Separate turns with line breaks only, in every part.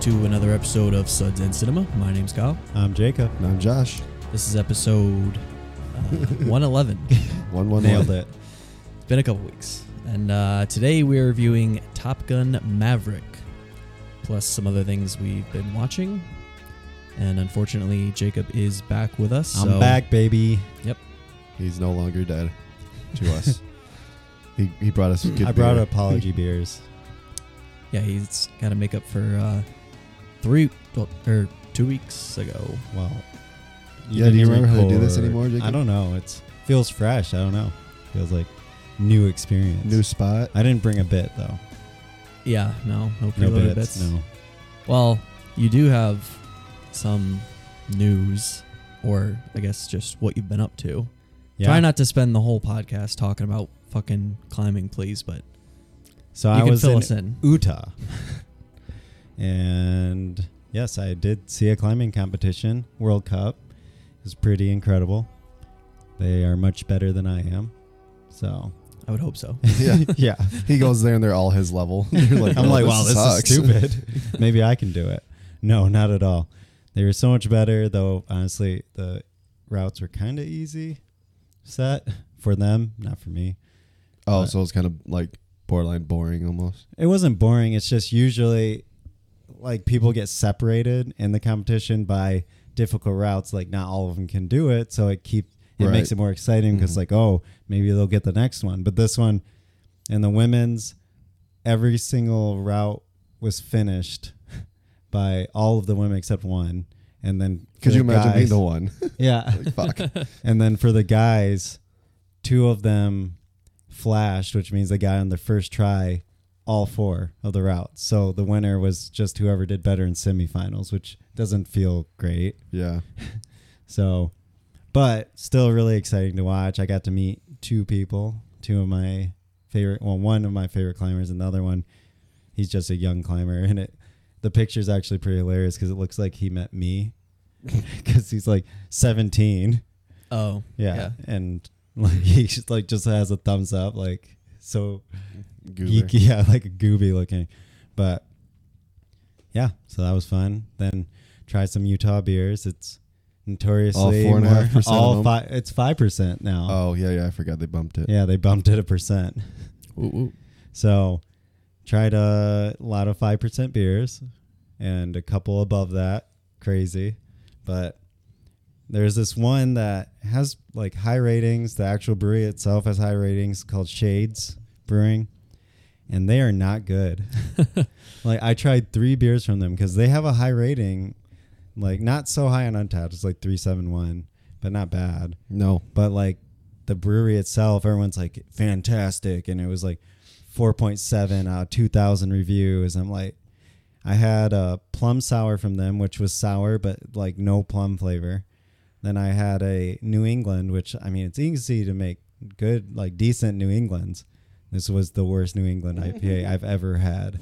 to another episode of Suds and Cinema. My name's Kyle.
I'm Jacob.
And I'm Josh.
This is episode uh, 111.
One one
Nailed
one.
it.
It's been a couple weeks. And uh, today we're reviewing Top Gun Maverick, plus some other things we've been watching. And unfortunately, Jacob is back with us.
I'm
so-
back, baby.
He's no longer dead to us. he, he brought us good
I brought
beer.
apology beers.
Yeah, he's got to make up for uh, three well, or two weeks ago.
Well,
Yeah, do you
didn't
remember how to do this
record.
anymore, Jacob?
I don't know. It's feels fresh. I don't know. Feels like new experience.
new spot.
I didn't bring a bit though.
Yeah, no, no
No
preloaded
bits.
bits.
No.
Well, you do have some news, or I guess just what you've been up to.
Yeah.
Try not to spend the whole podcast talking about fucking climbing, please, but
So
you
I
can
was
fill
in
us in.
Utah, and yes, I did see a climbing competition, World Cup. It was pretty incredible. They are much better than I am. So
I would hope so.
yeah.
yeah,
He goes there and they're all his level. You're like,
I'm
"Oh,
like, wow, this
sucks."
is stupid. Maybe I can do it. No, not at all. They were so much better, though. Honestly, the routes were kind of easy set for them, not for me.
oh, so it's kind of like borderline boring almost.
It wasn't boring. It's just usually like people get separated in the competition by difficult routes. Like not all of them can do it, so it keep it
Right. Mm-hmm.
makes it more exciting because like oh maybe they'll get the next one. But this one and the women's, every single route was finished by all of the women except one. And then for
Could you
the
imagine being
guys-
the one?
yeah.
like, fuck.
And then for the guys, two of them flashed, which means they got on their first try all four of the routes. So the winner was just whoever did better in semifinals, which doesn't feel great.
Yeah.
So, but still really exciting to watch. I got to meet two people, two of my favorite, well, one of my favorite climbers, and the other one, he's just a young climber. And it, the picture's actually pretty hilarious because it looks like he met me because he's like 17.
Oh,
Yeah. And like he just, like just has a thumbs up, like so
Goober.
geeky, yeah, like a gooby looking. But yeah, so that was fun. Then tried some Utah beers. It's notoriously
All four and a
more-
half percent
all
of 'em?
five. It's five percent now.
Oh, yeah, yeah. I forgot they bumped it.
Yeah, they bumped it a percent.
Ooh, ooh.
So tried a lot of five percent beers and a couple above that. Crazy. But there's this one that has like high ratings. The actual brewery itself has high ratings called Shades Brewing. And they are not good. like I tried three beers from them because they have a high rating, like not so high on untapped. It's like three seven one, but not bad
No.
but like the brewery itself, everyone's like fantastic, and it was like 4.7 out of 2,000 reviews. I'm like, I had a plum sour from them, which was sour but like no plum flavor. Then I had a New England, which I mean, it's easy to make good, like decent New Englands. This was the worst New England IPA I've ever had.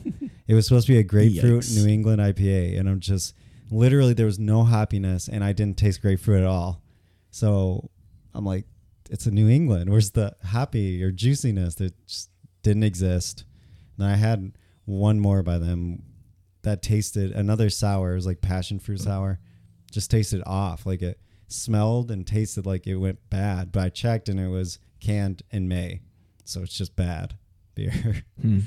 It was supposed to be a grapefruit
Yikes.
New England IPA, and I'm just literally there was no hoppiness, and I didn't taste grapefruit at all. So I'm like, it's a New England. Where's the happy or juiciness that just didn't exist? And I had one more by them that tasted another sour. It was like passion fruit sour. Just tasted off. Like it smelled and tasted like it went bad. But I checked and it was canned in May. So it's just bad beer.
Hmm.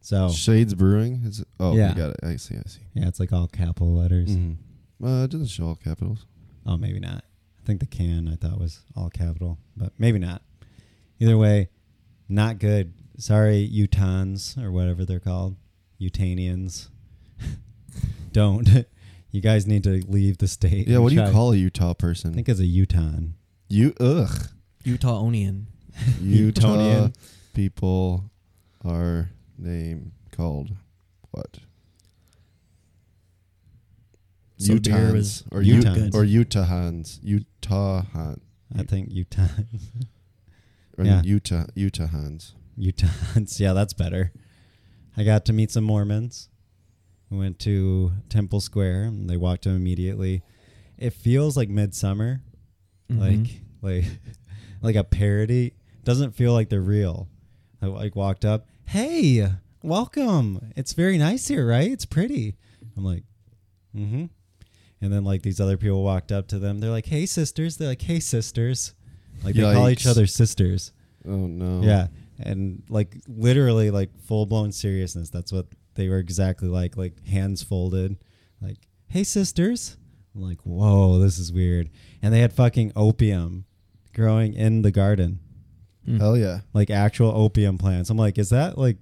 so
Shades Brewing? Is it? Oh,
Oh.
yeah.
Yeah.
I got it. I see, I see.
yeah, it's like all capital letters.
Mhm. Uh, it doesn't show all capitals.
Oh, maybe not. I think the can I thought was all capital, but maybe not. Either way, not good. Sorry, Utahns or whatever they're called, Utanians. Don't. you guys need to leave the state.
Yeah,
and
what do you
try-
call a Utah
I
person?
think it's a Utan.
you, ugh.
Utah Onion.
Utah
Utonian.
people are name called what?
So beer was
or
Utahns.
Utahns or Utahans, Utahans,
I think Utan.
or
Yeah.
Utah Utahans.
Utahns. Yeah, that's better. I got to meet some Mormons. We went to Temple Square and they walked in immediately. It feels like midsummer.
Mhm.
like like like a parody doesn't feel like they're real i like walked up hey welcome it's very nice here right it's pretty I'm like, mm hmm. And then like these other people walked up to them. They're like, hey, sisters. They're like, hey, sisters. Like they call each
Yikes.
other sisters.
Oh no.
Yeah. And like literally like full blown seriousness. That's what they were exactly like, like hands folded, like, hey sisters. I'm like, whoa, this is weird. And they had fucking opium growing in the garden.
Mm.
oh.
Hell yeah.
Like actual opium plants. I'm like, is that like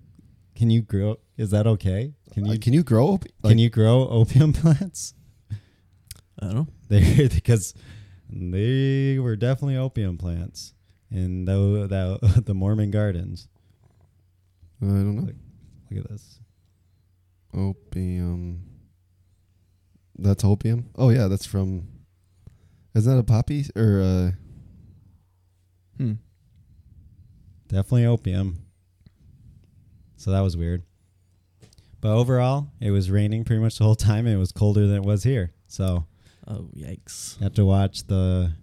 can you grow is that okay? Can
Can
you
you Uh, can you grow? Up?
can you grow opium plants?
I don't know.
They because they were definitely opium plants in the, the the Mormon gardens.
I don't know.
Look at this.
Opium. That's opium. Oh yeah, that's from. Is that a poppy or? Uh,
Hmm.
Definitely opium. So that was weird. But overall, it was raining pretty much the whole time and it was colder than it was here. So
Oh yikes!
I had to watch the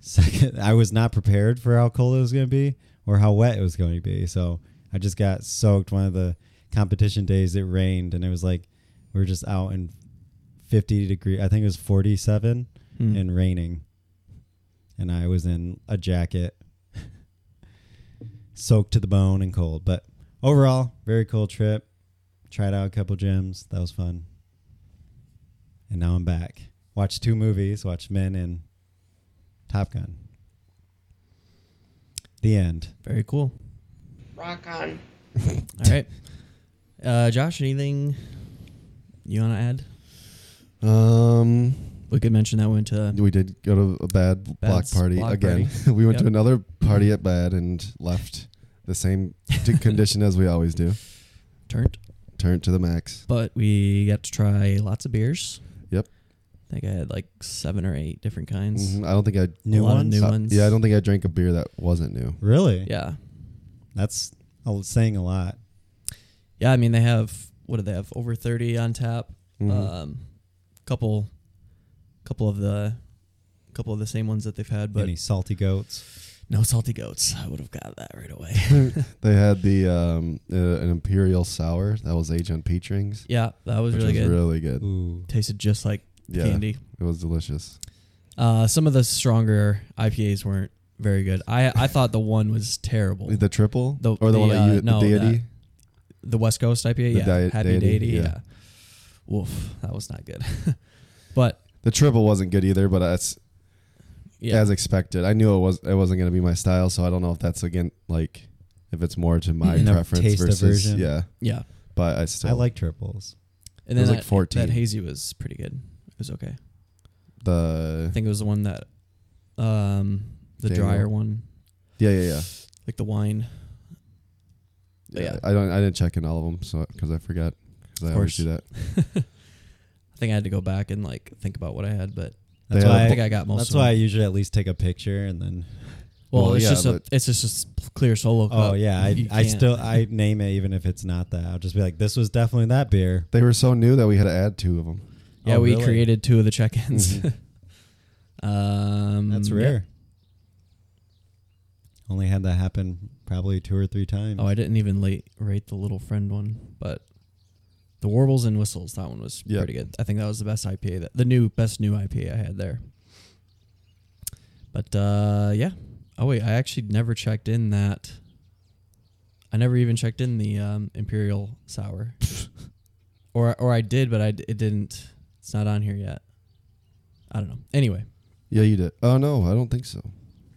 second I was not prepared for how cold it was gonna be or how wet it was going to be. So I just got soaked one of the competition days it rained and it was like we were just out in fifty degree I think it was forty seven
Hmm.
and raining. And I was in a jacket, soaked to the bone and cold. But overall, very cool trip. Tried out a couple gyms. That was fun. And now I'm back. Watched two movies, watched Men and Top Gun. The end.
very cool.
Rock on.
All right, uh, Josh. Anything you want to add?
um,
We could mention that went to
we did go to a bad block
Bad's
party
block
again. we went to
Yep.
another party at bad and left the same t- condition as we always do.
turned,
Turned to the max.
but we got to try lots of beers.
Yep.
I think I had like seven or eight different kinds.
Mhm, I don't think I.
A
New
lot
ones?
of new
uh,
ones.
Yeah, I don't think I drank a beer that wasn't new.
Really?
Yeah,
That's a- saying a lot.
yeah. I mean, they have what do they have? Over thirty on tap.
Mhm.
Um, couple, couple of the, couple of the same ones that they've had, but
Any salty goats?
no salty goats. I would have got that right away.
they had the um uh, an imperial sour that was aged on peach rings,
yeah, that was
which
really
was
good.
really good.
Ooh.
Tasted just like
Yeah,
candy.
it was delicious.
Uh, some of the stronger IPAs weren't very good. I I thought the one was terrible.
The triple
The-
or the,
the,
one that
uh,
you
no,
the deity.
that- The West Coast IPA,
The
yeah,
Diet
Happy
Deity,
Deity,
yeah.
yeah. Woof, that was not good. but
The triple wasn't good either, but that's
yeah,
as expected. I knew it was it wasn't going to be my style, so I don't know if that's again like if it's more to my
Enough
preference
taste
versus
aversion.
yeah.
yeah.
But I still
I like triples.
And
It
then
was like
that,
14.
that hazy was pretty good. It was okay. I
the
think it was the one that, um, the
Daniel.
drier one,
yeah yeah yeah.
like the wine.
yeah.
Yeah.
I don't I didn't check in all of them so because I forgot because I
Of
always
course.
do that.
I think I had to go back and like think about what I had, but
That's
They
why
I
have-
think
I,
I got most.
that's
of
why I
Them.
usually at least take a picture and then
Well,
Well,
it's
yeah,
just a
but-
it's just a s- clear solo.
Oh
cup.
yeah, I,
You
I
can't-
still I name it even if it's not that. I'll just be like, this was definitely that beer.
They were so new that we had to add two of them.
Yeah,
Oh,
we
really?
created two of the check-ins.
Mm-hmm.
um,
That's
yeah.
rare. Only had that happen probably two or three times.
Oh, I didn't even late rate the little friend one, but the warbles and whistles that one was
Yeah.
pretty good. I think that was the best IPA that the new best new IPA I had there. But uh, yeah. Oh wait, I actually never checked in that. I never even checked in the um, imperial sour, or or I did, but I d- it didn't. It's not on here yet. I don't know. Anyway,
Yeah, you did. Oh no, I don't think so.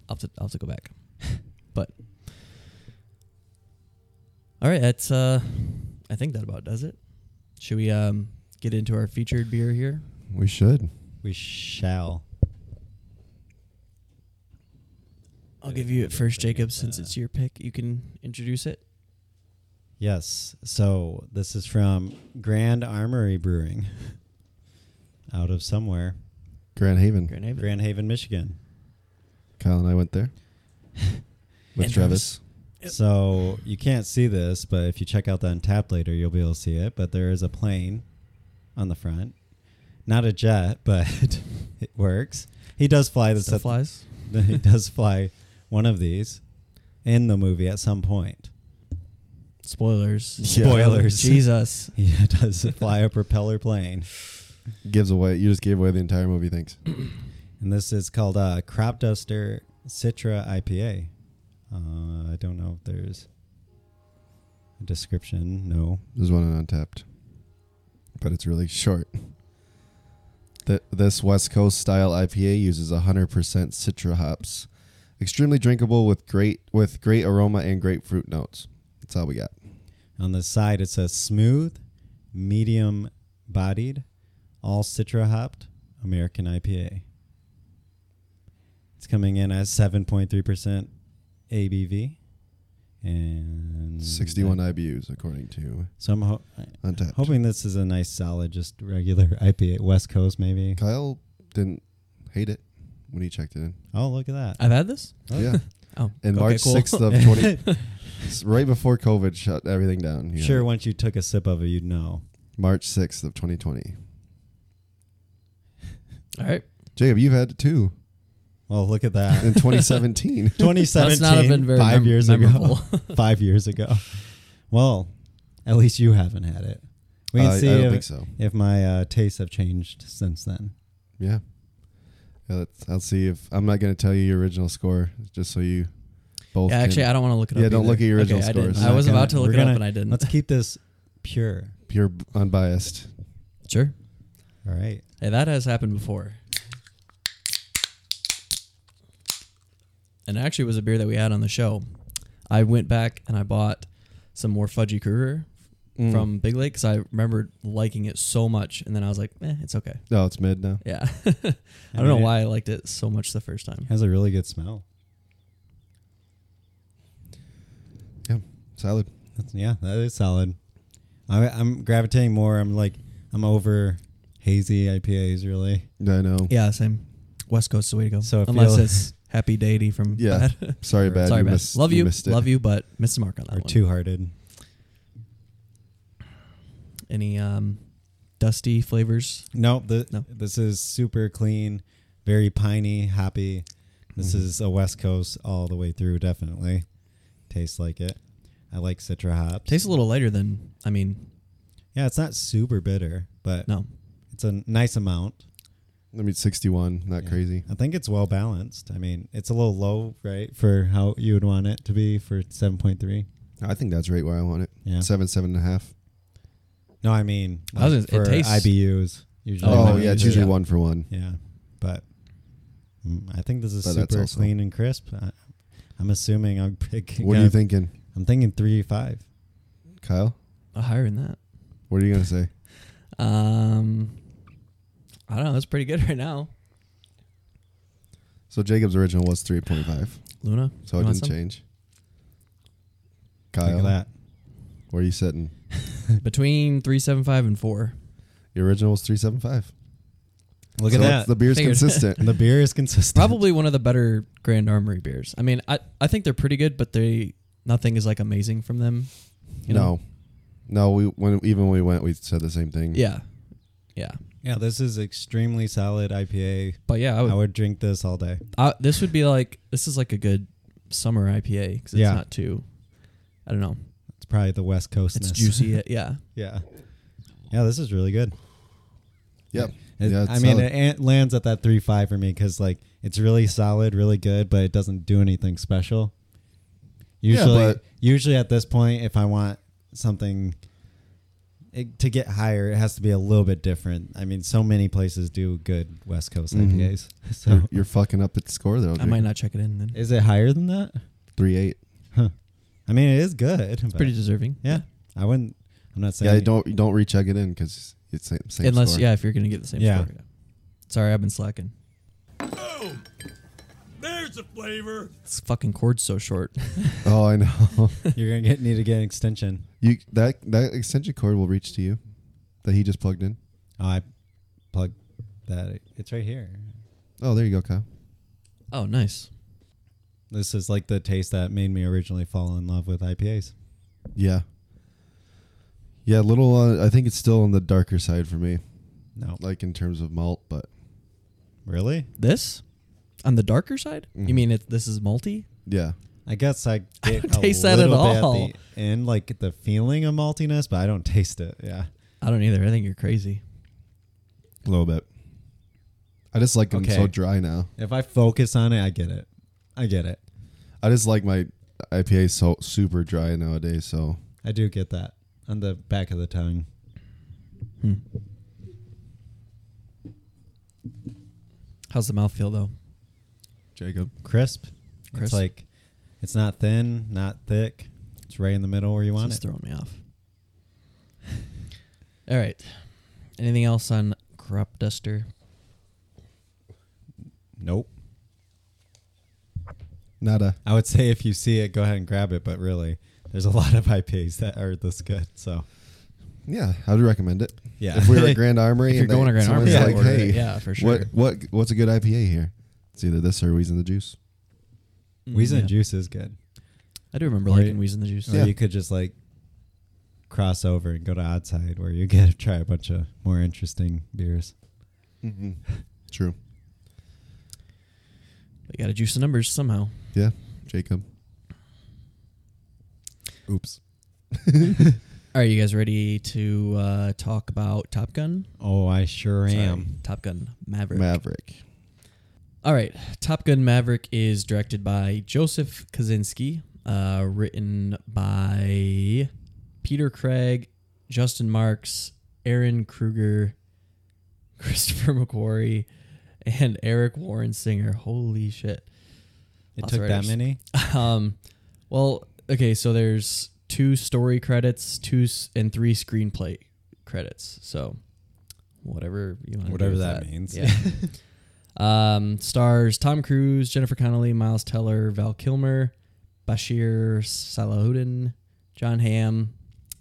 I'll have to, I'll have to go back. but all right, that's uh, I think that about does it. Should we um get into our featured beer here?
We should.
we shall.
I'll give you it first, Jacob, since it's your pick. You can introduce it.
Yes. So this is from Grand Armory Brewing, out of somewhere,
Grand Haven.
Grand Haven.
Grand Haven, Michigan.
Kyle and I went there with
And
Travis.
Travis. Yep.
So you can't see this, but if you check out the Untapped later, you'll be able to see it. But there is a plane on the front, not a jet, but it works. He does fly this
Stuff
at
flies.
that he does fly one of these in the movie at some point.
Spoilers.
Yeah.
Spoilers.
Jesus.
Yeah, it does fly a propeller plane.
Gives away. You just gave away the entire movie. Thanks.
And this is called uh, Crop Duster Citra IPA. Uh, I don't know if there's a description. No.
There's one on Untapped, but it's really short. Th- this West Coast style IPA uses 100% Citra hops, extremely drinkable with great with great aroma and grapefruit notes. That's all we got.
On the side, it says smooth, medium bodied, all Citra hopped American IPA. It's coming in at 7.3% ABV and
61 IBUs according to
So I'm ho-
Untapped.
Hoping this is a nice, solid, just regular IPA, West Coast maybe.
Kyle didn't hate it when he checked it in.
Oh, look at that!
I've had this?
Yeah,
Oh.
and
okay,
March
cool.
6th of 20, right before COVID shut everything down. you know.
Sure, once you took a sip of it, you'd know.
March 6th of 2020.
All right.
Jacob, you've had two
Well, look at
in
that.
2017.
2017,
That's not have been very
five
mem-
years
memorable.
ago. five years ago. Well, at least you haven't had it. We can
Uh,
see
I don't
if,
think so.
if my uh, tastes have changed since then.
Yeah. Yeah, let's, I'll see if I'm not going to tell you your original score, just so you both.
yeah, actually,
can-
I don't want to look it up.
Yeah, don't
either.
look at your
Okay,
original
I didn't.
scores.
I
I'm
was
not
about to
gonna-
look
we're
it up
gonna-
and I didn't.
Let's keep this pure.
you're b- unbiased.
sure.
All right.
Hey, that has happened before. And actually, it was a beer that we had on the show. I went back and I bought some more Fudgy Kruger
Mm.
from Big Lake because I remembered liking it so much. And then I was like, eh, it's okay.
No, it's mid now.
Yeah. I don't know why I liked it so much the first time.
Has a really good smell.
Salad.
That's, yeah, that is solid. I, I'm gravitating more. I'm like, I'm over hazy IPAs, really.
I know.
Yeah, same. West Coast is the way to go.
So I
Unless
feel-
it's Happy Deity from
Yeah.
Bad.
Sorry, bad.
Sorry,
you
Bad.
Missed,
Love you.
missed it.
Love you, but missed the mark on that
Or
one.
two hearted.
Any um, dusty flavors?
No, the,
No.
this is super clean, very piney, happy. This
Mm-hmm.
is a West Coast all the way through, definitely. Tastes like it. I like Citra hops.
Tastes a little lighter than, I mean,
yeah, it's not super bitter, but
no.
it's a nice amount.
I mean, 61. Not
Yeah.
crazy.
I think it's well balanced. I mean, it's a little low, right, for how you would want it to be for 7.3.
I think that's right where I want it.
Yeah.
Seven, seven and a half.
No, I mean
I was
like,
gonna- it
for
tastes-
IBUs usually.
Oh,
Oh,
yeah,
yeah. It's
yeah.
usually one for one.
Yeah, but mm, I think this is
But that's
super
also-
clean and crisp. I, I'm assuming I'm picking.
What are you thinking,
I'm thinking three five.
Kyle?
Uh, higher than that.
What are you going to say?
Um, I don't know. That's pretty good right now.
So Jacob's original was 3.5.
Luna.
So
you
it
want
didn't
some?
change.
Look at
Kyle,
that.
where are you sitting?
Between 375 and 4.
Your original was 375.
Look
So
at
it's-
that.
The beer's
Figured.
consistent.
The beer is consistent.
Probably one of the better Grand Armory beers. I mean, I, I think they're pretty good, but they nothing is like amazing from them. You know?
No, no. We when even when we went, we said the same thing.
Yeah. Yeah.
Yeah, this is extremely solid IPA.
But yeah, I
I
Oh.
would,
would, drink this all day.
I, this would be like this is like a good summer IPA because it's
Yeah.
not too. I don't know.
It's probably the West Coast.
It's juicy. yeah.
yeah. Yeah, this is really good.
Yep.
It-
Yeah, it's
I mean,
solid.
it, it lands at that three five for me because like it's really solid, really good, but it doesn't do anything special.
Yeah,
Usually,
but-
usually at this point, if I want something it, to get higher, it has to be a little bit different. I mean, so many places do good West Coast
Mhm.
IPAs. So,
You're, you're fucking up its score though.
I might not check it in then. It's
is it higher than that?
Three eight.
I mean, it is good. but
pretty deserving.
Yeah, I wouldn't. I'm not saying.
Yeah. Don't don't recheck it in because it's same, same
Unless
score.
yeah, if you're gonna get the same
Yeah.
score. Yeah. Sorry, I've been slacking.
Boom! Oh, There's the flavor.
This fucking cord's so short.
Oh, I know.
You're gonna get need to get an extension.
you that that extension cord will reach to you, that he just plugged in.
Oh, I plugged that. It's right here.
Oh, there you go, Kyle.
oh, nice.
This is like the taste that made me originally fall in love with IPAs.
Yeah. Yeah, a little. Uh, I think it's still on the darker side for me,
No,
like in terms of malt, but
really?
This on the
Mm-hmm.
darker side. You
Mhm.
mean it, this is multi?
yeah.
I guess I get
don't taste
a
that at
little bit
all.
At in like the feeling of maltiness, but I don't taste it. Yeah.
I don't either. I think you're crazy.
A little bit. I just like them
Okay.
so dry now.
If I focus on it, I get it. I get it.
I just like my IPA so super dry nowadays. So
I do get that on the back of the tongue.
How's the mouth feel though?
Jacob,
Crisp. It's
Crisp.
like it's not thin, not thick. It's right in the middle where you want
It's
it.
throwing me off. All right. Anything else on crop duster?
Nope.
nada.
I would say if you see it, go ahead and grab it. But really, there's a lot of IPAs that are this good. So
Yeah, I'd recommend it.
Yeah.
If we were at Grand Armory,
If you're
and
going
they-
to Grand
someone's
Armory, I'd
like,
order
hey,
it. Yeah, for
What
sure.
what what's a good IPA here? It's either this or Wheeze in the Juice.
Wheeze
Mm, yeah.
and Juice is good.
I do remember
Or-
liking Wheeze in the Juice.
Or you could just like cross over and go to Oddside where you get to try a bunch of more interesting beers.
True.
They got to juice the numbers somehow.
Yeah, Jacob.
Oops.
All right, you guys ready to uh, talk about Top Gun?
Oh, I sure
Sorry,
am.
Top Gun Maverick.
Maverick.
All right. Top Gun Maverick is directed by Joseph Kaczynski, uh, written by Peter Craig, Justin Marks, Aaron Kruger, Christopher McQuarrie, and Eric Warren Singer. Holy shit.
It
Lots
took
of
that
writers.
many.
Um, well, okay, so there's two story credits, two s- and three screenplay credits. So, whatever you want,
Whatever
do with
that means.
Yeah. um, stars Tom Cruise, Jennifer Connelly, Miles Teller, Val Kilmer, Bashir Salahuddin, John Hamm,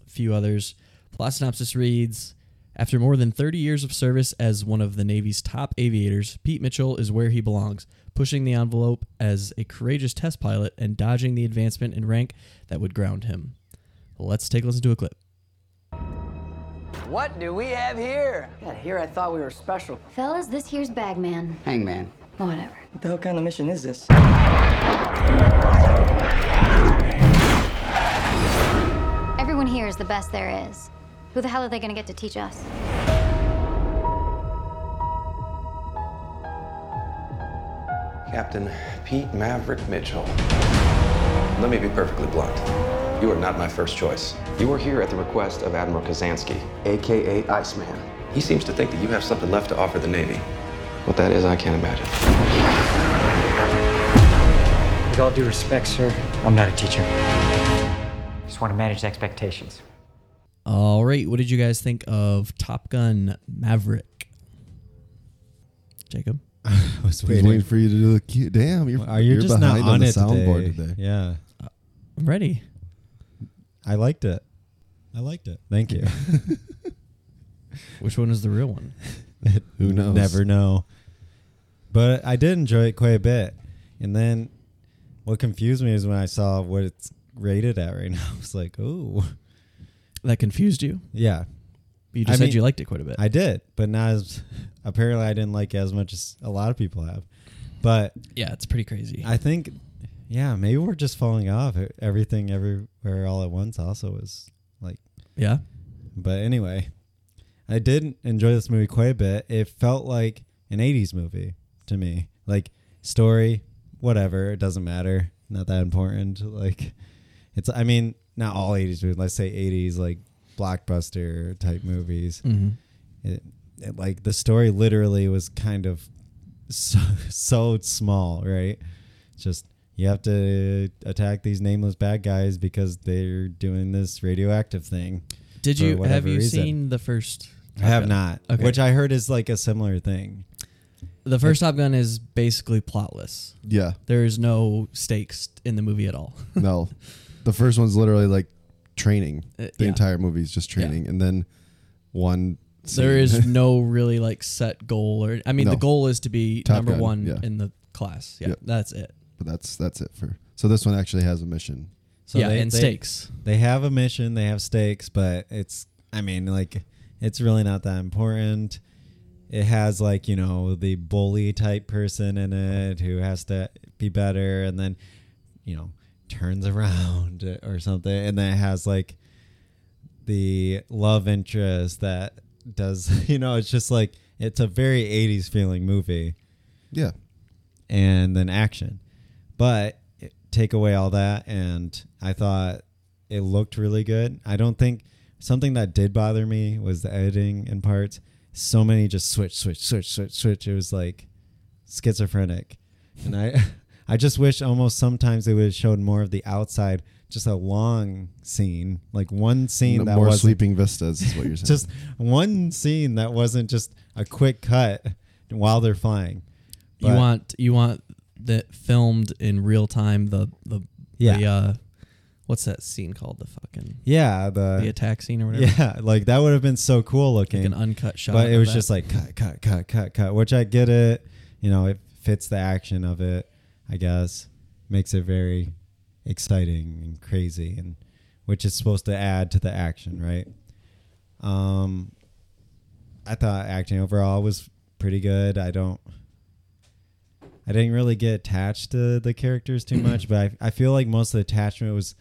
a few others. Plot synopsis reads. After more than 30 years of service as one of the Navy's top aviators, Pete Mitchell is where he belongs, pushing the envelope as a courageous test pilot and dodging the advancement in rank that would ground him. Let's take a listen to a clip.
What do we have here?
Yeah, here I thought we were special.
Fellas, this here's Bagman.
Hangman.
Whatever.
What the hell kind of mission is this?
Everyone here is the best there is. Who the hell are they gonna get to teach us?
Captain Pete Maverick Mitchell. Let me be perfectly blunt. You are not my first choice. You are here at the request of Admiral Kazansky, aka Iceman. He seems to think that you have something left to offer the Navy. What that is, I can't imagine.
With all due respect, sir, I'm not a teacher. Just want to manage expectations.
All right, what did you guys think of Top Gun Maverick? Jacob?
I was
He's
waiting.
waiting for you to do the cue. Damn, you're,
Are you
you're
just not
behind
on,
the
it
soundboard
today?
today.
Yeah,
I'm ready.
I liked it. I liked it. Thank you.
Which one is the real one?
Who knows?
Never know. But I did enjoy it quite a bit. And then what confused me is when I saw what it's rated at right now. I was like, oh,
That confused you?
yeah,
You just
I
said
mean-
you liked it quite a bit.
I did. But not as apparently I didn't like it as much as a lot of people have. But
yeah, it's pretty crazy.
I think, yeah, maybe we're just falling off. E-, Everything everywhere all at once also was like
yeah?
But anyway, I did enjoy this movie quite a bit. It felt like an 80s movie to me. Like story, whatever, it doesn't matter. Not that important. Like it's I mean, not all 80s movies, let's say 80s like blockbuster type movies.
hmm
It, it like the story literally was kind of so, so small, right? It's just you have to attack these nameless bad guys because they're doing this radioactive thing.
Did
for
you have
whatever
you
reason.
seen the first?
I have
Top Gun?
not.
Okay.
Which I heard is like a similar thing.
The first Top Gun is basically plotless.
Yeah,
There is no stakes in the movie at all.
no. The first one's literally like training.
Uh,
the
yeah.
entire movie is just training, and then one.
There
scene.
is no really like set goal or I mean the
No.
goal is to be
Top
number
Gun,
one
yeah.
in the class. Yeah,
Yep.
that's it.
but that's that's it for. So this one actually has a mission.
So
yeah,
they,
and
they,
stakes.
They have a mission, they have stakes, but it's I mean, like it's really not that important. It has like, you know, the bully type person in it who has to be better and then, you know, turns around or something, and then it has like the love interest that does you know it's just like it's a very 80s feeling movie
Yeah.
and then action. But it- take away all that, and I thought it looked really good. I don't think something that did bother me was the editing in parts. So many just switch, switch, switch, switch, switch. It was like schizophrenic, and I, I just wish almost sometimes they would have showed more of the outside, just a long scene, like one scene that
More
was
sleeping vistas is what you're saying.
just one scene that wasn't just a quick cut while they're flying.
You
But-
want you want that filmed in real time. The the
Yeah.
The, uh, what's that scene called? The fucking
Yeah, the
the attack scene or whatever.
Uh, Yeah, like that would have been so cool looking.
Like an uncut shot.
but it
of
was
that.
just like cut, cut, cut, cut, cut. Which I get it. You know, it fits the action of it. I guess makes it very exciting and crazy, and which is supposed to add to the action, right? Um, I thought acting overall was pretty good. I don't. I didn't really get attached to the characters too much, but I, I feel like most of the attachment was,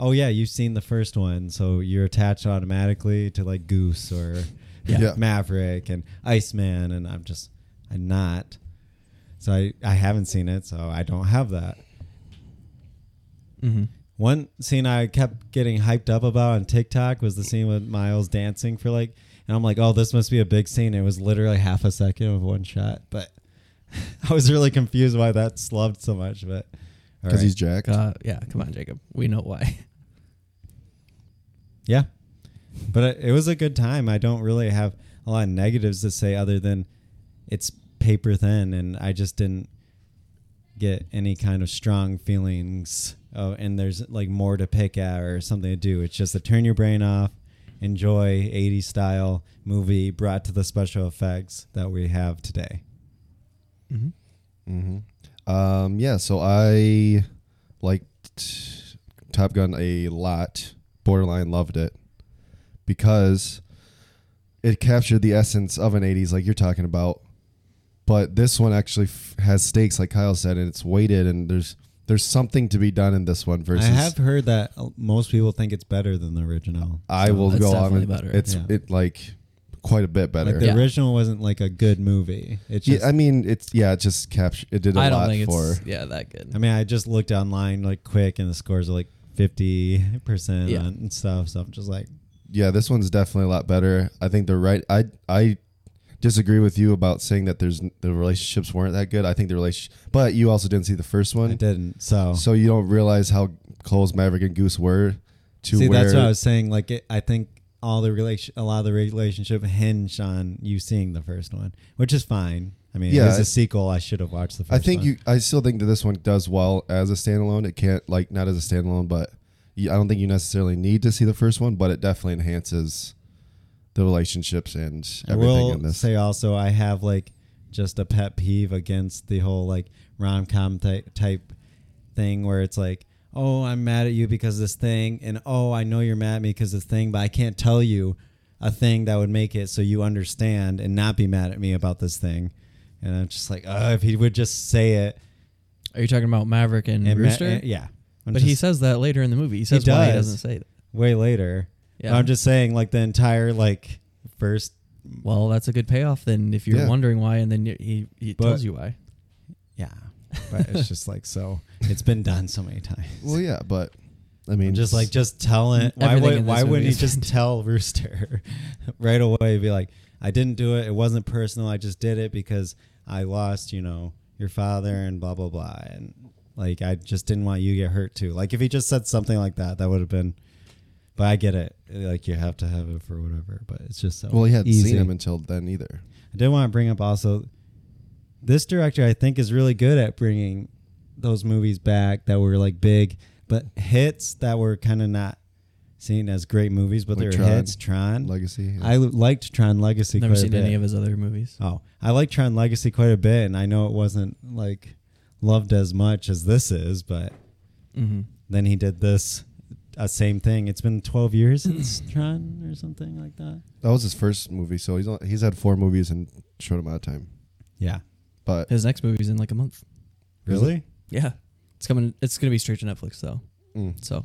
oh yeah, you've seen the first one, so you're attached automatically to like Goose or
Yeah.
Yeah.
Maverick and Iceman, and I'm just I'm not. So I, I haven't seen it, so I don't have that.
Mhm.
One scene I kept getting hyped up about on TikTok was the scene with Miles dancing for like, and I'm like, oh, this must be a big scene. It was literally half a second of one shot, but I was really confused why that slubbed so much. But all
because
right.
he's jacked.
Uh, yeah, come on, Jacob. We know why.
yeah, but uh, it, it was a good time. I don't really have a lot of negatives to say other than it's paper thin, and I just didn't get any kind of strong feelings. Oh, and there's like more to pick at or something to do. It's just to turn your brain off, enjoy 80s style movie brought to the special effects that we have today. Mm-hmm.
Um, yeah, so I liked Top Gun a lot. Borderline loved it because it captured the essence of an 80s, like you're talking about. But this one actually f- has stakes, like Kyle said, and it's weighted, and there's there's something to be done in this one versus.
I have heard that uh, most people think it's better than the original.
I will
It's
go on.
definitely
and
better.
It's
Yeah.
it like quite a bit better.
Like the
Yeah.
original wasn't like a good movie. It just,
yeah, I mean, it's yeah, it just captured. It did a
I
lot
don't think
for.
it's yeah that good.
I mean, I just looked online like quick, and the scores are like fifty percent
Yeah.
and stuff. So I'm just like,
yeah, this one's definitely a lot better. I think the right. I I disagree with you about saying that there's the relationships weren't that good. I think the relation, but you also didn't see the first
I
one,
didn't. So,
so you don't realize how close Maverick and Goose were. To
see,
where
that's what I was saying. Like, it, I think all the relation, a lot of the relationship hinged on you seeing the first one, which is fine. I mean,
Yeah,
it is
I-
a sequel. I should have watched the first.
I think
one.
you. I still think that this one does well as a standalone. It can't like not as a standalone, but you, I don't think you necessarily need to see the first one, but it definitely enhances the relationships and
I
everything
will
in this.
say also, I have like just a pet peeve against the whole like rom com type type thing where it's like, oh, I'm mad at you because of this thing, and oh, I know you're mad at me because of this thing, but I can't tell you a thing that would make it so you understand and not be mad at me about this thing. And I'm just like, oh, if he would just say it.
Are you talking about Maverick and,
And ma-
Mm-hmm. Rooster?
and- yeah. I'm
but he
just-
says that later in the movie. He says why he
does.
doesn't say that.
way later.
Yeah.
I'm just saying, like the entire like first
Well, that's a good payoff then if you're
Yeah.
wondering why, and then y- he, he
But-
tells you why.
Yeah. But it's just like so it's been done so many times.
well, yeah, but I mean,
just like just tell it. Why
Everything in
would
this
why
movie
wouldn't he
is
just tell Rooster right away? Be like, I didn't do it. It wasn't personal. I just did it because I lost, you know, your father and blah blah blah. And like I just didn't want you to get hurt too. Like if he just said something like that, that would have been but I get it. Like you have to have it for whatever. But it's just so
well, he hadn't
easy.
seen him until then either.
I did want to bring up also this director I think is really good at bringing those movies back that were like big but hits that were kind of not seen as great movies but
Like
they were
Tron,
hits Tron
Legacy, yeah.
I l- liked Tron Legacy
Never
quite
seen
a bit.
any of his other movies.
Oh, I liked Tron Legacy quite a bit and I know it wasn't like loved as much as this is but
Mm-hmm.
then he did this uh, same thing. It's been 12 years since Tron or something like that.
That was his first movie, so he's on, he's had four movies in a short amount of time.
Yeah.
But
His next movie's in like a month.
Really?
Yeah. It's coming. It's gonna be straight to Netflix though.
Mm.
So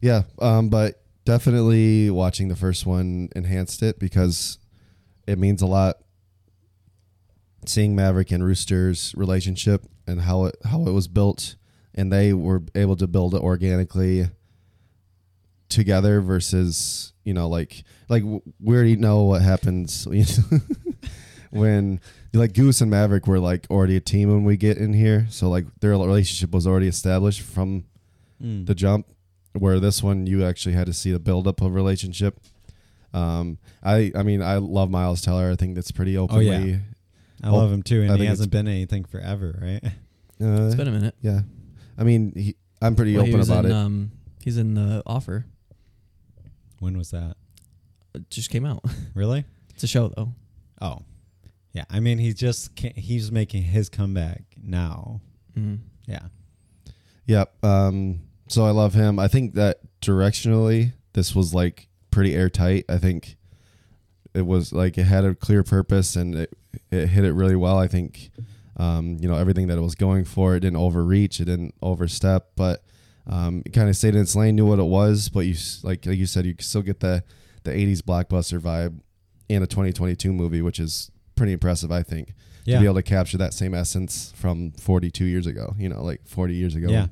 Yeah, um, but definitely watching the first one enhanced it because it means a lot. Seeing Maverick and Rooster's relationship and how it how it was built, and they were able to build it organically together versus you know like like w- we already know what happens when like Goose and Maverick were like already a team when we get in here, so like their relationship was already established from the jump where this one you actually had to see the buildup of relationship um i i mean i love miles teller i think that's pretty
Oh,
openly
I love him too, and
I
he
think
hasn't been anything forever, right?
uh,
it's been a minute.
yeah i mean he, i'm pretty
Well, he
open
was
about
in,
it
Um, he's in the offer.
When was that?
It just came out.
Really?
it's a show though.
Oh, yeah. I mean, he's just ca he's making his comeback now.
Mm.
Yeah,
Yep. Um, so I love him. I think that directionally, this was like pretty airtight. I think it was like it had a clear purpose and it, it hit it really well. I think, um, you know, everything that it was going for, it didn't overreach, it didn't overstep, but um, it kind of stayed in its lane, knew what it was. But you, s- like, like you said, you still get the, the 80s blockbuster vibe in a 2022 movie, which is pretty impressive, I think.
Yeah.
To be able to capture that same essence from 42 years ago, you know, like 40 years ago.
yeah.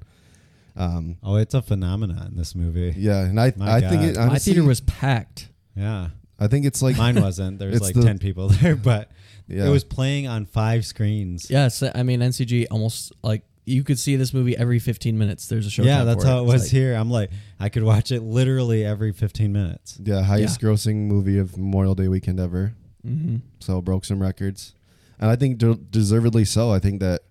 Um,
Oh, it's a phenomenon. This movie. Yeah,
yeah, and I
My
I think
God.
it,
My
honestly,
theater was packed.
I think it's like
mine wasn't. There was
It's
like
the-
ten people there, but
yeah,
it was playing on five screens.
Yeah, so, I mean NCG almost like you could see this movie every 15 minutes. There's a show.
Yeah, that's how it was
here.
here. I'm like, I could watch it literally every 15 minutes.
yeah highest grossing movie of Memorial Day weekend ever.
Mm-hmm.
So it broke some records, and I think de- deservedly so. I think that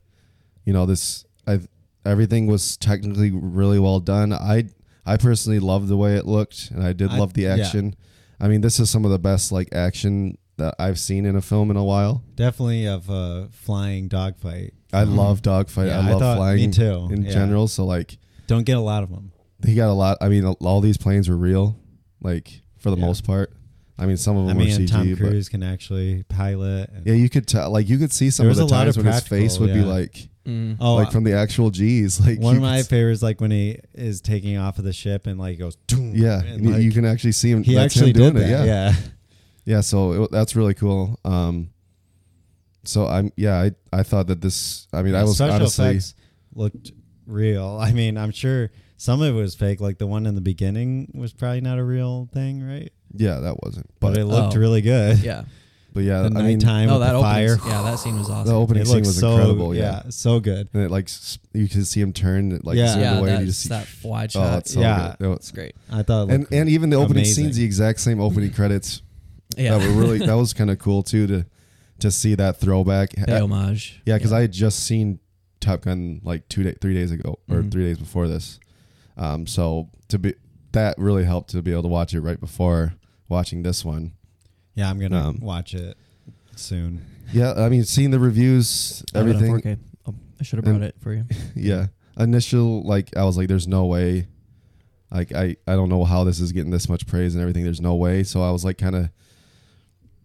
you know this I everything was technically really well done. I I personally loved the way it looked, and I did
I-
love the
yeah.
action. I mean, this is some of the best like action that I've seen in a film in a while.
Definitely of a flying dogfight.
I love dogfight.
Mm-hmm. Yeah,
I
I
love
thought- me
flying
too.
in
Yeah.
general. So like
Don't get a lot of them.
he got a lot. I mean, all these planes were real, like for the
Yeah.
most part. I mean, some of
I
them were
mean,
CG,
Tom
but
Cruise can actually pilot. and-
yeah, you could tell. Like you could see some
There
of
was
the
a lot
times
of
when his
practical,
face would be
yeah.
like,
Oh,
like from the actual G's. Like
one
you
of
could
my
s-
favorites, like when he is taking off of the ship and like goes, "Doom,"
yeah,
and,
and you-
like,
you can actually see him.
he
that's
actually
him doing
did that.
it.
Yeah.
Yeah, so it, that's really cool. Um, so I'm yeah, I I thought that this. I mean, I was
Special
honestly
effects looked real. I mean, I'm sure some of it was fake. Like the one in the beginning was probably not a real thing, right?
yeah, that wasn't.
But,
But
it looked
Oh.
really good.
Yeah.
but yeah,
The
I mean,
nighttime
No,
with
that
the
opens.
fire.
Yeah, that scene was
the
awesome.
opening
It
scene
looks
was
so,
incredible. Yeah.
so good.
And it like s- you could see him turn like
Yeah.
zoomed
yeah,
away, and you
that's
just see
that wide
oh,
shot.
it's so
Yeah.
good. No,
It's
it's
great.
I thought, it
and
looked
and even the opening
amazing.
scenes, the exact same opening credits
Yeah.
that were really that was kind of cool too to to see that throwback.
Pay
I-
homage.
yeah, because I had just seen Top Gun like two day, three days ago or
Mhm.
three days before this, um, so to be that really helped to be able to watch it right before watching this one.
Yeah, I'm gonna
Um,
watch it soon.
Yeah, I mean, seeing the reviews,
I have it on
everything.
4K. Oh, I should have brought
And-
it for you.
yeah initial like i was like there's no way like i i don't know how this is getting this much praise and everything there's no way so i was like kind of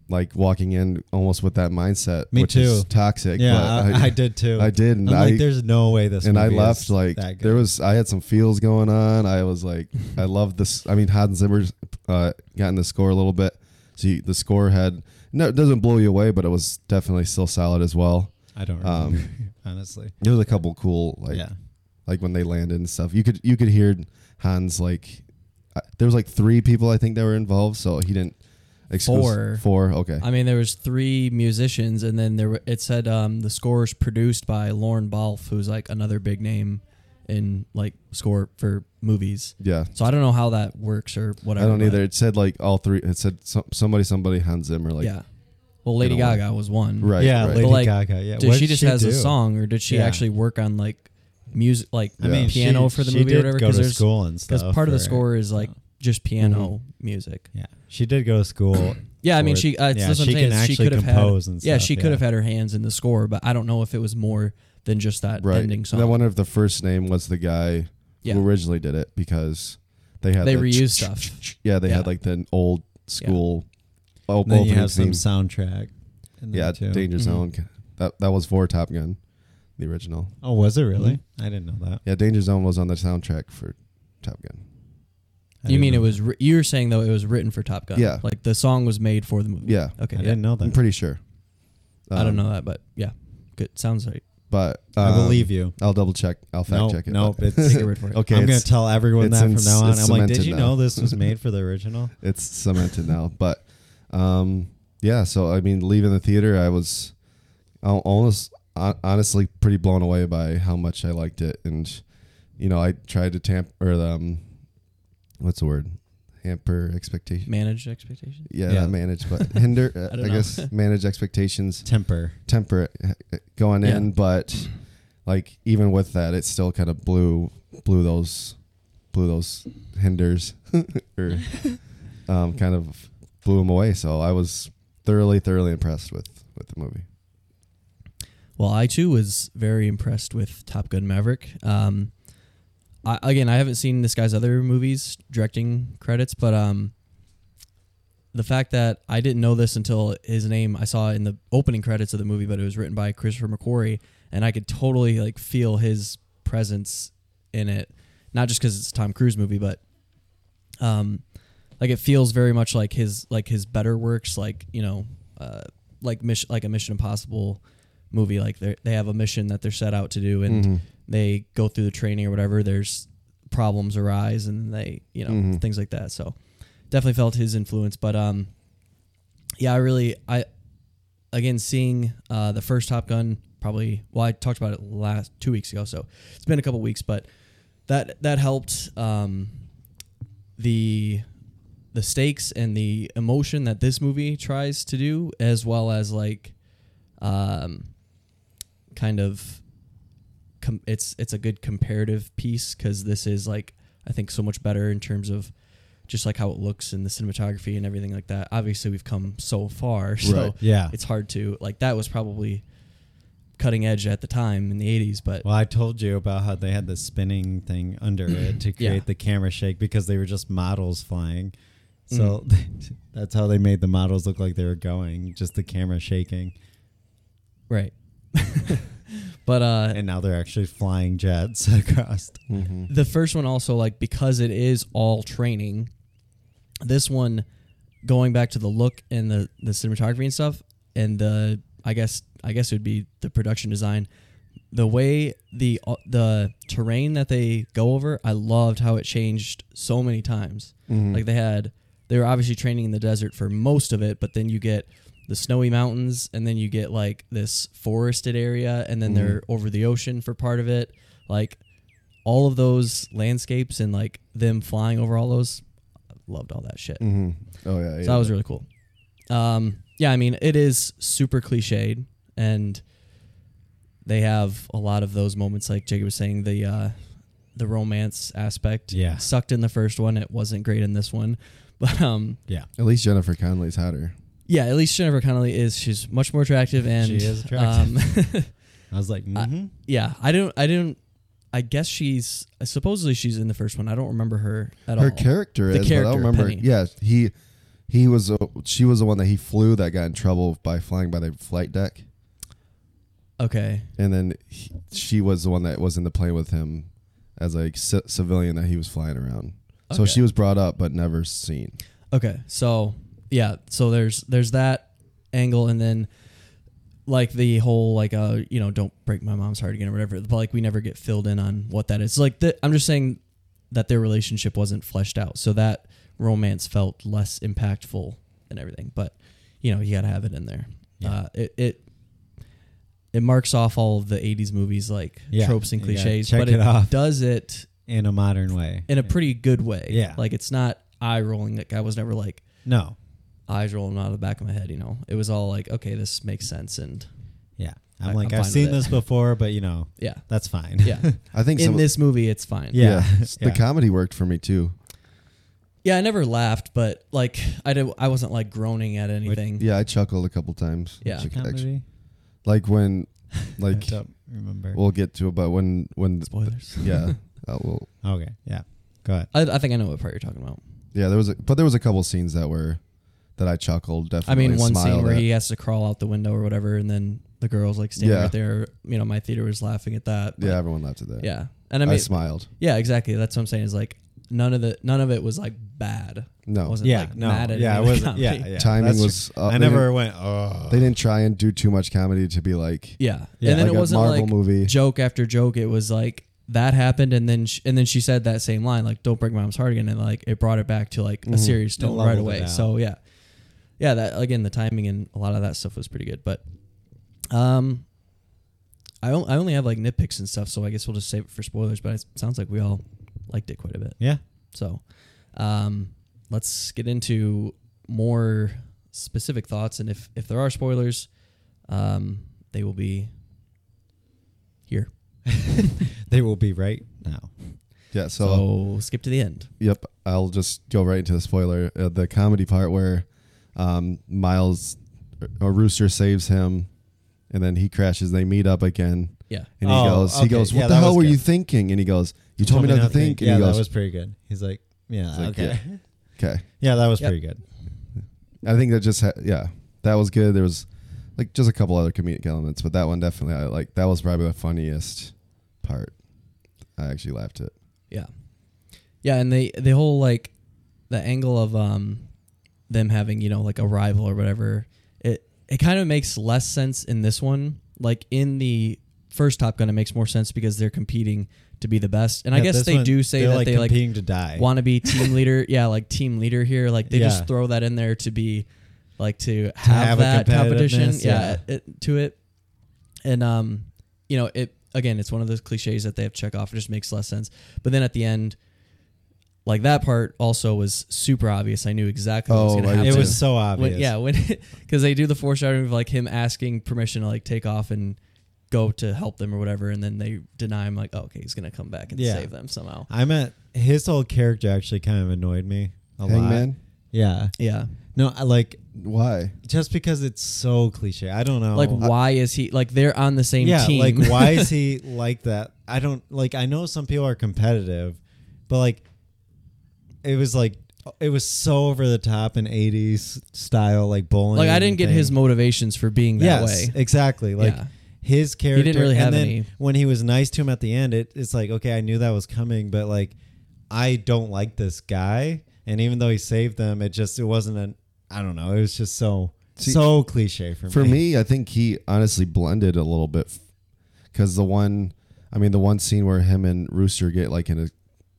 like walking in almost with that mindset
Me
which is
too.
toxic
Yeah,
but
I, I did too.
I did, and
I'm like,
I-
there's no way this.
and i
movie is
left like
that good.
there was i had some feels going on i was like i love this i mean hans zimmer's uh gotten the score a little bit so you, the score had no it doesn't blow you away but it was definitely still solid as well
I don't
um,
remember honestly.
there was a couple cool like
yeah,
like when they landed and stuff. You could you could hear Hans like uh, there was like three people I think that were involved, so he didn't exclus-
Four.
four okay
I mean, there was three musicians, and then there were, it said um, the score is produced by Lauren Balfe, who's like another big name in like score for movies.
yeah.
So I don't know how that works or
I
whatever.
don't
but-
either. It said like all three. It said some, somebody, somebody, Hans Zimmer. Like,
yeah. Well, Lady
in a way.
Gaga was one.
right,
yeah,
right.
Lady
But, like,
Gaga. Yeah,
Did
What
she just has
do?
a song, or did she
Yeah.
actually work on like music, like
I mean,
piano
she-
for the
she
movie
did
or whatever?
Go to
there's-
school and stuff.
Because part of the
for it.
score is like just piano
Mm-hmm.
music.
Yeah, she did go to school.
Yeah, I mean,
for it.
she. Uh,
yeah,
that's what I'm
she
saying.
can
is
actually
she could have
compose
had.
and
yeah,
stuff,
she could have had her hands in the score, but I don't know if it was more than just that
right.
ending
And I
song.
wonder if the first name was the guy
Yeah.
who originally did it because they had
They
the
reused stuff.
Yeah, they
Yeah.
had like the old school op-
And then you
opening
have some
theme.
Mm-hmm.
soundtrack. in there,
Yeah,
too.
Danger Zone. That that was for Top Gun. the original.
Oh, was it really?
Mm-hmm.
I didn't know that.
Yeah, Danger Zone was on the soundtrack for Top Gun.
you
I didn't
mean it
know.
was? Ri- you're saying though it was written for Top Gun.
Yeah.
Like the song was made for the movie.
Yeah.
Okay.
I
yeah.
didn't know
I'm
that.
pretty sure.
I don't
Um,
know that, but yeah, good. Sounds right.
But
I
um,
believe you.
I'll double check. I'll fact
Nope,
check it.
nope,
but-
it's-
Take your word for it.
okay,
I'm gonna
it's-
tell everyone
it's
that
in-
from now on.
it's
I'm like, did
cemented
you
now."
know this was made for the original?
it's cemented now. But um, yeah, so I mean, leaving the theater, I was al- almost hon- honestly pretty blown away by how much I liked it, and you know, I tried to tamp or um, what's the word, hamper expectation.
Manage expectations.
Yeah,
Yeah.
not manage, but hinder. uh,
don't
I
know.
guess manage expectations,
Temper.
temper it uh, going
Yeah.
in, but like even with that, it still kind of blew blew those blew those hinders or um, kind of blew them away. So I was thoroughly thoroughly impressed with with the movie.
Well, I too was very impressed with Top Gun Maverick. Um, I, again, I haven't seen this guy's other movies directing credits, but um, the fact that I didn't know this until his name I saw in the opening credits of the movie, but it was written by Christopher McQuarrie, and I could totally like feel his presence in it. Not just because it's a Tom Cruise movie, but um, like it feels very much like his like his better works, like you know, uh, like mission like a Mission Impossible movie. Like they they have a mission that they're set out to do, and they go through the training or whatever. There's problems arise, and they you know things like that. So definitely felt his influence, but um, yeah, I really I again seeing uh, the first Top Gun probably well I talked about it last two weeks ago so it's been a couple weeks but that that helped um, the the stakes and the emotion that this movie tries to do as well as like um, kind of com- it's it's a good comparative piece because this is like I think so much better in terms of just like how it looks and the cinematography and everything like that. Obviously, we've come so far, so
Right.
Yeah.
it's hard to like that was probably cutting edge at the time in the 80s but
Well, I told you about how they had the spinning thing under it to create
Yeah.
the camera shake because they were just models flying.
Mm-hmm.
So that's how they made the models look like they were going, just the camera shaking.
right but uh
And now they're actually flying jets across.
the first one also like because it is all training this one going back to the look and the the cinematography and stuff and the i guess i guess it would be the production design the way the uh, the terrain that they go over i loved how it changed so many times
Mm-hmm.
like they had they were obviously training in the desert for most of it but then you get the snowy mountains and then you get like this forested area and then they're over the ocean for part of it like all of those landscapes and like them flying over all those I loved all that shit
Mm-hmm. Oh yeah, yeah.
so that was really cool um yeah i mean it is super cliched and they have a lot of those moments like jacob was saying the uh the romance aspect
Yeah.
sucked in the first one it wasn't great in this one but um
Yeah.
at least Jennifer Connelly's hotter.
yeah at least jennifer connelly is she's much more attractive and
She is attractive.
um,
I was like, mm-hmm.
yeah i don't i don't i guess she's supposedly she's in the first one i don't remember her at all
Her character
Oh. The
is, but I
character,
don't remember.
Penny.
Yeah, he he was uh, she was the one that he flew that got in trouble by flying by the flight deck.
okay
and then he, she was the one that was in the plane with him as a c- civilian that he was flying around. So
Okay.
she was brought up but never seen.
Okay, so yeah, so there's there's that angle, and then like the whole like uh you know don't break my mom's heart again or whatever. But like we never get filled in on what that is. Like the, I'm just saying that their relationship wasn't fleshed out, so that romance felt less impactful and everything. But you know you got to have it in there. Uh, it it it marks off all of the '80s movies like
Yeah,
tropes and
you gotta
cliches,
check
but
it
it
off.
does it
in a modern way.
in a pretty good way.
Yeah.
like it's not eye rolling. Like I was never like
no.
eyes rolling out of the back of my head. You know, it was all like, okay, this makes sense, and
Yeah. I'm
I-
like,
I'm fine
i have
with
seen
it.
this before, but you know,
yeah,
that's fine.
yeah.
I think some
In this movie, it's fine.
yeah.
yeah, the comedy worked for me too.
yeah. I never laughed, but like, I did. I wasn't like groaning at anything.
Yeah, I chuckled a couple times.
Mm-hmm. Yeah.
Actually-
comedy.
like when, like
I don't remember.
we'll get to it, but when when
Spoilers.
yeah, uh, well
okay. Yeah. Go ahead.
I, I think I know what part you're talking about.
yeah, there was a, but there was a couple scenes that were that I chuckled
I
definitely.
mean, one scene
smiled
where
at.
he has to crawl out the window or whatever, and then the girls like standing
Yeah.
right there. You know, my theater was laughing at that. but-
Yeah, everyone laughed at that.
yeah. And I
I,
mean,
smiled.
yeah, exactly. That's what I'm saying. Is like none of the none of it was like bad.
No.
It wasn't
Yeah,
like
no,
mad at any
yeah, it
of the
wasn't. Yeah,
comedy.
yeah,
Timing
that's
was
true.
up.
I
They
never
didn't-
went. Oh,
They didn't try and do too much comedy to be like,
Yeah.
Yeah.
And then
Like
it
a
wasn't
Marvel
like
movie.
joke after joke. It was like that happened, and then sh- and then she said that same line, like "Don't break my mom's heart again," and like it brought it back to like a serious tone right
leveled Mm-hmm. it
away.
out.
So yeah, yeah. That again, the timing and a lot of that stuff was pretty good. But um, I on- I only have like nitpicks and stuff, so I guess we'll just save it for spoilers. But it sounds like we all liked it quite a bit.
yeah.
So, um, let's get into more specific thoughts, and if if there are spoilers, um, they will be here.
They will be right now.
yeah, so,
So, skip to the end.
yep, I'll just go right into the spoiler, uh, the comedy part where um, Miles or Rooster saves him, and then he crashes. They meet up again,
Yeah,
and he
Oh,
goes, he
okay.
goes, what
Yeah,
the
that
hell
was
were
good.
you thinking? And he goes, you told, me not to think. And
Yeah,
he
that
goes,
was pretty good. He's like, yeah,
like,
okay. Yeah.
okay.
that was
Yep.
pretty good.
I think that just ha- yeah, that was good. There was like just a couple other comedic elements, but that one definitely I like. That was probably the funniest part. I actually laughed at.
yeah, yeah, and they the whole like the angle of um them having you know like a rival or whatever. It it kind of makes less sense in this one. Like in the first Top Gun, it makes more sense because they're competing to be the best. And I
Yeah,
guess
this
they
one,
do say
they're,
that
like
they like
competing to die.
want to be team leader. Yeah, like team leader here. Like they
Yeah.
just throw that in there to be like to have,
have a
that competition.
competitiveness,
Yeah,
yeah.
it- to it. And um, you know, it again, it's one of those cliches that they have to check off. It just makes less sense. But then at the end, like that part also was super obvious. I knew exactly what was
Oh,
going to
I did
happen.
it
to-
was so obvious.
When, yeah, when because they do the foreshadowing of like him asking permission to like take off and go to help them or whatever, and then they deny him like, oh, okay, he's gonna come back and
Yeah.
save them somehow.
I meant his whole character actually kind of annoyed me a lot.
Hangman,
Yeah.
Yeah,
No, I like
why?
just because it's so cliche. I don't know.
like why is he like they're on the same
Oh. yeah,
team?
like why is he like that? I don't like. I know some people are competitive, but like, it was like it was so over the top in '80s style, like bowling.
Like I didn't get
thing.
his motivations for being that
yes,
way.
exactly. Like
Yeah.
his character.
really have
and then
any-
when he was nice to him at the end, it, it's like okay, I knew that was coming, but like I don't like this guy. And even though he saved them, it just it wasn't an. I don't know. It was just so
See,
so cliche for me.
For me, I think he honestly blended a little bit because the one, I mean, the one scene where him and Rooster get like in a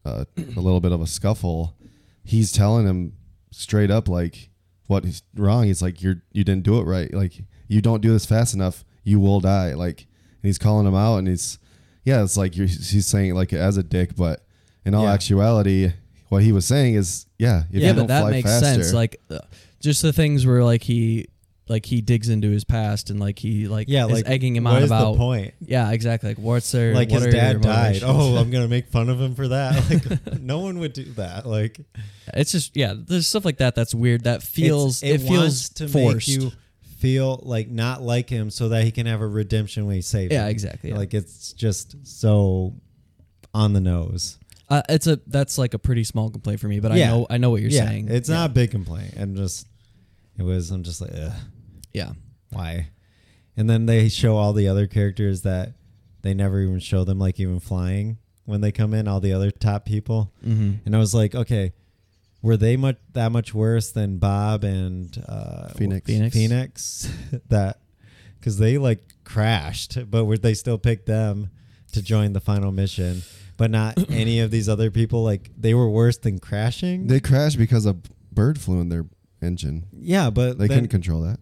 uh, a little bit of a scuffle, he's telling him straight up like what is wrong. He's like, "You're you didn't do it right. Like you don't do this fast enough, you will die." Like, and he's calling him out, and he's yeah, it's like you're, he's saying it like as a dick, but in all
Yeah.
actuality, what he was saying is yeah, if
yeah,
you don't
but that
fly
makes
faster,
sense. Like uh, just the things where like he like he digs into his past and like he like
yeah,
is
like
egging him
what
on
is
about
the point?
yeah exactly like what's their
like
what
his
are your
dad died.
motivations?
Oh, I'm gonna make fun of him for that. Like no one would do that. Like
it's just yeah there's stuff like that that's weird that feels
it's-
it, feels
wants to
forced
make you feel like not like him so that he can have a redemption when he saves.
Yeah,
him.
exactly, yeah.
Like it's just so on the nose.
uh, it's a that's like a pretty small complaint for me but
Yeah.
I know I know what you're
yeah,
saying
it's not a big complaint. I'm just it was. I'm just like Ugh,
yeah
why. And then they show all the other characters that they never even show them, like even flying when they come in. All the other top people.
mm-hmm.
and I was like, okay, were they much that much worse than Bob and uh,
Phoenix.
Phoenix.
Phoenix that because they like crashed, but were they still picked them to join the final mission? But not any of these other people. Like they were worse than crashing.
They crashed because a bird flew in their engine.
yeah, but
They
then-
couldn't control that.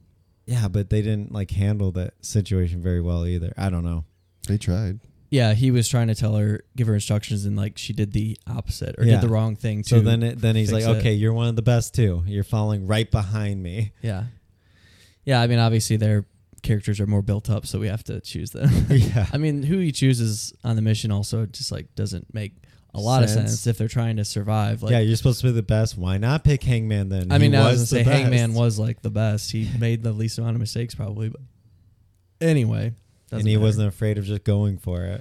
yeah, but they didn't like handle that situation very well either. I don't know.
They tried.
yeah he was trying to tell her give her instructions and like she did the opposite or
Yeah.
did the wrong thing
So
to
then, it, then he's like,
fix it.
okay, you're one of the best too. You're falling right behind me.
Yeah. Yeah, I mean obviously their characters are more built up, so we have to choose them.
Yeah.
I mean, who he chooses on the mission also just like doesn't make a lot of
Sense.
sense if they're trying to survive. Like
yeah, you're supposed to be the best. Why not pick Hangman then?
I mean,
He
I was
the
gonna say Hangman
best.
was like the best. He made the least amount of mistakes probably, but anyway. doesn't
and he
matter.
wasn't afraid of just going for it.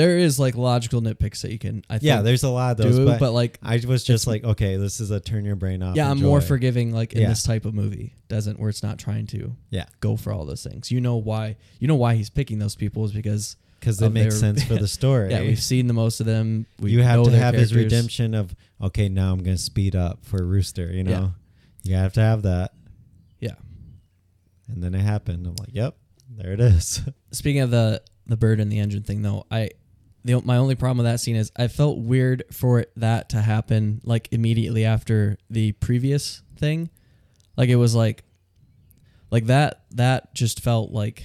there is like logical nitpicks that you can. I think,
yeah, there's a lot of those,
do,
but,
but, like,
I was just like, okay, this is a turn your brain off.
yeah, I'm
enjoy.
more forgiving like in
Yeah.
this type of movie doesn't where it's not trying to
Yeah,
go for all those things. You know why? You know why he's picking those people is because
because it
of
makes
their-
sense for the story.
Yeah, we've seen the most of them. We
you have
know
to
their
have his
characters.
redemption of okay, now I'm gonna speed up for Rooster. You know, you have to have that,
Yeah.
and then it happened. I'm like, yep, there it is.
Speaking of the the bird and the engine thing though, I the, my only problem with that scene is I felt weird for it- that to happen like immediately after the previous thing. Like it was like like that that just felt like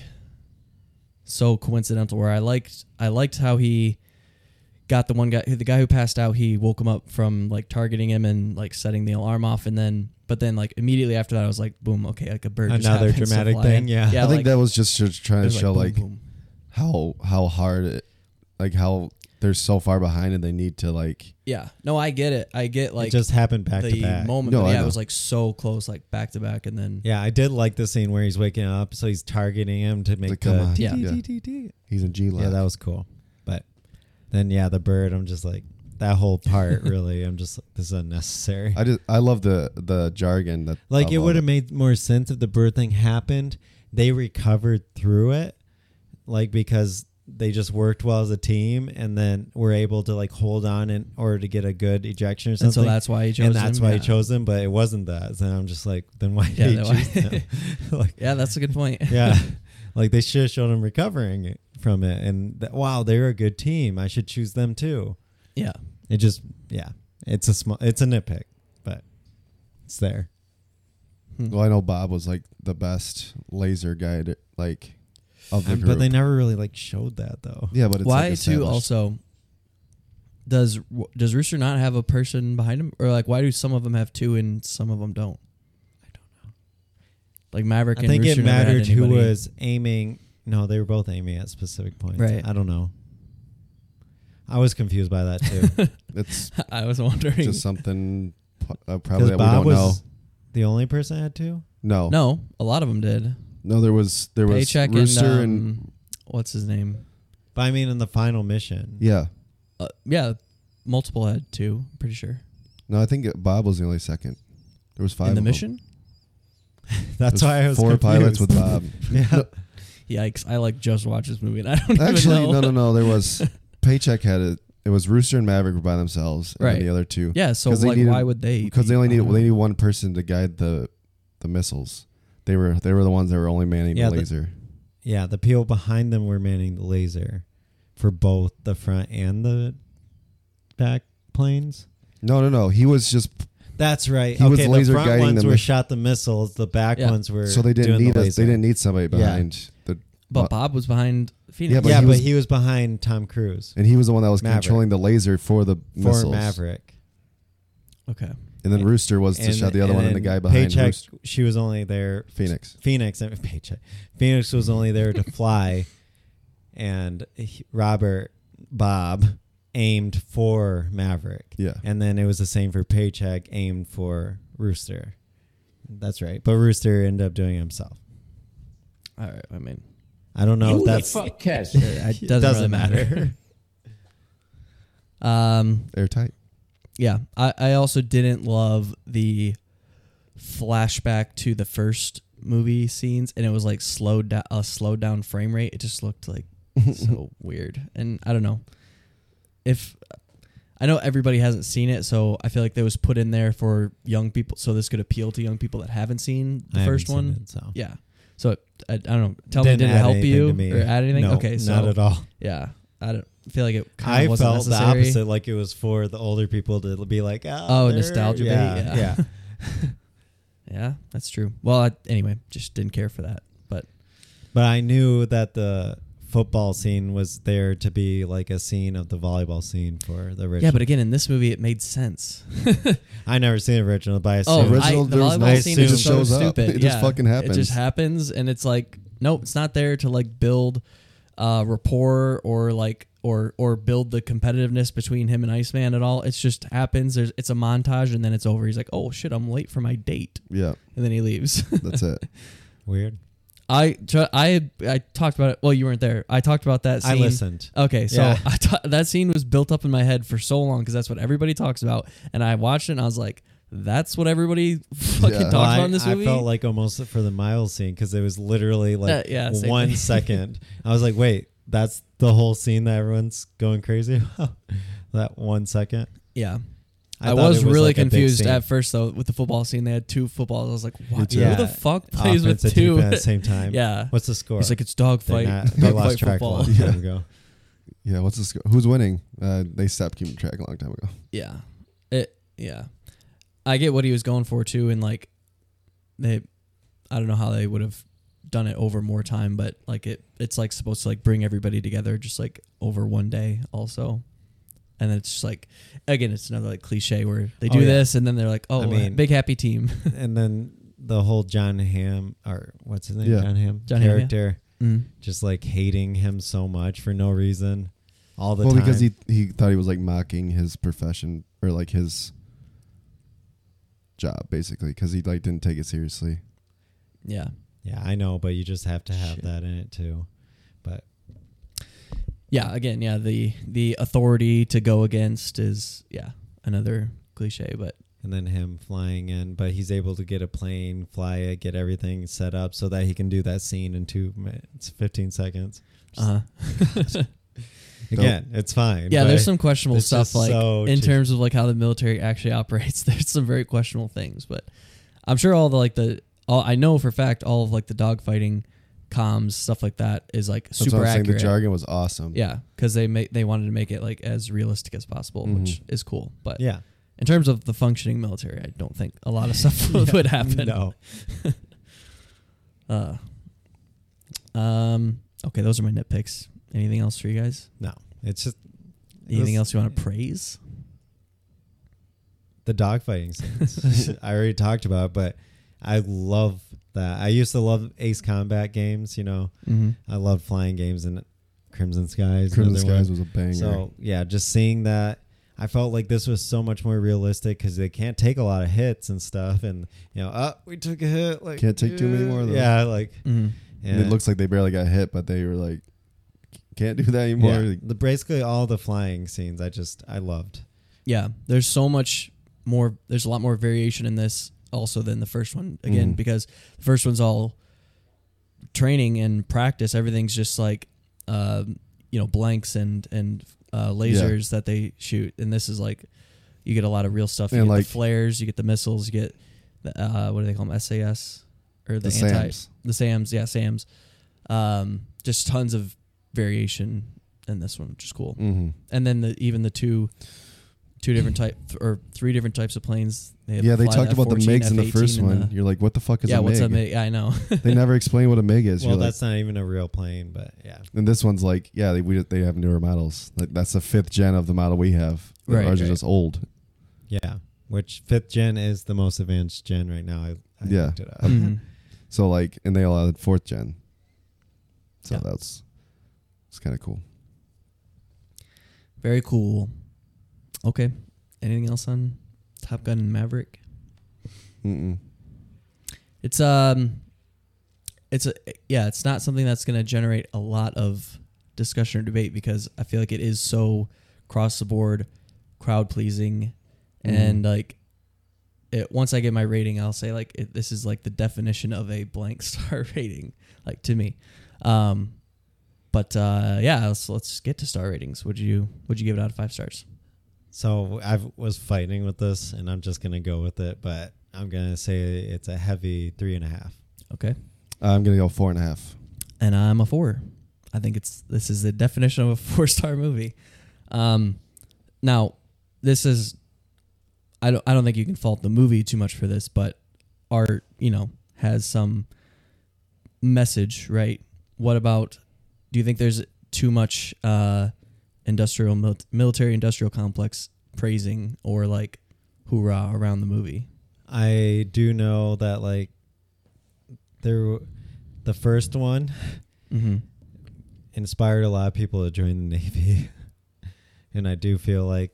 so coincidental where I liked I liked how he got the one guy the guy who passed out he woke him up from like targeting him and like setting the alarm off and then but then like immediately after that I was like boom okay like a bird just
Another
happens to
dramatic
fly
thing,
in.
yeah.
yeah
I
I think
like,
that was just to trying
it
to
was
show
boom,
like
boom.
how how hard it, like how they're so far behind and they need to like
yeah no I get it I get like
it just happened back to
the
back.
moment
No,
but
I
yeah it
know.
was like so close like back to back and then
Yeah, I did like the scene where he's waking up, so he's targeting him to make
Like,
the
come on.
Yeah.
dee, dee, dee, dee.
he's in G line.
yeah, that was cool. But then yeah, the bird. I'm just like that whole part. Really, I'm just like, this is unnecessary.
I just I love the the jargon that
Like
I
it
love
would have made more sense if the bird thing happened. They recovered through it, like because they just worked well as a team, and then were able to like hold on in order to get a good ejection or
And so
something.
that's why he chose
and that's
him,
why
yeah.
he chose them. But it wasn't that. So I'm just like, then why
Yeah,
did
then
he
why-
choose them? like,
yeah that's a good point
yeah, like they should have shown him recovering from it, and that, wow, they're a good team. I should choose them too.
yeah
It just yeah, it's a small, it's a nitpick, but it's there.
Well, I know Bob was like the best laser guy, to, like of the
And-
group.
but they never really like showed that though.
yeah, but it's
why
like
too
established.
also does does rooster not have a person behind him or like why do some of them have two and some of them don't i don't know like maverick
I
and
think it
Rooster never had
mattered who
anybody.
was aiming. No, they were both aiming at specific points.
Right.
I don't know. I was confused by that too
It's
i was wondering
just something p- uh,
because
probably that we don't
Bob was
know.
the only person that had two.
No,
no a lot of them did
no. There was there was
paycheck
Rooster
and,
and,
um, what's his name
But I mean, in the final mission,
yeah.
uh, yeah multiple had two I'm pretty sure
No, I think it, Bob was the only second. There was five
in the
of them.
mission
that's
There
why I was
four pilots with
confused.
Bob.
yeah,
yikes i like just watched this movie and i don't
Actually,
even know
no, no, no. There was paycheck had it. It was Rooster and Maverick were by themselves, and then
Right.
the other two.
yeah so
'Cause they
like
needed-
why would they
because they only
be-
needed they needed one person to guide the the missiles. They were they were the ones that were only manning
Yeah,
the
the-
laser.
yeah. The people behind them were manning the laser for both the front and the back planes.
no, no, no. He was just
That's right.
He was
okay,
laser
the front
guiding
ones
them
were
with-
shot the missiles. The back
Yeah.
ones were
so they didn't
doing
need
the
us. They
laser.
didn't need somebody behind the. uh,
but bob was behind phoenix
Yeah, but
yeah,
he
but
was-
he was behind Tom Cruise
and he was the one that was
Maverick.
controlling the laser for the
for
missiles.
Maverick.
okay
And then Rooster was to
And-
shot the other one, and the
then
guy behind
Paycheck.
Rooster.
She was only there.
Phoenix.
Phoenix. I mean, Paycheck. Phoenix was only there to fly, and he- Robert Bob aimed for Maverick.
Yeah.
And then it was the same for Paycheck, aimed for Rooster. That's right. But Rooster ended up doing it himself.
all right i mean
I don't know if that's
Yes, it doesn't, really matter. um,
Airtight.
yeah, I, I also didn't love the flashback to the first movie scenes, and it was like slowed down a slowed down frame rate. It just looked like so weird, and I don't know if I know everybody hasn't seen it, so I feel like that was put in there for young people, so this could appeal to young people that haven't seen the
I haven't
first
seen
one.
it, so.
Yeah, so it, I, I don't know. Tell me, did it
add
help
anything
you
to me.
or add anything?
No,
okay, so
not at all.
yeah, I don't feel like it. Kind
I
of wasn't
felt
necessary.
the opposite, like it was for the older people to be like,
Oh,
oh, they're-
nostalgia bait,
yeah,
yeah.
yeah.
Yeah, that's true. Well, I, anyway, just didn't care for that. But
But I knew that the football scene was there to be like a scene of the volleyball scene for the original.
yeah, but again, in this movie, it made sense.
I never seen the original, but I
oh,
assume
I,
original,
the
there was
volleyball
no
scene
scene, it
is
just
so
shows up.
stupid.
It
yeah.
just fucking
It
happens.
just happens, and it's like, nope, it's not there to like build uh, rapport or like or or build the competitiveness between him and Iceman at all. It just happens. There's it's a montage, and then it's over. He's like, oh shit, I'm late for my date,
Yeah,
and then he leaves.
that's it.
weird.
I tr- I had- I talked about it. Well, you weren't there. I talked about that. Scene.
I listened.
Okay, so
Yeah.
I ta- that scene was built up in my head for so long because that's what everybody talks about, and I watched it and I was like, "That's what everybody fucking
Yeah.
talks
Well,
about
I,
in this
I
movie."
felt like almost for the Miles scene because it was literally like
Uh, yeah, same
one
thing.
second. I was like, wait, that's the whole scene that everyone's going crazy about? that one second?
yeah,
I
I,
thought
was
it was
really
like a big
confused
scene.
at first though with the football scene. They had two footballs. I was like, "What?
too.
Who the
Yeah.
fuck plays with
Offense and
two
defense at the same time.
yeah,
What's the score?
it's like it's dog
They
fight.
not-
dog
they lost
fight
track a
football.
long time ago.
Yeah, what's this? Who's winning? Uh, they stopped keeping track a long time ago.
Yeah. It yeah. I get what he was going for too and like they I don't know how they would have done it over more time but like it it's like supposed to like bring everybody together just like over one day also. And it's just like again it's another like cliche where they do
Oh, yeah.
this and then they're like oh
I mean-
big happy team.
and then the whole John Ham or what's his name?
Yeah.
John Ham
John Hamm, yeah.
character
Mm.
just like hating him so much for no reason all the
well,
time.
because he he thought he was like mocking his profession or like his job basically because he like didn't take it seriously.
Yeah.
yeah, I know, but you just have to have
Shit.
that in it too. But
Yeah, again, yeah, the the authority to go against is yeah, another cliche but
and then him flying in, but he's able to get a plane, fly it, get everything set up so that he can do that scene in two minutes, fifteen seconds.
uh
Again, it's fine.
Yeah,
but
there's some questionable
it's
stuff
just
like
so
in
cheesy.
terms of like how the military actually operates. There's some very questionable things, but I'm sure all the like the all I know for a fact all of like the dogfighting comms stuff like that is like
That's
super
what I'm saying. The
accurate.
jargon was awesome.
yeah, because they make they wanted to make it like as realistic as possible, which
Mm-hmm.
is cool. But
Yeah.
in terms of the functioning military, I don't think a lot of stuff would happen.
No.
Uh, um. Okay, those are my nitpicks. Anything else for you guys?
No. It's just
Anything
This-
else you want to praise?
the dogfighting scenes. I already talked about, it, but I love that. I used to love Ace Combat games. You know,
Mm-hmm.
I love flying games and Crimson Skies.
Crimson
another one.
Skies was a banger.
So yeah, just seeing that, I felt like this was so much more realistic because they can't take a lot of hits and stuff, and you know, oh, we took a hit. Like
Can't take too many more of those.
Yeah, like
Mm.
yeah.
And it looks like they barely got hit, but they were like, can't do that anymore.
yeah. The, basically all the flying scenes. I just I loved.
Yeah, there's so much more. There's a lot more variation in this also than the first one. Again,
Mhm.
because the first one's all training and practice. Everything's just like, uh, you know, blanks and and uh, lasers that they shoot. And this is like, you get a lot of real stuff. You
And
get
like-
the flares, you get the missiles, you get the, uh, what do they call them? SAS or the,
The
anti
SAMs.
the SAMs. Yeah, SAMs. Um, just tons of variation in this one, which is cool
Mm-hmm.
and then the, even the two two different type or three different types of planes. They have
Yeah, they
fly
talked about the
F-14,
MiGs in the
F-18,
first
and
one.
the-
You're like, what the fuck is
yeah,
a
what's
MiG?
a MiG? I know.
They never explain what a MiG is.
Well,
You're like-
that's not even a real plane, but yeah.
and this one's like, yeah, they, we, they have newer models. Like, that's the fifth gen of the model we have.
Right,
Ours
right.
are just old.
Yeah, which fifth gen is the most advanced gen right now. I, I
Yeah.
looked it up.
Mhm.
So like, and they allowed fourth gen. So
Yeah.
that's it's kind of cool.
Very cool. Okay. Anything else on Top Gun and Maverick?
Mm-mm.
It's um, it's a yeah. It's not something that's going to generate a lot of discussion or debate because I feel like it is so cross the board, crowd pleasing, and like it. Once I get my rating, I'll say like it, this is like the definition of a blank star rating, like to me. Um, but uh, yeah, let's let's get to star ratings. Would you would you give it out of five stars?
So I was fighting with this, and I'm just gonna go with it. But I'm gonna say it's a heavy three and a half.
Okay,
I'm gonna go four and a half.
and I'm a four. I think it's this is the definition of a four star movie. Um, now, this is I don't I don't think you can fault the movie too much for this, but art you know has some message, right? What about? Do you think there's too much uh, industrial mil- military industrial complex praising or like hoorah around the movie?
I do know that like there, w- the first one
Mm-hmm.
inspired a lot of people to join the navy, and I do feel like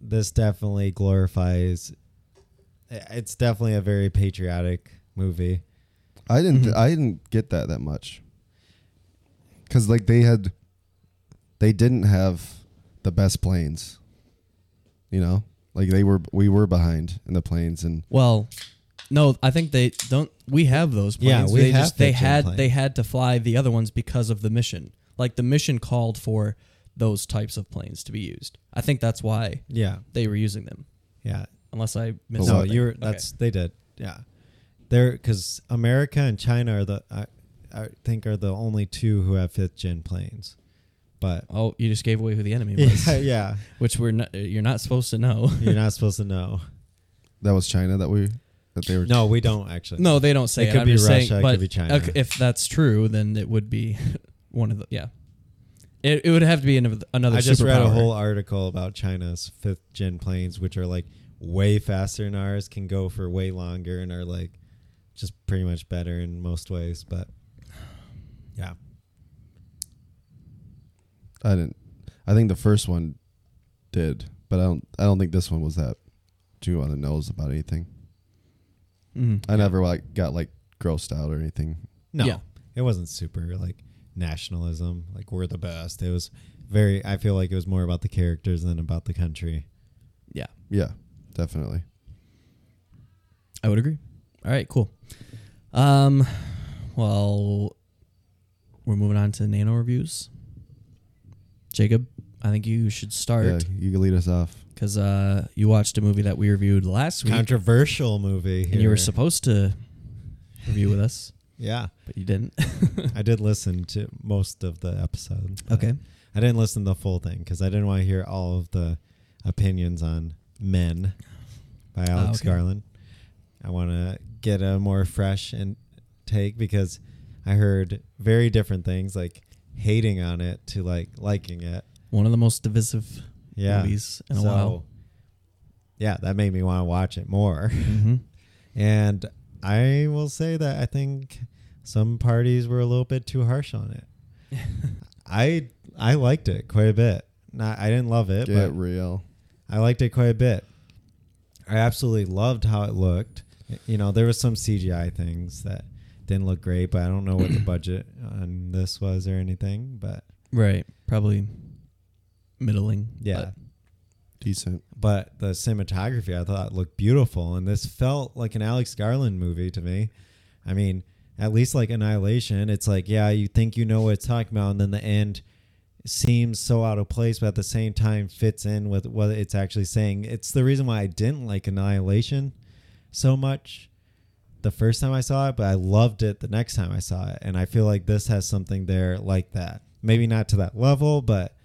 this definitely glorifies. It's definitely a very patriotic movie.
I didn't. I didn't get that that much. Because like they had, they didn't have the best planes. You know, like they were. We were behind in the planes, and
Well, no, I think they don't. We have those
Yeah,
planes.
we
they
have
they
fixed wing
had
planes.
they had to fly the other ones because of the mission. Like the mission called for those types of planes to be used. I think that's why
Yeah,
they were using them.
yeah.
Unless I missed.
No,
something.
you were.
Okay.
That's they did. Yeah, they're because America and China are the I, I think are the only two who have fifth gen planes, but
Oh, you just gave away who the enemy was,
yeah, yeah,
which we're not, you're not supposed to know.
you're not supposed to know.
that was China that we that they were.
No, we don't actually.
No, they don't say
It
it.
could
I'm
be
just saying,
Russia, it
but
could be China.
ok- If that's true, then it would be one of the yeah. It, it would have to be another another
I just read a
superpower.
whole article about China's fifth gen planes, which are like way faster than ours, can go for way longer, and are like just pretty much better in most ways. But yeah,
I didn't. I think the first one did, but I don't. I don't think this one was that too on the nose about anything.
Mhm.
I never like got like grossed out or anything.
no,
Yeah.
it wasn't super like nationalism. Like we're the best. It was very. I feel like it was more about the characters than about the country.
Yeah,
Yeah, definitely.
I would agree. All right, cool. Um, well, we're moving on to nano reviews. Jacob, I think you should
Yeah,
start
you can lead us off.
because uh, you watched a movie that we reviewed last week,
Controversial movie. Here.
and you were supposed to review with us,
Yeah,
but you didn't.
I did listen to most of the episode. but-
okay.
I didn't listen to the full thing because I didn't want to hear all of the opinions on Men by Alex
Ah, okay.
Garland. I want to get a more fresh and take because I heard very different things, like hating on it to like liking it.
One of the most divisive
Yeah,
movies in a while.
Yeah, that made me want to watch it more.
hmm
and I will say that I think some parties were a little bit too harsh on it. I I liked it quite a bit. Not I didn't love it,
Get
but
real.
I liked it quite a bit. I absolutely loved how it looked. You know, there was some CGI things that didn't look great, but I don't know what the budget on this was or anything. But
Right. Probably middling.
yeah,
but-
Decent.
but the cinematography I thought looked beautiful, and this felt like an Alex Garland movie to me. I mean, at least like Annihilation, it's like yeah, you think you know what it's talking about, and then the end seems so out of place, but at the same time fits in with what it's actually saying. It's the reason why I didn't like Annihilation so much the first time I saw it, but I loved it the next time I saw it, and I feel like this has something there like that. Maybe not to that level, but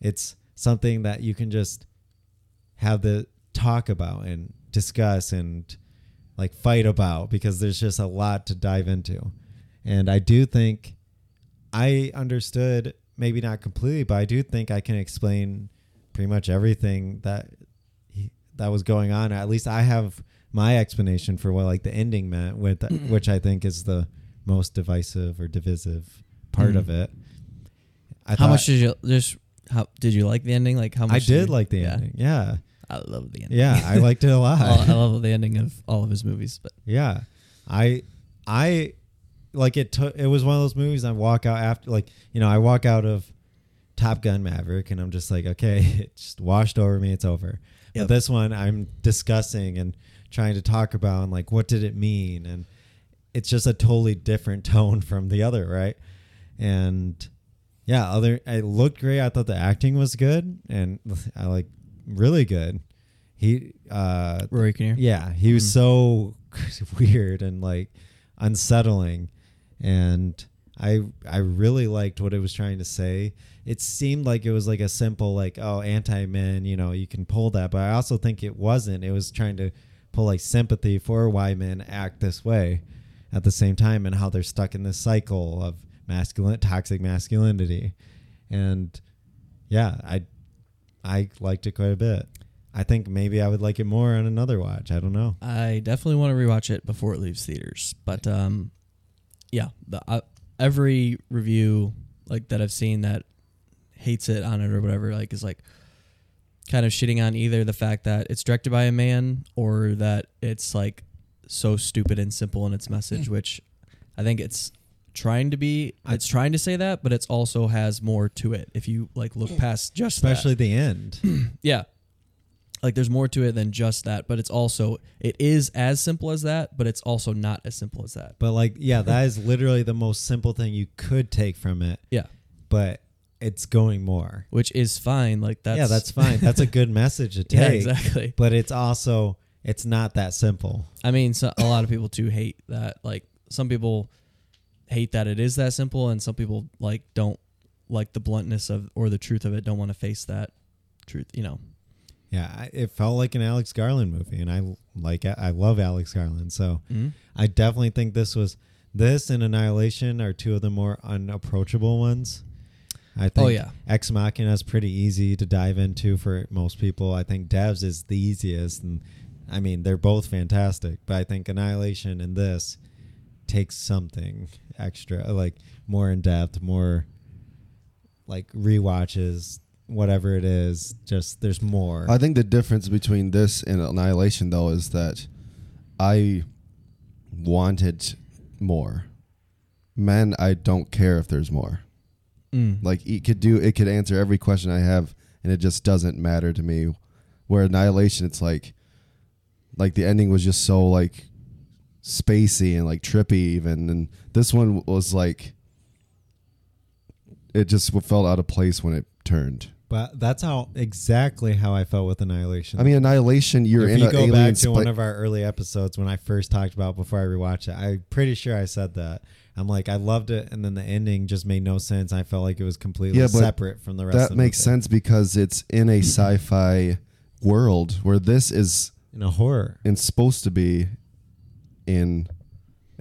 it's something that you can just have the talk about and discuss and like fight about because there's just a lot to dive into. And I do think I understood, maybe not completely, but I do think I can explain pretty much everything that he- that was going on. At least I have my explanation for what like the ending meant with which I think is the most divisive or divisive part of it. I
how
thought-
much did you just? How did you like the ending? Like how much?
I did
you-
like the
yeah.
ending. Yeah.
I love the ending.
Yeah, I liked it a lot.
I, I love the ending of all of his movies, but
Yeah, I, I, like it. Took it was one of those movies. I walk out after, like you know, I walk out of Top Gun Maverick, and I'm just like, okay, it just washed over me. It's over.
Yep.
But this one, I'm discussing and trying to talk about, and like, what did it mean? And it's just a totally different tone from the other, right? And yeah, other it looked great. I thought the acting was good, and I like really good. He uh
Rory Kinnear.
yeah, he was so weird and like unsettling, and I I really liked what it was trying to say. It seemed like it was like a simple like oh anti men, you know, you can pull that, but I also think it wasn't. It was trying to pull like sympathy for why men act this way at the same time and how they're stuck in this cycle of masculine toxic masculinity, and yeah, I I liked it quite a bit. I think maybe I would like it more on another watch. I don't know.
I definitely want to rewatch it before it leaves theaters. But um, yeah, the, uh, every review like that I've seen that hates it on it or whatever, like is like kind of shitting on either the fact that it's directed by a
Hmm.
man or that it's like so stupid and simple in its message, which I think it's trying to be it's trying to say that, but it's also has more to it. If you like look past just that.
Hmm. especially the end.
Yeah. Like there's more to it than just that, but it's also it is as simple as that, but it's also not as simple as that.
But like, yeah, that is literally the most simple thing you could take from it.
Yeah.
But it's going more.
Which is fine. Like that's
yeah, that's fine. That's a good message to take.
Yeah, exactly.
But it's also it's not that simple.
I mean, so, a lot of people too hate that. Like some people hate that it is that simple, and some people like don't like the bluntness of or the truth of it. Don't want to face that truth. You know.
Yeah, I, it felt like an Alex Garland movie, and I l- like I I love Alex Garland, so I definitely think this was this and Annihilation are two of the more unapproachable ones. I think
yeah.
Ex Machina is pretty easy to dive into for most people. I think Devs is the easiest, and I mean they're both fantastic, but I think Annihilation and this takes something extra, like more in depth, more like rewatches, whatever it is. Just there's more.
I think the difference between this and Annihilation, though, is that I wanted more. Men, I don't care if there's more. Like it could do, it could answer every question I have, and it just doesn't matter to me. Where Annihilation, it's like, like the ending was just so like spacey and like trippy, even, and this one was like, it just felt out of place when it turned.
But that's how exactly how I felt with Annihilation.
I mean, Annihilation, you're
if
in
you
an
go
alien
back to
spla-
one of our early episodes when I first talked about before I rewatched it, I'm pretty sure I said that. I'm like, I loved it, and then the ending just made no sense. I felt like it was completely
Yeah, but
separate from the rest. of Mm-hmm.
that
the
makes
movie.
sense because it's in a sci-fi world where this is
in a horror.
and supposed to be in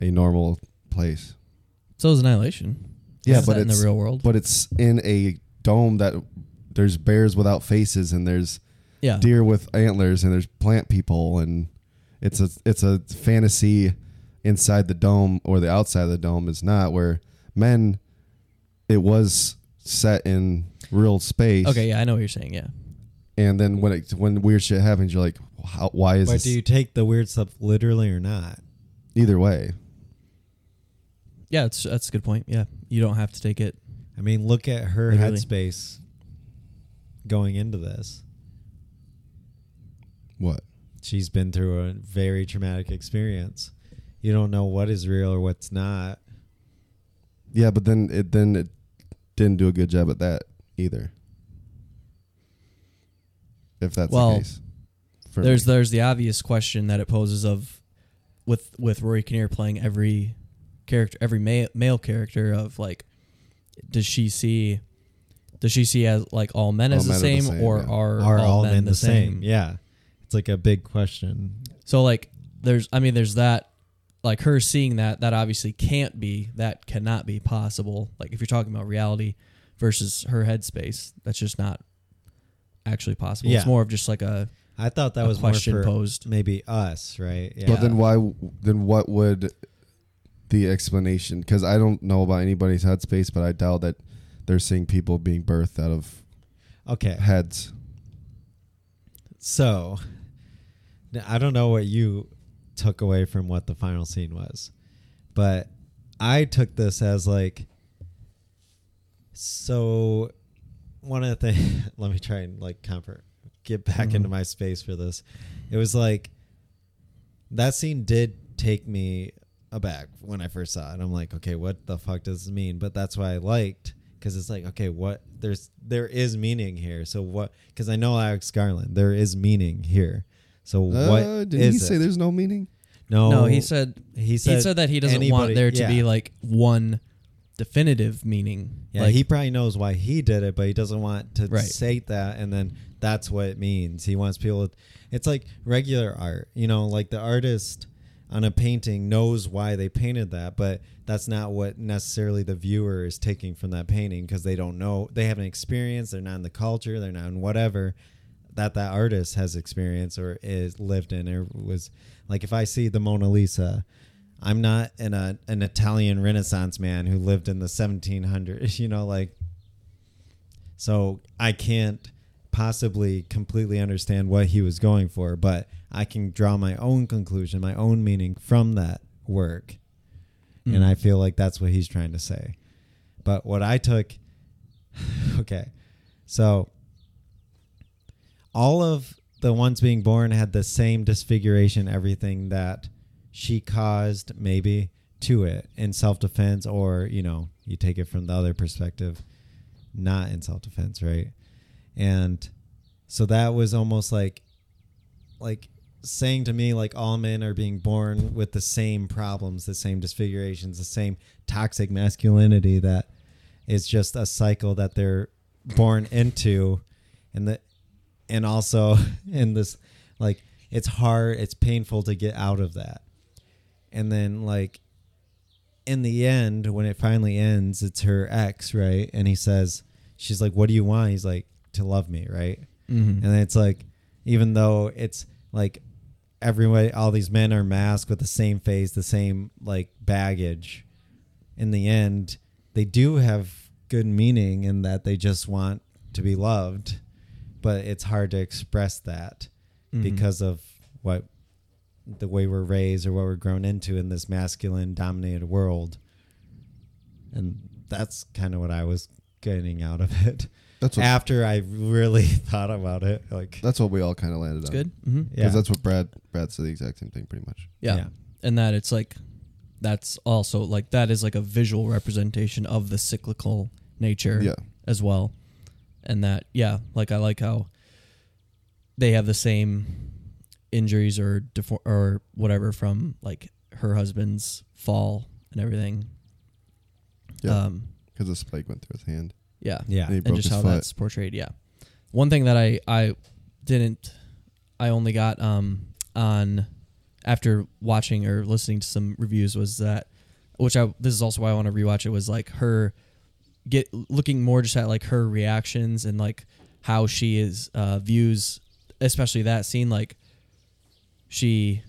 a normal place.
So is Annihilation.
Yeah,
Is
but
that in
it's
the real world.
But it's in a dome that there's bears without faces and there's
yeah.
deer with antlers and there's plant people and it's a it's a fantasy inside the dome or the outside of the dome is not where men it was set in real space
Okay. Yeah, I know what you're saying. Yeah.
and then when it when weird shit happens you're like How, why is
But
this
do you take the weird stuff literally or not?
either way
Yeah, it's, that's a good point. Yeah, you don't have to take it.
I mean, look at her
Literally.
headspace going into this.
what
She's been through a very traumatic experience. You don't know what is real or what's not.
yeah but then it then it didn't do a good job at that either if that's
Well,
the case for
There's
me.
there's the obvious question that it poses of with with Rory Kinnear playing every character every male, male character of like does she see does she see as like all men
All
as the,
men are the
same,
same,
or
yeah.
are, all, men, the same?
Yeah. It's like a big question.
So like there's I mean there's that like her seeing that that obviously can't be that cannot be possible. Like if you're talking about reality versus her headspace, that's just not actually possible. It's
Yeah.
more of just like a
I thought that
a
was
question
more for
posed.
maybe us, right? Yeah.
But then why? Then what would the explanation? Because I don't know about anybody's head space, but I doubt that they're seeing people being birthed out of
okay.
heads.
So n- I don't know what you took away from what the final scene was, but I took this as like so one of the things let me try and like comfort get back
Mm-hmm.
into my space for this. It was like that scene did take me aback when I first saw it. I'm like, okay, what the fuck does this mean? But that's why I liked because it's like, okay, what there's there is meaning here. So what? Because I know Alex Garland, there is meaning here. So what
Uh,
is
did he say
it?
there's no meaning?
No,
No, he said
he said
that he doesn't want
anybody-
there to be
yeah.
like one definitive meaning.
Yeah,
like,
he probably knows why he did it, but he doesn't want to
Right.
say that, and then that's what it means. He wants people. To, it's like regular art, you know, like the artist on a painting knows why they painted that, but that's not what necessarily the viewer is taking from that painting because they don't know, they haven't experienced, they're not in the culture, they're not in whatever that that artist has experienced or is lived in or was like if I see the Mona Lisa, I'm not an a, an Italian Renaissance man who lived in the 1700s, you know, like so I can't possibly completely understand what he was going for, but I can draw my own conclusion, my own meaning from that work. and I feel like that's what he's trying to say. But what I took, okay, so all of the ones being born had the same disfiguration, everything that she caused, maybe to it in self defense, or you know, you take it from the other perspective, not in self defense, right? And so that was almost like, like saying to me like all men are being born with the same problems, the same disfigurations, the same toxic masculinity that is just a cycle that they're born into and the and also in this like it's hard, it's painful to get out of that. And then like in the end, when it finally ends, it's her ex, right? And he says, She's like, What do you want? He's like, To love me, right? And then it's like, even though it's like everyone, all these men are masked with the same face, the same like baggage, in the end, they do have good meaning in that they just want to be loved, but it's hard to express that because of what the way we're raised or what we're grown into in this masculine dominated world. And that's kind of what I was getting out of it.
That's what-
after I really thought about it. Like
That's what we all kind of landed on.
Good. Mm-hmm.
Yeah.
Because that's what Brad Brad said the exact same thing pretty much.
Yeah.
Yeah.
And that it's like that's also like that is like a visual representation of the cyclical nature
Yeah.
as well. And that yeah, like I like how they have the same injuries or defor- or whatever from like her husband's fall and everything.
Yeah.
Um
Because the spike went through his hand.
yeah.
Yeah.
He
and
broke
just
his
how
foot.
that's portrayed. Yeah, one thing that I I didn't I only got um on after watching or listening to some reviews was that which I this is also why I want to rewatch it was like her get looking more just at like her reactions and like how she is uh, views especially that scene like she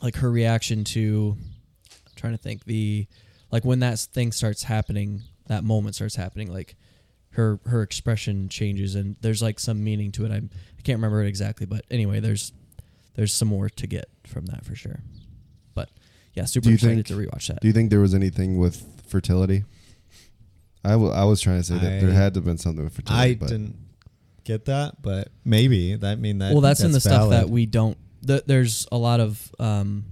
like her reaction to I'm trying to think the like when that thing starts happening that moment starts happening like her her expression changes and there's like some meaning to it I'm, I can't remember it exactly but anyway there's there's some more to get from that for sure but yeah super
you
excited to
think-
rewatch that
Do you think there was anything with fertility? I wa- I was trying to say that there
I-
had to have been something with fertility.
I
but
didn't get that, but maybe that mean that.
well that's, in the stuff
valid.
that we don't th- there's a lot of um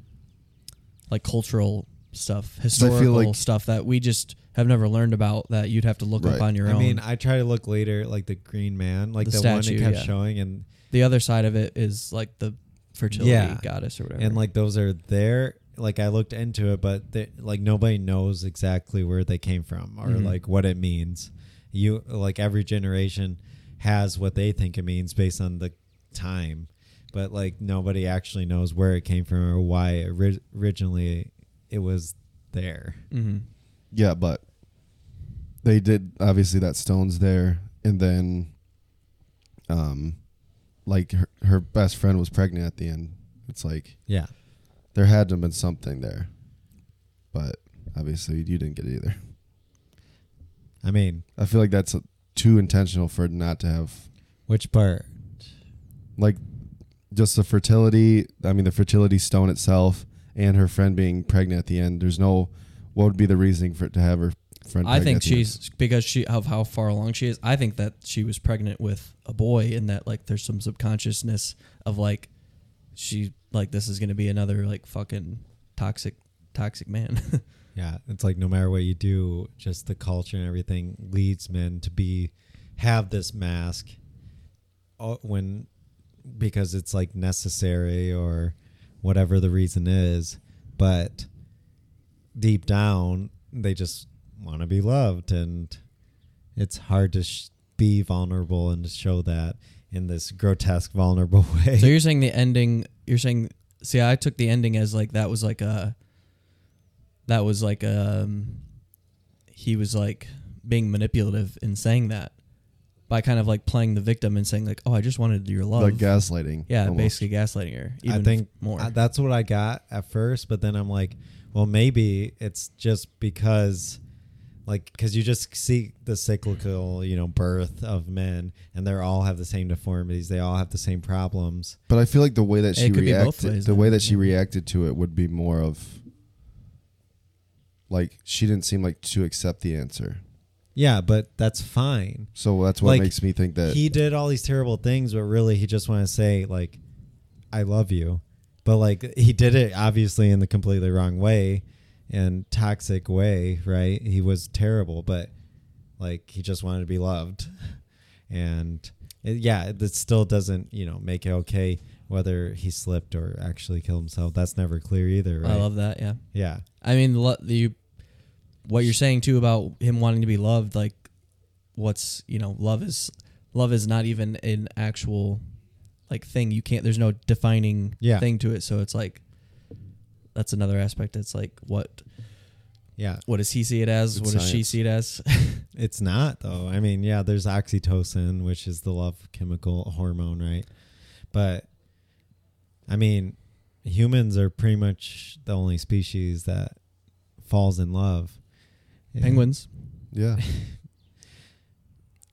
like cultural stuff
I feel
historical
like-
stuff that we just have never learned about that you'd have to look up
Right.
on your
I
own
mean, I try to look later, like the Green Man, like
The
the,
statue,
one it kept
yeah.
showing, and
the other side of it is like the fertility
Yeah.
goddess or whatever
and like those are there. Like I looked into it, but they, like nobody knows exactly where they came from or like what it means. You like every generation has what they think it means based on the time, but like nobody actually knows where it came from or why it ri- originally it was there.
yeah, but they did obviously that stone's there, and then, um, like her, her best friend was pregnant at the end. It's like
Yeah.
there had to have been something there, but obviously you didn't get it either.
I mean,
I feel like that's uh too intentional for it not to have
which part?
like just the fertility i mean the fertility stone itself and her friend being pregnant at the end there's no what would be the reasoning for it to have her friend
I
pregnant
think
at the end?
she's because she of how far along she is. I think that she was pregnant with a boy, and that like there's some subconsciousness of like she like this is gonna be another like fucking toxic toxic man.
Yeah, it's like no matter what you do, just the culture and everything leads men to be have this mask uh, when because it's like necessary or whatever the reason is, but deep down they just want to be loved and it's hard to sh- be vulnerable and to show that in this grotesque vulnerable way.
so you're saying the ending? You're saying see, I took the ending as like that was like a that was like um he was like being manipulative in saying that by kind of like playing the victim and saying like, oh, I just wanted your love.
like gaslighting
yeah,
almost.
basically gaslighting her. Even
I think
more.
I- that's what I got at first, but then I'm like, well, maybe it's just because, like, because you just see the cyclical, you know, birth of men, and they all have the same deformities, they all have the same problems.
but i feel like the way that
It
she
could be both
reacted
ways,
the
though.
way that she reacted to it would be more of like she didn't seem like to accept the answer.
Yeah, but that's fine.
So that's what makes me think that
he did all these terrible things, but really he just wanted to say like, "I love you," but like he did it obviously in the completely wrong way, and toxic way, right? He was terrible, but like he just wanted to be loved, and it, yeah, that still doesn't you know make it okay whether he slipped or actually killed himself. That's never clear either, right?
I love that. Yeah.
yeah,
I mean, lo- the what you're saying too about him wanting to be loved, like what's you know, love is love is not even an actual like thing. You can't. There's no defining
Yeah.
thing to it. So it's like that's another aspect. It's like what
yeah.
what does he see it as?
It's
what does she
science.
see it as?
It's not though. I mean, yeah, there's oxytocin, which is the love chemical hormone, right? But I mean, humans are pretty much the only species that falls in love. Yeah.
Penguins.
yeah.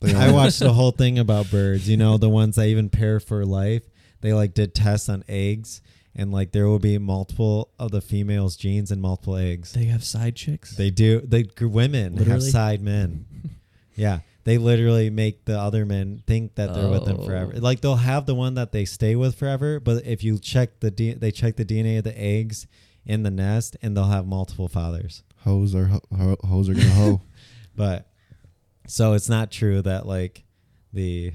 They
I
all-
watched the whole thing about birds, you know, the ones that even pair for life. They like did tests on eggs and like there will be multiple of the females genes in multiple eggs.
They have side chicks.
They do. They g- women have
Literally?
side men. yeah, they literally make the other men think that they're with them
Oh.
forever. Like they'll have the one that they stay with forever, but if you check the D, they check the DNA of the eggs in the nest, and they'll have multiple fathers.
hoes are ho- ho- hoes are gonna hoe.
But so it's not true that like the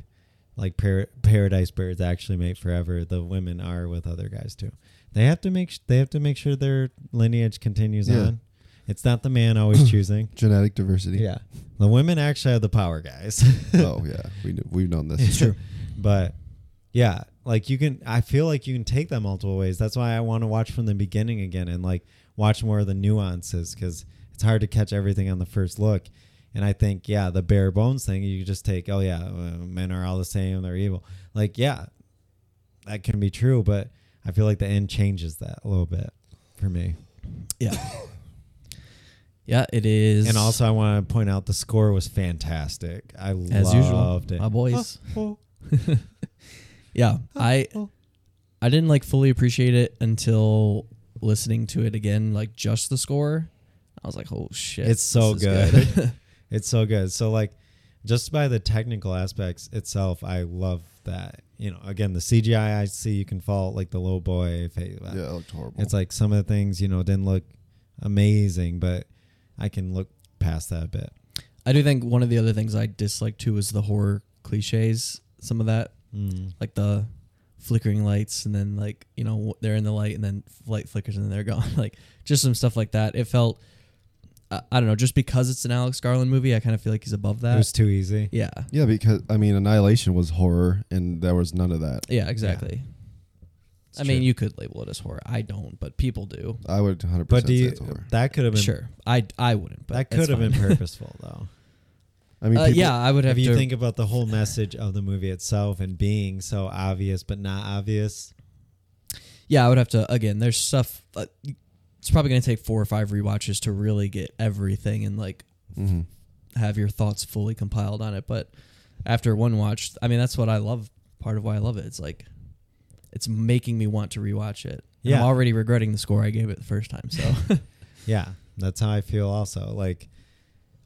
like par- paradise birds actually mate forever. The women are with other guys too. They have to make sh- they have to make sure their lineage continues
Yeah.
on. It's not the man always choosing.
Genetic diversity.
Yeah. The women actually have the power, guys.
Oh yeah, we kn- we've known this.
but yeah, like you can I feel like you can take that multiple ways. That's why I want to watch from the beginning again and like watch more of the nuances cuz it's hard to catch everything on the first look. And I think yeah, the bare bones thing, you just take, oh yeah, uh, men are all the same, they're evil. Like yeah, that can be true, but I feel like the end changes that a little bit for me.
Yeah. yeah, it is.
And also I want to point out the score was fantastic. I
as
loved
usual,
it.
my boys. yeah, I I didn't like fully appreciate it until listening to it again, like just the score. I was like, oh shit,
It's so
this
good.
is
it's so good. So like just by the technical aspects itself, I love that. You know, again, the CGI I see you can fall like the little boy. Face,
Yeah, it looked horrible.
It's like some of the things, you know, didn't look amazing, but I can look past that a bit.
I do think one of the other things I disliked too was the horror cliches. Some of that,
Mm.
like the flickering lights, and then like you know they're in the light, and then light flickers, and then they're gone. like just some stuff like that. It felt, I, I don't know, just because it's an Alex Garland movie, I kind of feel like he's above
It
that.
was too easy.
yeah,
yeah, because I mean, Annihilation was horror, and there was none of that.
yeah, exactly. I mean, you could label it as horror. I don't, but people do.
I would 100
But
percent
do
say
you,
it's horror.
that could have been
Sure, I I wouldn't. But
that
it's
could have been
fine.
purposeful though.
I mean,
Uh,
people,
yeah, I would have
if you
to.
think about the whole message of the movie itself and being so obvious but not obvious.
yeah, I would have to. Again, there's stuff. Uh, it's probably going to take four or five rewatches to really get everything and like
Mm-hmm.
mhm.
have your thoughts fully compiled on it. But after one watch, I mean, that's what I love. Part of why I love it. It's like it's making me want to rewatch it. And I'm
Yeah.
already regretting the score I gave it the first time. So
Yeah, that's how I feel also. Like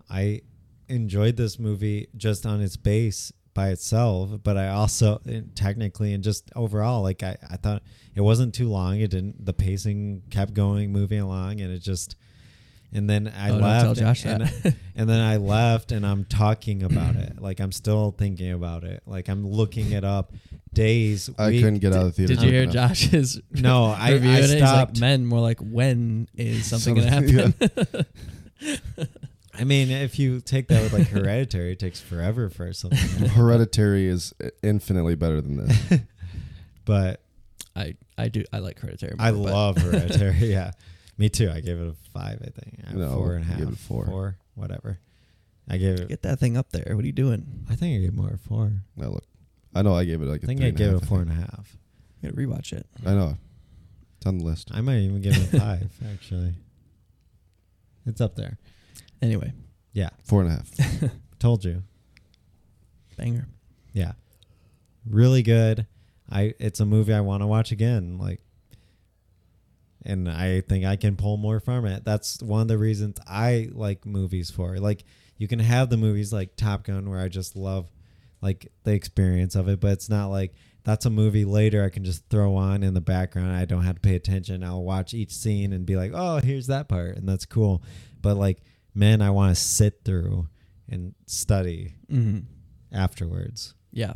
I enjoyed this movie just on its base by itself, but I also and technically and just overall like I, I thought it wasn't too long. It didn't the pacing kept going, moving along and it just and then I
Oh, don't
left
tell Josh
and,
that.
and then I left and I'm talking about it. Like I'm still thinking about it. Like I'm looking it up days.
I
week-
couldn't get out of the theater.
did you
quick
hear
enough.
Josh's
No, I,
review?
I
of it? He's like,
stopped.
men more like when is something going to
Something-
happen?
I mean, if you take that with like hereditary, it takes forever for something. to happen.
Hereditary is infinitely better than this.
But
I I do I like Hereditary.
I
more, but-
love hereditary. yeah. Me too. I gave it a five, I think. Uh,
No,
four and a
you
half.
gave it four.
Four, whatever. I gave it
Get that thing up there. What are you doing?
I think I gave more than four.
No, look, I know I gave it like
I
a
think
three
I
and
gave
half,
it a four and a half.
I'm gonna rewatch it.
I know. It's on the list.
I might even give it a five, actually. It's up there.
Anyway,
Yeah.
Four and a half.
Told you.
banger.
Yeah. Really good. I it's a movie I want to watch again. Like and I think I can pull more from it. That's one of the reasons I like movies for. Like you can have the movies like Top Gun where I just love like the experience of it, but it's not like that's a movie later I can just throw on in the background. I don't have to pay attention. I'll watch each scene and be like, "Oh, here's that part." And that's cool. But like, man, I want to sit through and study afterwards.
Yeah.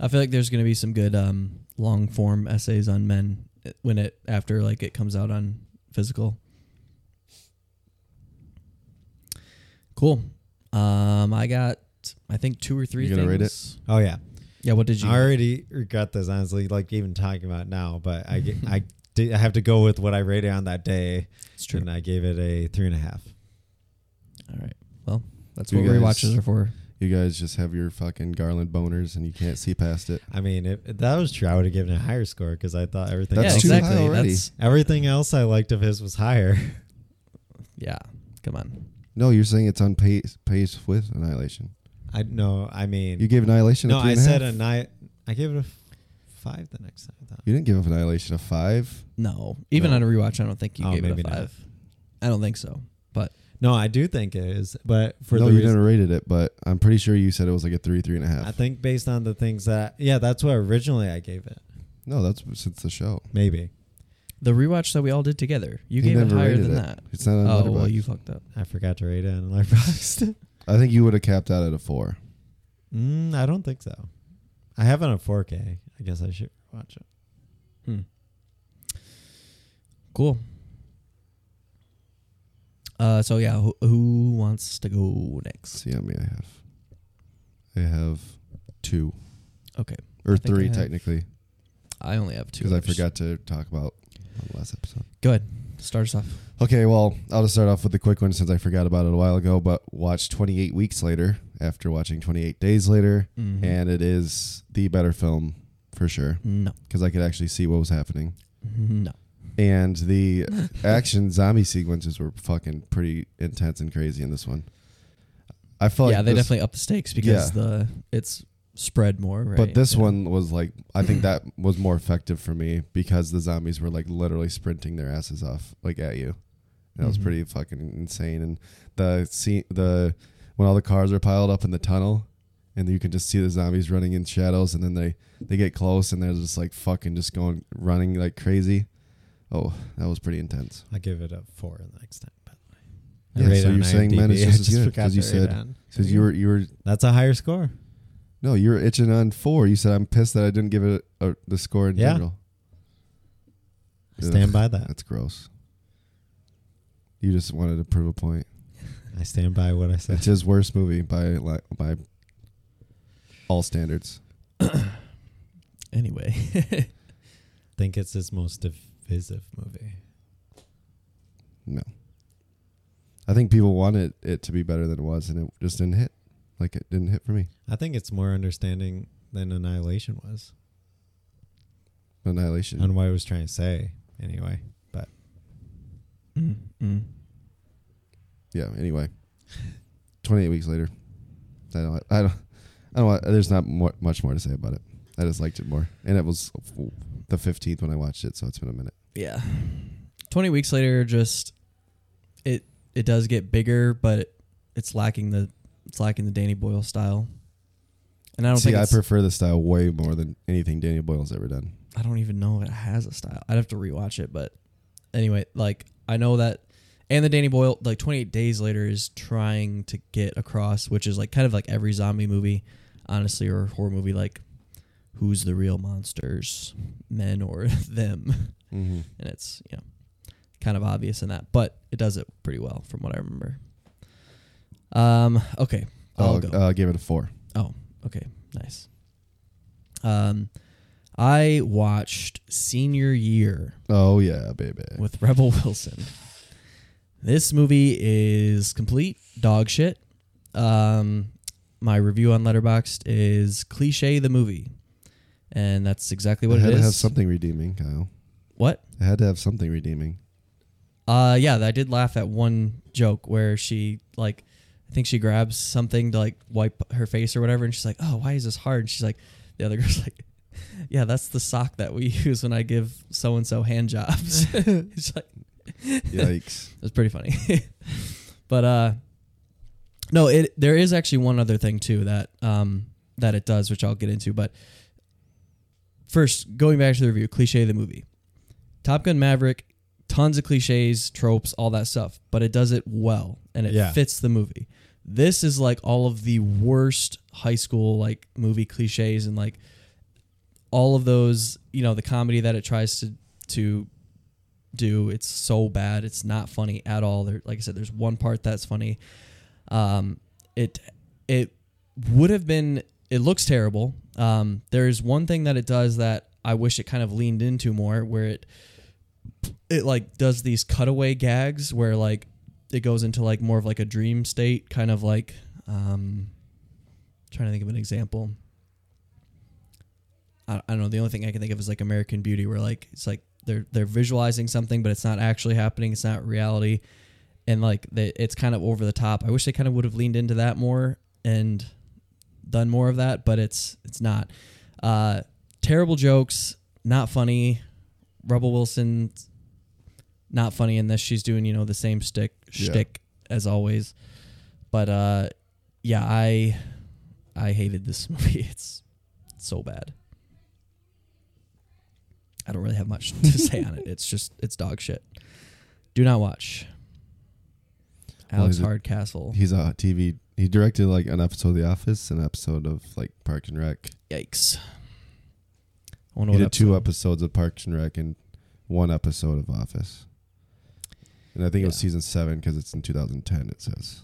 I feel like there's going to be some good um, long form essays on men eh, when it after like it comes out on physical. Cool. Um, I got I think two or three
You
things.
gonna rate
Oh yeah.
Yeah, what did you?
I already regret this honestly, like even talking about it now. But I ge- I did I have to go with what I rated on that day,
It's true.
and I gave it a three and a half.
All right. Well, that's
You
what
guys-
rewatches are for.
You guys just have your fucking Garland boners and you can't see past it.
I mean, if, if that was true, I would have given it a higher score because I thought everything
That's
yeah,
else,
too
exactly.
high already.
That's,
everything else I liked of his was higher.
yeah. Come on.
No, you're saying it's on pace, pace with Annihilation.
I no, I mean,
You gave Annihilation
no,
a three
I
and a
said
half.
a night. I gave it a f- five the next time. I thought.
You didn't give Annihilation a five.
No. Even
No.
on a rewatch, I don't think you
Oh,
gave it a
maybe not.
five. I don't think so. But
No, I do think it is, but for
no,
the
you
reason,
never rated it, but I'm pretty sure you said it was like a three, three and a half.
I think based on the things that yeah, that's what originally I gave it.
no, that's since the show.
Maybe
the rewatch that we all did together, you
He
gave it
never
higher
rated
than
it.
that.
It's not on
Oh, well,
Letterboxd.
you fucked up.
I forgot to rate it in Letterboxd.
I think you would have capped out at a four.
Mm, I don't think so. I have it on 4K. I guess I should watch it.
Cool. Uh, so yeah, who, who wants to go next?
See how many I have. I have two
Okay,
or
think I
three
have
technically
I only have two.
because I
others.
forgot to talk about on the last episode.
Go ahead, start us off.
Okay, well, I'll just start off with the quick one since I forgot about it a while ago, but watched 28 weeks later after watching 28 days later,
Mhm.
and it is the better film for sure
No,
because I could actually see what was happening.
no,
And the action zombie sequences were fucking pretty intense and crazy in this one. I felt
yeah,
like
they
this-
definitely up the stakes because the it's spread more. Right?
But this
Yeah.
one was like, I think that was more effective for me because the zombies were like literally sprinting their asses off like at you. That was
Mhm.
pretty fucking insane. And the scene, the when all the cars are piled up in the tunnel, and you can just see the zombies running in shadows, and then they they get close and they're just like fucking just going running like crazy. Oh, that was pretty intense.
I'll give it a 4 the next time. But I
Yeah,
rate
so
it on
you're saying men is
IMDb. I
just as good,
forgot
'cause you
to
said-
rate it on.
Because you were you were
That's a higher score.
no you were itching on four. You said I'm pissed that I didn't give it a, the score in
Yeah.
general.
I stand by that.
That's gross. You just wanted to prove a point.
I stand by what I said.
It's his worst movie by li- by all standards.
anyway.
think it's his most divisive movie.
No, I think people wanted it to be better than it was, and it just didn't hit. Like it didn't hit for me.
I think it's more understanding than Annihilation was
Annihilation.
on what I was trying to say anyway. But
mm mm.
yeah. Anyway, twenty eight weeks later, I don't. I don't. I don't. There's not more, much more to say about it. I just liked it more, and it was the fifteenth when I watched it, so it's been a minute.
yeah 20 weeks later just it it does get bigger but it's lacking the it's lacking the danny boyle style and i don't
See,
think
I
it's-
prefer the style way more than anything Daniel Boyle's ever done.
i don't even know it has a style i'd have to rewatch it but anyway like i know that and the danny boyle like 28 days later is trying to get across which is like kind of like every zombie movie honestly or horror movie like who's the real monsters men or them
Mm-hmm.
and it's you know kind of obvious in that, but it does it pretty well from what I remember. Um, okay, I'll
I'll,
go.
uh, give it a four.
oh, okay, nice. Um, I watched Senior Year
Oh yeah, baby.
with Rebel Wilson. This movie is complete dog shit. Um, my review on Letterboxd is cliche the movie, and that's exactly what
it had
it
to have
is.
something redeeming, Kyle.
what?
It had to have something redeeming.
Uh, yeah, I did laugh at one joke where she like, I think she grabs something to like wipe her face or whatever, and she's like, "Oh, why is this hard?" And she's like, the other girl's like, yeah, that's the sock that we use when I give so and so hand jobs. it's like
Yikes.
It was pretty funny. but uh no, it there is actually one other thing too that um that it does, which I'll get into, but first, going back to the review, cliche of the movie. Top Gun Maverick, tons of cliches, tropes, all that stuff, but it does it well and it
Yeah.
fits the movie. This is like all of the worst high school like movie cliches and like all of those, you know, the comedy that it tries to to do. It's so bad. It's not funny at all. There, like I said, there's one part that's funny. Um, it it would have been. It looks terrible. Um, there is one thing that it does that I wish it kind of leaned into more, where it it like does these cutaway gags where like it goes into like more of like a dream state, kind of like um, trying to think of an example. I, I don't know. The only thing I can think of is like American Beauty, where like it's like they're they're visualizing something, but it's not actually happening. It's not reality, and like they, it's kind of over the top. I wish they kind of would have leaned into that more and done more of that, but it's it's not. Uh, terrible jokes, not funny. Rebel Wilson, not funny in this. She's doing you know the same stick
Yeah.
shtick as always, but uh, yeah, I I hated this movie. It's so bad. I don't really have much to say on it. It's just it's dog shit. Do not watch.
Well,
Alex
is it-
Hardcastle.
He's a TV. He directed like an episode of The Office, an episode of like Park and Rec.
Yikes. I wonder
he
what
did two
episode.
episodes of Parks and Rec and one episode of Office. And I think it was
Yeah.
season seven because it's in 2010. It says.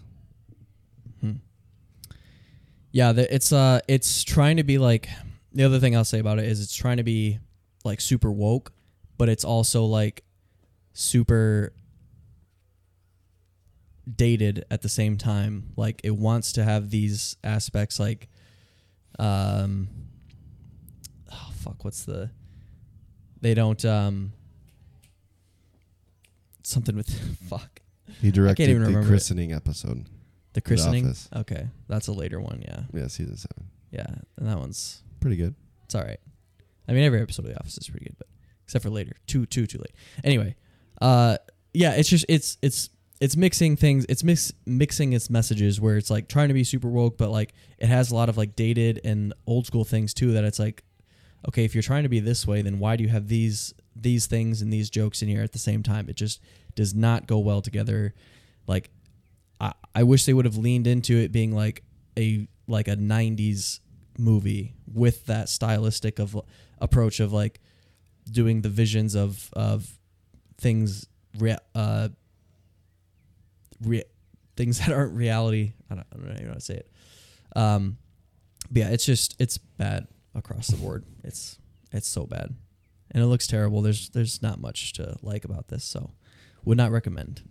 Yeah, the, it's uh, it's trying to be like the other thing I'll say about it is it's trying to be like super woke, but it's also like super dated at the same time. Like it wants to have these aspects like um oh fuck what's the they don't um something with fuck
He directed
even
the
remember it.
christening episode.
the christening Oh.
Office.
okay that's a later one yeah
Yeah, season seven.
yeah and that one's
Pretty good.
It's all right. I mean, every episode of The Office is pretty good, but except for later, too, too, too late. Anyway, uh, yeah, it's just it's it's it's mixing things. It's mix mixing its messages where it's like trying to be super woke, but like it has a lot of like dated and old school things too. That it's like, okay, if you're trying to be this way, then why do you have these these things and these jokes in here at the same time? It just does not go well together. Like, I I wish they would have leaned into it being like a like a '90s movie with that stylistic of approach of like doing the visions of of things re- uh re- things that aren't reality I don't, I don't know how to say it um but yeah it's just it's bad across the board it's it's so bad and it looks terrible there's there's not much to like about this so would not recommend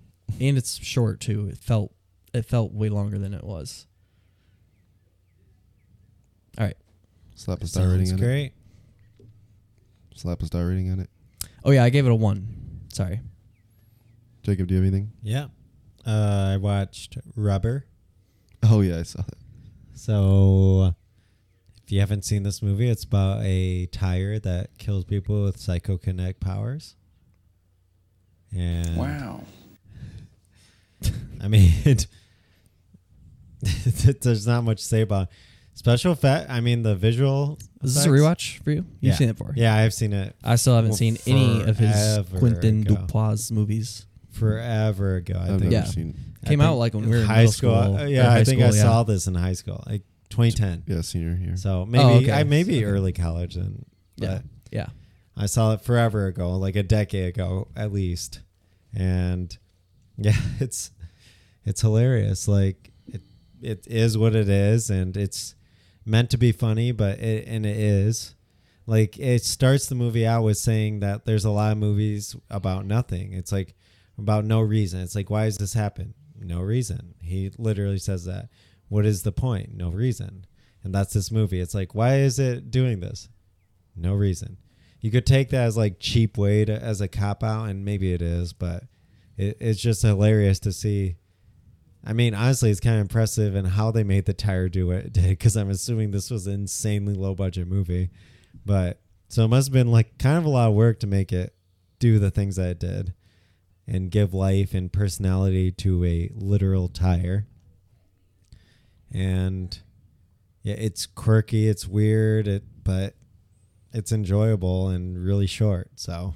and it's short too it felt it felt way longer than it was all right
Slap a star
Sounds
rating on
great.
it. Slap a star rating on it.
Oh yeah, I gave it a one. Sorry.
Jacob, do you have anything?
Yeah. Uh, I watched Rubber.
Oh yeah, I saw that.
So, if you haven't seen this movie, it's about a tire that kills people with psychokinetic powers. And I mean, it, there's not much to say about it. special effect. I mean, the visual.
Is this a
effects-
rewatch for you? You've
Yeah.
seen it before.
Yeah, I've seen it
I still haven't
Well,
seen any of his
forever
Quentin
ago.
Dupois movies.
forever ago. I
I've
think
never
Yeah.
seen.
I
Came
think
out like when
in
we were in
high
middle
school.
school,
Uh,
or
yeah,
high
I think I
school, yeah.
saw this in high school, like 2010.
Yeah, senior year.
So maybe
Oh, okay.
I maybe
Okay.
early college then. But
Yeah. Yeah.
I saw it forever ago, like a decade ago at least. And yeah, it's it's hilarious. Like it it is what it is and it's meant to be funny, but it and it is. Like it starts the movie out with saying that there's a lot of movies about nothing. It's like about no reason. It's like why does this happen? No reason. He literally says that. What is the point? No reason. And that's this movie. It's like why is it doing this? No reason. You could take that as like cheap way to as a cop out, and maybe it is, but it, it's just hilarious to see. I mean, honestly, it's kind of impressive in how they made the tire do what it did, because I'm assuming this was an insanely low budget movie, But so it must have been like kind of a lot of work to make it do the things that it did and give life and personality to a literal tire. And yeah, it's quirky, it's weird, it but it's enjoyable and really short. So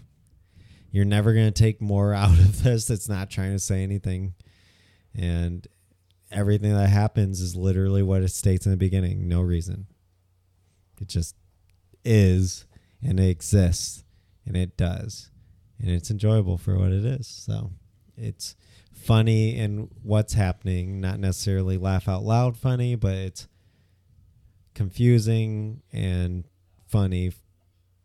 you're never going to take more out of this. It's not trying to say anything. And everything that happens is literally what it states in the beginning. No reason. It just is and it exists and it does. And it's enjoyable for what it is. So it's funny in what's happening, not necessarily laugh out loud funny, but it's confusing and funny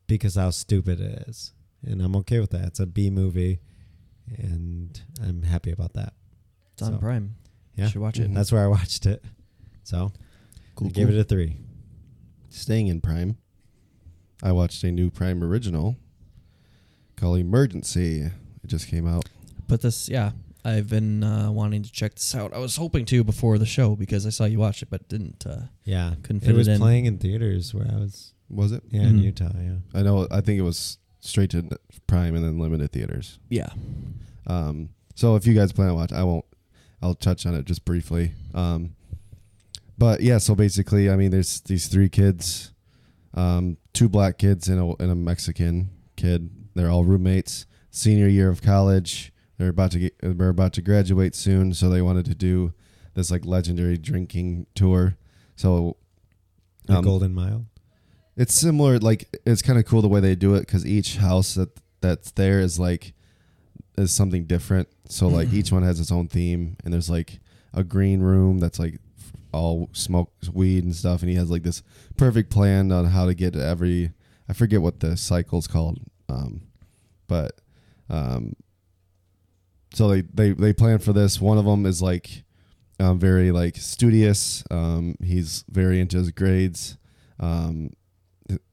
because how stupid it is. And I'm okay with that. It's a B movie and I'm happy about that.
It's on
So,
Prime.
Yeah.
You should watch it.
That's where I watched it. So I gave it a three.
Staying in Prime, I watched a new Prime original called Emergency. It just came out.
But this, yeah, I've been uh, wanting to check this out. I was hoping to before the show because I saw you watch it, but didn't. Uh,
Yeah.
Couldn't
it
fit
was
it in.
playing in theaters where I was
Was it?
yeah, in
Mhm.
Utah, yeah.
I know. I think it was straight to Prime and then limited theaters.
yeah,
Um, so if you guys plan to watch, I won't. I'll touch on it just briefly. Um, but yeah, so basically, I mean, there's these three kids, um, two black kids and a and a Mexican kid. They're all roommates. Senior year of college. They're about to get. They're about to graduate soon, so they wanted to do this like legendary drinking tour. So
The
Um,
Golden Mile.
it's similar like it's kind of cool the way they do it because each house that that's there is like is something different so like each one has its own theme and there's like a green room that's like f- all smokes weed and stuff and he has like this perfect plan on how to get to every i forget what the cycle's called um but um so they they, they plan for this one of them is like um, very like studious um he's very into his grades um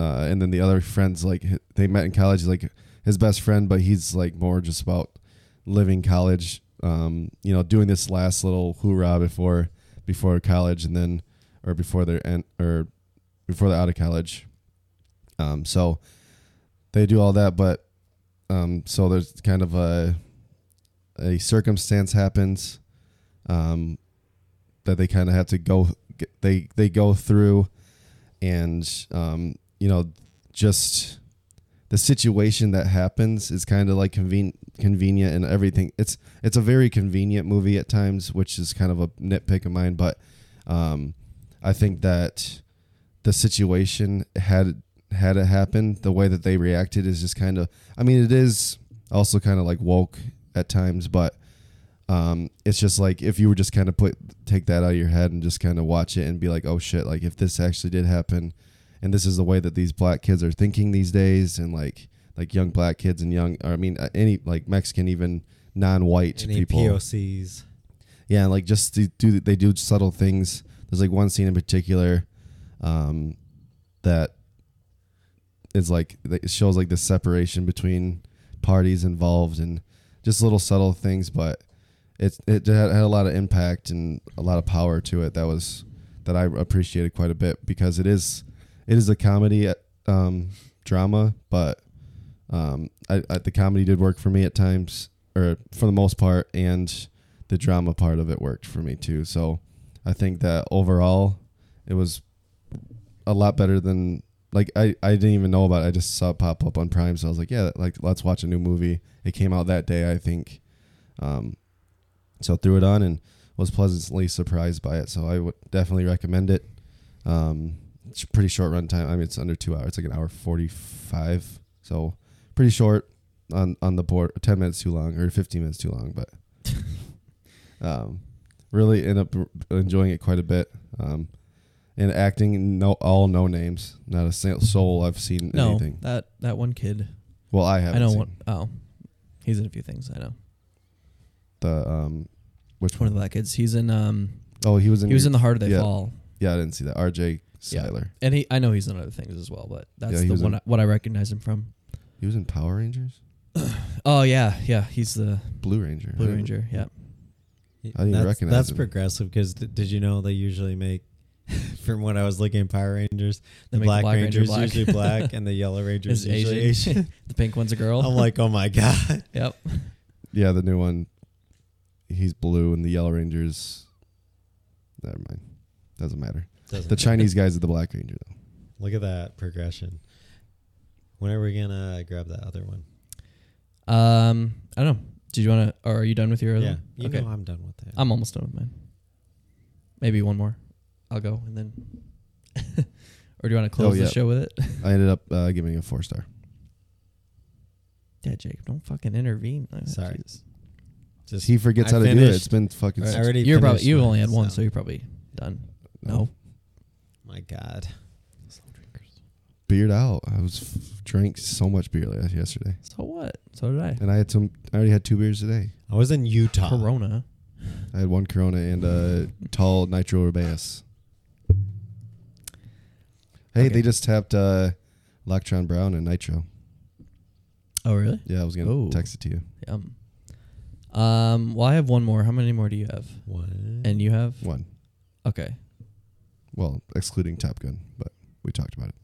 uh, and then the other friends like h- they met in college like his best friend but he's like more just about living college um, you know doing this last little hoorah before before college and then or before they're en- or before they're out of college um, so they do all that but um, so there's kind of a a circumstance happens um, that they kind of have to go get, they they go through and um, you know just the situation that happens is kind of like conven- convenient and everything it's it's a very convenient movie at times which is kind of a nitpick of mine but um, i think that the situation had had it happen the way that they reacted is just kind of i mean it is also kind of like woke at times but um, it's just like if you were just kind of put take that out of your head and just kind of watch it and be like, oh shit, like if this actually did happen, and this is the way that these black kids are thinking these days, and like like young black kids and young, or I mean, uh, any like Mexican even non-white
Any
people,
POCs.
yeah, and, like just they do they do subtle things. There's like one scene in particular um, that is like that it shows like the separation between parties involved and just little subtle things, but it it had, had a lot of impact and a lot of power to it. That was that I appreciated quite a bit because it is it is a comedy um, drama, but um, I, I, the comedy did work for me at times, or for the most part, and the drama part of it worked for me too. So I think that overall, it was a lot better than like I, I didn't even know about it. I just saw it pop up on Prime, so I was like, yeah, like let's watch a new movie. It came out that day, I think. Um, so I threw it on and was pleasantly surprised by it. So I would definitely recommend it. Um, it's pretty short run time. I mean, it's under two hours. It's like an hour forty five. So pretty short on on the board. Ten minutes too long or fifteen minutes too long, but um, really end up enjoying it quite a bit. Um, and acting, no, all no names, not a sa- soul I've seen
no,
anything.
that that one kid.
Well, I
I
haven't.
know
seen
one oh he's in a few things. I know
the um, which
one
one?
of the black kids. He's in um
Oh, he was in.
he was in the heart of the
yeah.
fall,
Yeah, I didn't see that. R.J. Seiler.
and he I know he's in other things as well, but that's
he
the
was
one
in-
I, what I recognize him from.
He was in Power Rangers,
Oh yeah, yeah, he's the
Blue Ranger. I
Blue
didn't-
Ranger. Yeah,
I didn't
that's,
recognize
That's
him.
progressive because did you know they usually make from when I was looking at Power Rangers. The
make the
Black,
Black Ranger
Ranger is
black.
usually black, and the Yellow Ranger
Is
is usually
Asian.
Asian.
the pink one's a girl.
I'm like, oh my god.
yep.
Yeah, the new one. He's blue, and the Yellow Rangers. Never mind. Doesn't matter.
Doesn't
the Chinese guys are the Black Ranger, though.
Look at that progression. When are we gonna grab that other one?
Um, I don't know. Did you want to? Or are you done with your? other
Yeah,
one?
you know I'm done with that.
I'm almost done with mine. Maybe one more. I'll go and then. or do you
Oh,
want to close
yeah.
the show with it?
I ended up uh, giving it a four star.
yeah, Jacob, don't fucking intervene. Oh,
Sorry.
Jesus.
Just
He forgets
I
how to do it.
finished-
It's been fucking.
I
six-
already
You're probably
finished
you've
mine, Oh.
only had one, so you're probably done. No,
my god.
beard out. I was f- drank so much beer last yesterday,
so what? So did I.
and I had some. I already had two beers today.
I was in Utah.
Corona.
I had one Corona and a tall Nitro Urbaeus. Hey,
Okay.
they just tapped uh, Electron Brown and Nitro.
Oh really?
Yeah, I was gonna
Oh.
text it to you.
Um. Um. Well, I have one more. How many more do you have?
What?
And you have
One,
okay,
well, excluding Top Gun, but we talked about it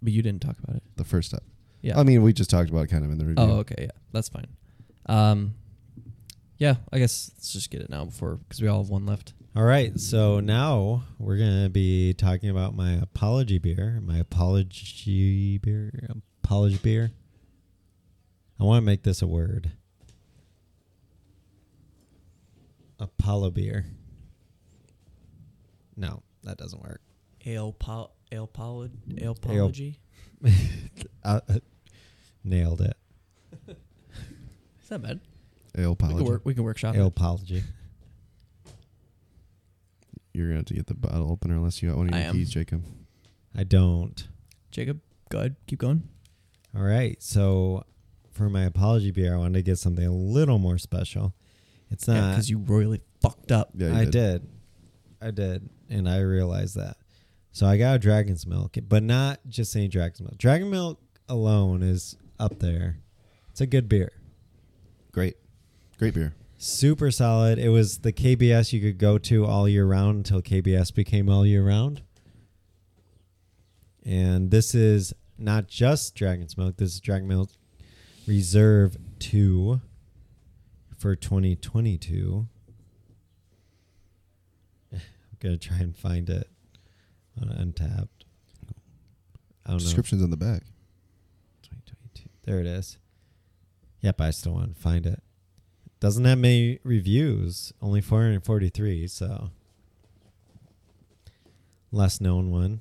but you didn't talk about it.
the first time.
Yeah.
I mean, we just talked about it kind of in the review.
Mm-hmm.
Oh, okay, yeah, that's fine. Um, yeah, I guess let's just get it now before because we all have one left.
All right, so now we're gonna be talking about my apology beer. My apology beer. Apology beer. I want to make this a word. Apollo beer. No, that doesn't work.
Ale pol ale polid ale
Uh, uh, nailed it.
Is that bad?
Ale
We can work. We can workshop. it.
Apology.
You're gonna have to get the bottle opener unless you got one of
I
your
am.
keys, Jacob.
I don't.
Jacob, go ahead. Keep going.
All right. So for my apology beer, I wanted to get something a little more special. It's
Yeah,
not
because you royally fucked up.
Yeah, you
I did. I did. And I realized that. So I got a dragon's milk, but not just any dragon's milk. Dragon milk alone is up there. It's a good beer.
Great, great beer.
Super solid. It was the KBS you could go to all year round until KBS became all year round. And this is not just Dragon's Milk. This is Dragon Milk Reserve 2 for 2022. I'm going to try and find it on Untapped. I don't know.
Descriptions on the back.
2022. There it is. Yep, I still want to find it. Doesn't have many reviews, only 443, so less known one.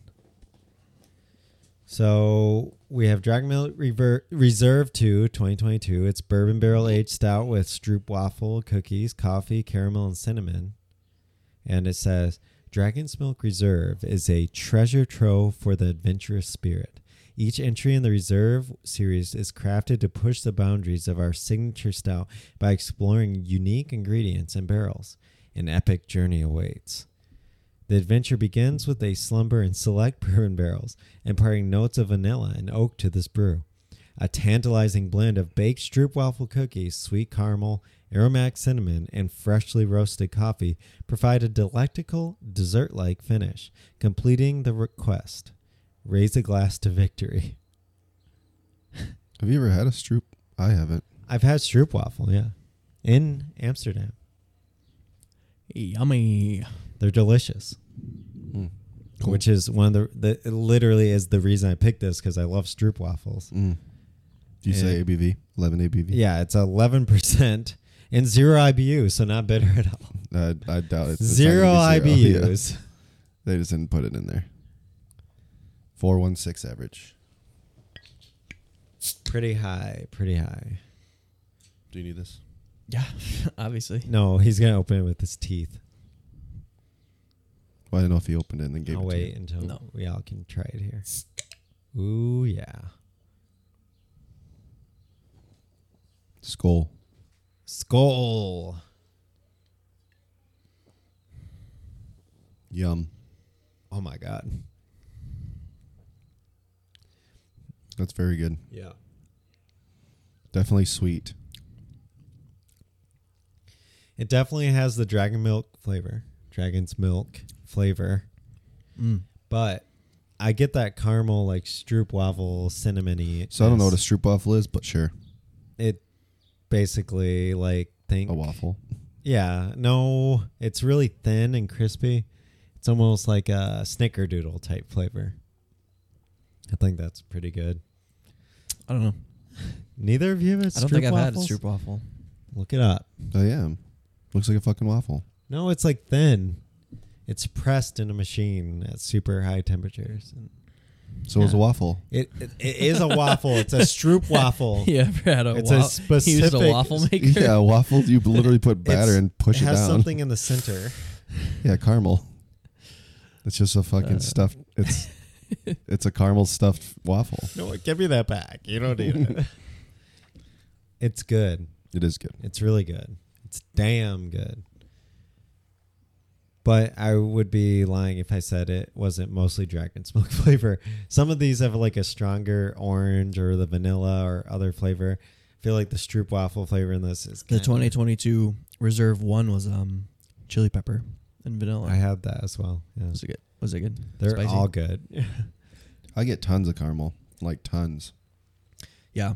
So we have Dragon Milk Rever- Reserve 2 2022. It's bourbon barrel aged stout with Stroop waffle, cookies, coffee, caramel, and cinnamon. And it says Dragon's Milk Reserve is a treasure trove for the adventurous spirit. Each entry in the Reserve series is crafted to push the boundaries of our signature stout by exploring unique ingredients and barrels. An epic journey awaits. The adventure begins with a slumber in select bourbon barrels, imparting notes of vanilla and oak to this brew. A tantalizing blend of baked stroopwafel cookies, sweet caramel, aromatic cinnamon, and freshly roasted coffee provide a delectable dessert-like finish, completing the request. Raise a glass to victory.
Have you ever had a Stroop? I haven't.
I've had stroopwafel, yeah, in Amsterdam.
Yummy.
They're delicious.
Hmm. Cool.
Which is one of the, the it literally is the reason I picked this because I love stroop waffles.
Hmm. Do you say
Yeah.
ABV? 11 ABV?
Yeah, it's eleven percent and zero IBU, so not bitter at all.
Uh, I doubt it's it's not
zero
gonna be zero. Yeah.
IBUs.
They just didn't put it in there. 416 average.
Pretty high, pretty high.
Do you need this?
Yeah, obviously.
No, he's gonna open it with his teeth.
Well, I don't know if he opened it and then gave
I'll
it to
wait
you.
until
No.
we all can try it here. Ooh yeah.
Skull.
Skull.
Yum.
Oh my god.
That's very good.
Yeah.
Definitely sweet.
It definitely has the dragon milk flavor, dragon's milk flavor, But I get that caramel like stroop waffle cinnamony.
So I don't know what a stroop waffle is, but sure,
it basically like think
a waffle.
Yeah, no, it's really thin and crispy. It's almost like a snickerdoodle type flavor. I think that's pretty good.
I don't know.
Neither of you have
I don't think I've had a stroop waffle.
Look it up.
I am. Looks like a fucking waffle.
No, it's like thin. It's pressed in a machine at super high temperatures. And
So it's a waffle.
It, it it is a waffle. It's a stroop waffle.
You ever had a
It's
wa-
a
He used a
specific-
waffle maker.
Yeah, a waffle. You literally put batter
It's-
and push
it
it,
has
down.
something in the center.
Yeah, caramel. It's just a
Uh.
fucking stuffed. It's it's a caramel stuffed waffle.
No, give me that back. You don't need it. it's good.
It is good.
It's really good. It's damn good. But I would be lying if I said it wasn't mostly dragon smoke flavor. Some of these have like a stronger orange or the vanilla or other flavor. I feel like the stroop waffle flavor in this is
The
kinda-
2022 Reserve One was um, chili pepper and vanilla.
I had that as well. Yeah.
was it good? Was it good?
They're
Spicy?
all good.
I get tons of caramel, like tons.
yeah.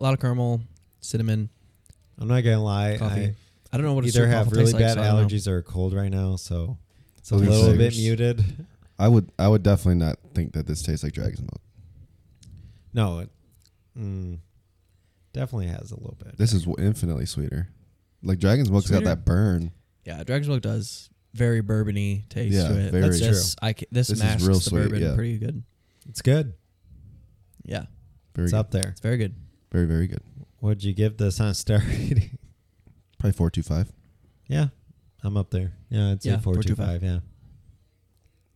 A lot of caramel, cinnamon,
I'm not gonna lie.
coffee. I,
I
don't know what
either
a
have
waffle tastes
really
like,
bad
so I don't know.
allergies or are cold right now, so it's a
Those are
little bit
sugars.
muted.
I would I would definitely not think that this tastes like dragon's milk.
No, it mm, definitely has a little bit.
This is w- infinitely sweeter. Like dragon's milk's got
Sweeter?
that burn.
Yeah, Dragon's Milk does very bourbony taste
Yeah,
to it.
very
That's
true.
This, I ca- this,
This is
masks
real
the
sweet,
bourbon
yeah.
pretty good.
It's good.
Yeah,
Very
It's
good.
up there.
it's very good.
Very very good.
Would you give this on a star rating?
Probably four two five.
yeah, I'm up there. Yeah, I'd say
Yeah,
four two
4.25.
five. Yeah,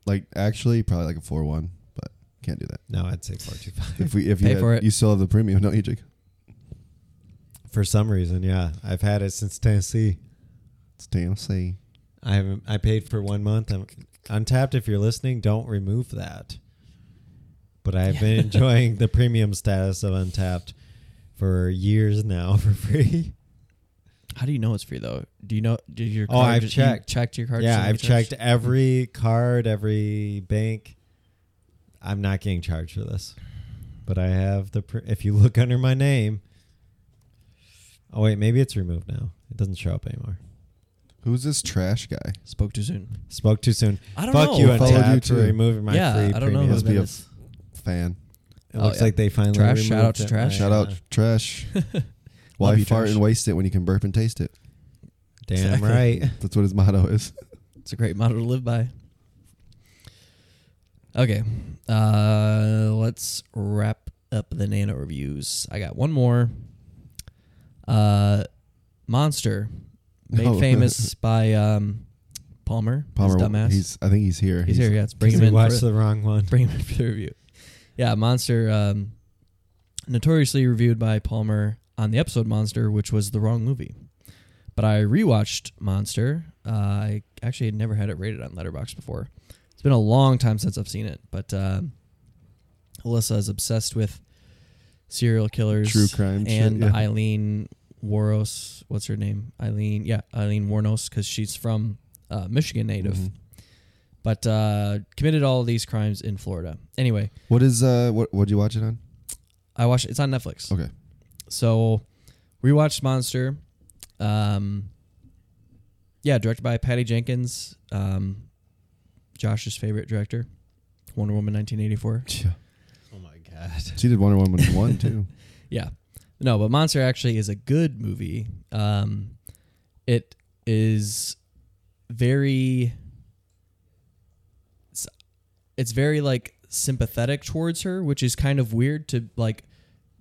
Like actually probably like a four one, but can't do that.
no, I'd say four two five.
If we if you
Pay
had-
for it.
you still have the premium, don't you, Jake?
For some reason, yeah, I've had it since Tennessee.
It's Tennessee.
I haven't. I paid for one month. I'm untapped. If you're listening, don't remove that. But I've been enjoying the premium status of Untapped for years now for free.
How do you know it's free though? Do you know? Did your
Oh,
card
I've
just- you
checked.
checked your card.
Yeah,
just
I've
to make
checked
sure?
every card, every bank. I'm not getting charged for this, but I have the. Pr- if you look under my name, oh wait, maybe it's removed now. It doesn't show up anymore.
Who's this trash guy?
Spoke too soon.
Spoke too soon.
I don't
Fuck
know.
you,
I followed
Untapped,
you
for
too.
removing my
yeah,
free
I don't know.
premium.
Who
Must be
that
a-
is.
Fan.
It
Oh,
looks
yeah.
like they finally
Trash, shout
removed
out to
it.
Trash.
Shout
Yeah.
out trash. Why
Love you,
fart
Trash.
and waste it when you can burp and taste it?
Damn
Exactly.
right.
That's what his motto is.
It's a great motto to live by. Okay, uh, let's wrap up the Nano reviews. I got one more. Uh, Monster, made
No.
famous by um, Palmer. his
Palmer,
dumbass. He's,
he's. I think he's here.
here. Yeah, let's bring him
Because we
in. for
watched
the-
the wrong one.
bring him in for the review. Yeah, Monster, um, notoriously reviewed by Palmer on the episode Monster, which was the wrong movie. But I rewatched Monster. Uh, I actually had never had it rated on Letterboxd before. It's been a long time since I've seen it, but uh, Alyssa is obsessed with serial killers,
True crime shit,
and
yeah.
Eileen Warnos. What's her name? Eileen, yeah, Eileen Warnos, because she's from uh, Michigan native,
Mm-hmm.
but uh, committed all these crimes in Florida. Anyway,
What is uh? What what would you watch it on?
I watched. It's on Netflix.
Okay.
So we watched Monster. Um, yeah, directed by Patty Jenkins, um, Josh's favorite director, Wonder Woman 1984.
Oh my god.
She did Wonder Woman one too.
Yeah. No, but Monster actually is a good movie. Um, it is very. It's, it's very like sympathetic towards her, which is kind of weird to like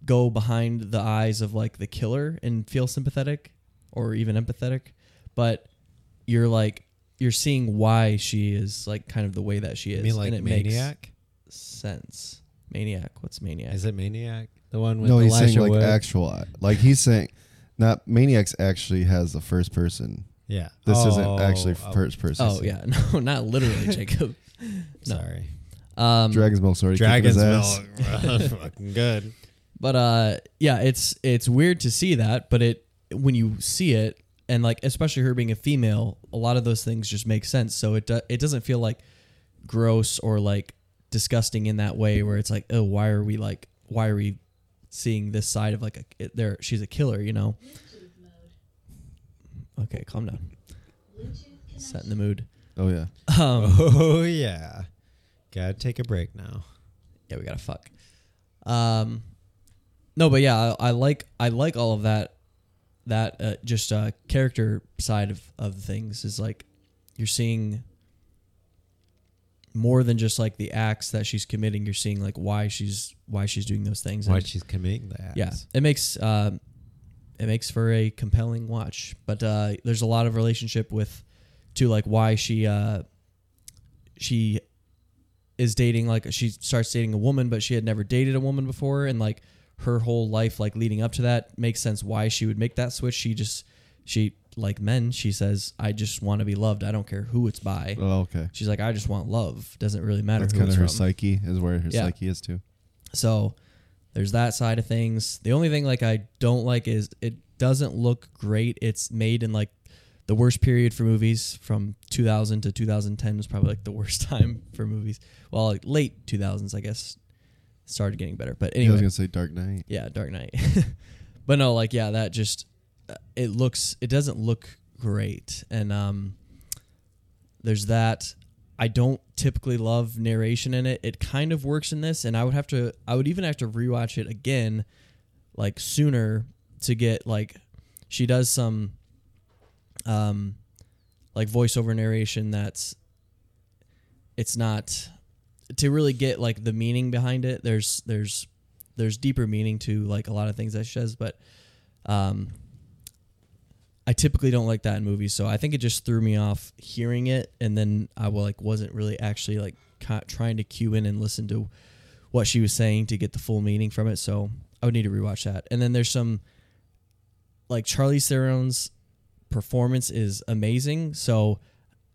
go behind the eyes of like the killer and feel sympathetic or even empathetic, but you're like you're seeing why she is like kind of the way that she is.
You mean like
and it
Maniac?
makes sense. Maniac. What's maniac?
Is it Maniac? The one with
no, he's
Elisha
saying like
Wood?
actual. Like he's saying, not maniacs actually has the first person.
yeah.
This
Oh,
isn't actually
oh,
first person.
Oh yeah, no, not literally, Jacob.
oh, Sorry.
Um,
Dragon's milk. Sorry,
Dragon's
his ass.
milk. Fucking good.
but uh, yeah, it's it's weird to see that, but it when you see it and like especially her being a female, a lot of those things just make sense. So it do, it uh, doesn't feel like gross or like disgusting in that way where it's like, oh, why are we like, why are we seeing this side of like a there? She's a killer, you know. Okay, calm down. Set in the mood. Um,
Oh yeah.
Oh yeah. Gotta take a break now.
yeah, we gotta fuck. Um, no, but yeah, I, I like I like all of that. That uh, just uh, character side of of things is like you're seeing more than just like the acts that she's committing. You're seeing like why she's why she's doing those things.
Why
and-
she's committing that?
yeah, it makes um, it makes for a compelling watch. But uh, there's a lot of relationship with to like why she uh, she is dating like she starts dating a woman, but she had never dated a woman before, and like her whole life like leading up to that makes sense why she would make that switch. She just she like men. She says, "I just want to be loved. I don't care who it's by."
Oh okay.
She's like, "I just want love. Doesn't really matter
That's
who
kind
it's
of her
from."
psyche is where her
Yeah.
psyche is too.
So there's that side of things. The only thing like I don't like is it doesn't look great. It's made in like the worst period for movies from 2000 to 2010 was probably like the worst time for movies. Well, like late 2000s, I guess, started getting better. But
Yeah, I was
anyway,
gonna say Dark Knight.
yeah, Dark Knight. but no, like yeah, that just uh, it looks it doesn't look great, and um, there's that. I don't typically love narration in it. It kind of works in this, and I would have to I would even have to rewatch it again, like sooner to get like she does some um like voiceover narration that's it's not to really get like the meaning behind it there's there's there's deeper meaning to like a lot of things that she says but um i typically don't like that in movies so i think it just threw me off hearing it and then i wa- like wasn't really actually like ca- trying to cue in and listen to what she was saying to get the full meaning from it so i would need to rewatch that and then there's some like charlie theron's performance is amazing so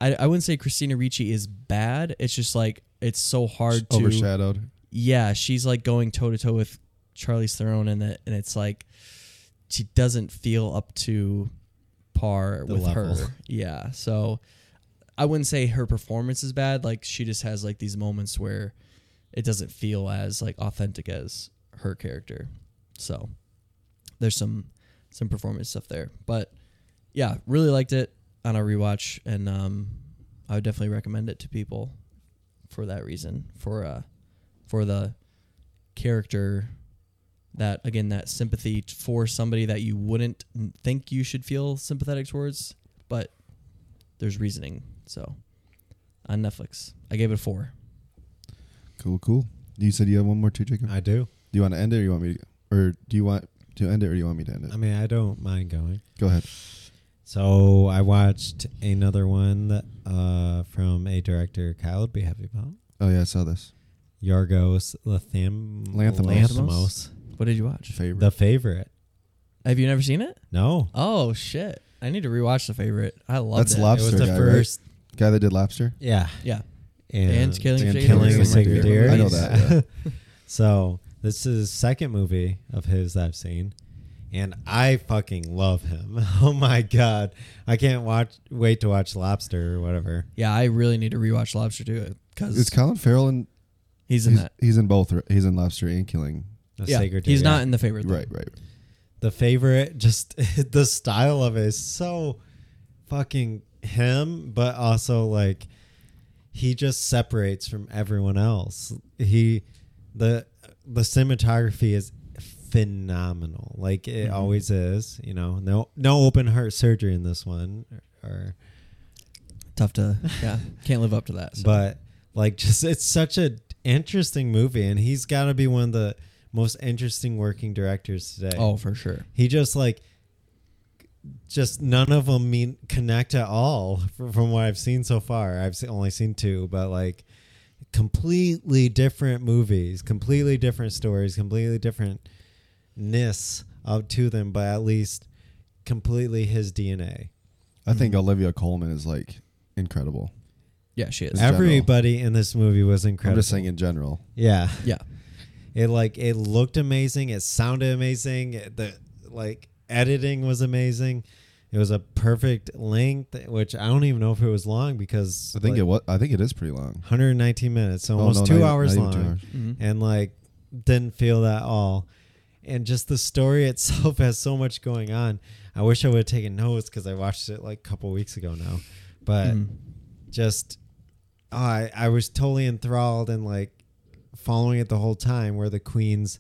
I, I wouldn't say christina ricci is bad it's just like it's so hard to
Overshadowed.
yeah, she's like going toe to toe with Charlie's Theron, and it, and it's like she doesn't feel up to par
The
with
level.
her. Yeah, so I wouldn't say her performance is bad. Like she just has like these moments where it doesn't feel as like authentic as her character. So there's some some performance stuff there, but yeah, really liked it on a rewatch, and um, I would definitely recommend it to people for that reason. For uh, for the character that again that sympathy t- for somebody that you wouldn't n- think you should feel sympathetic towards but there's reasoning so on netflix i gave it a four
Cool, cool. You said you have one more too, Jacob.
I do.
do you want to end it, or you want me to, or do you want to end it, or do you want me to end it?
I mean, I don't mind going.
Go ahead.
So I watched another one that, uh, from a director Kyle would be happy about.
Oh yeah, I saw this.
Yorgos Lanthim-
Lanthimos.
Lanthimos.
what did you watch
Favorite.
The favorite.
have you never seen it
No.
oh shit i need to rewatch the favorite i love
That's
it
Lob-
it was
Lobster
the
guy, right?
first.
guy that did Lobster.
Yeah.
yeah
And,
And Killing
And
Sacred
Killing
Deer.
Sacred Deer.
Deer.
I know that. yeah.
So this is his second movie of his that I've seen, and I fucking love him. Oh my god, I can't watch wait to watch Lobster or whatever.
yeah i really need to rewatch lobster too because
Is Colin Farrell in?
he's in
He's,
that
he's in both. right? He's in Lobster and Killing.
The
yeah
Sacred
he's
Deer.
not in the favorite though.
Right, right.
the favorite. Just the style of it is so fucking him, but also like he just separates from everyone else. He the the cinematography is phenomenal. Like it always is, you know. No no open heart surgery in this one or, or
tough to yeah can't live up to that so.
but like just it's such a interesting movie and he's got to be one of the most interesting working directors today.
oh for sure
He just like just none of them mean connect at all fr- from what I've seen so far. I've se- only seen two, but like completely different movies, completely different stories, completely differentness out to them, but at least completely his DNA.
I
Hmm.
think Olivia Coleman is like incredible.
yeah she is
It's general.
Everybody in this movie was
I'm
incredible.
just saying in general.
yeah.
yeah
It like it looked amazing. It sounded amazing. it- The like editing was amazing. It was a perfect length, which I don't even know if it was long because
I think
like,
it was. I think it is pretty long.
119 minutes, so
Oh,
almost
no,
two
not even-
hours
not even
long,
two hours.
and like didn't feel that all. And just the story itself has so much going on. I wish I would have taken notes because I watched it like a couple weeks ago now, but just oh, I I was totally enthralled and like following it the whole time. Where the queen's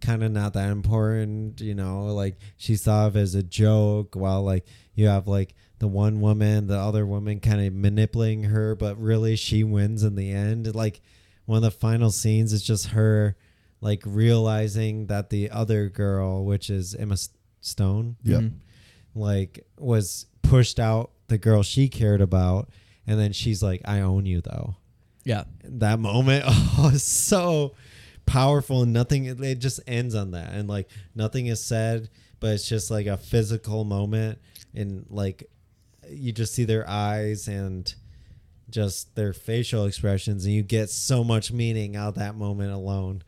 kind of not that important, you know, like she saw it as a joke while like you have like the one woman, the other woman kind of manipulating her, but really she wins in the end. Like one of the final scenes is just her like realizing that the other girl, which is Emma S- Stone,
Yeah.
like was pushed out the girl she cared about. And then she's like, I own you though
Yeah.
that moment oh it's so powerful and nothing it, it just ends on that and like nothing is said but it's just like a physical moment and like you just see their eyes and just their facial expressions and you get so much meaning out of that moment alone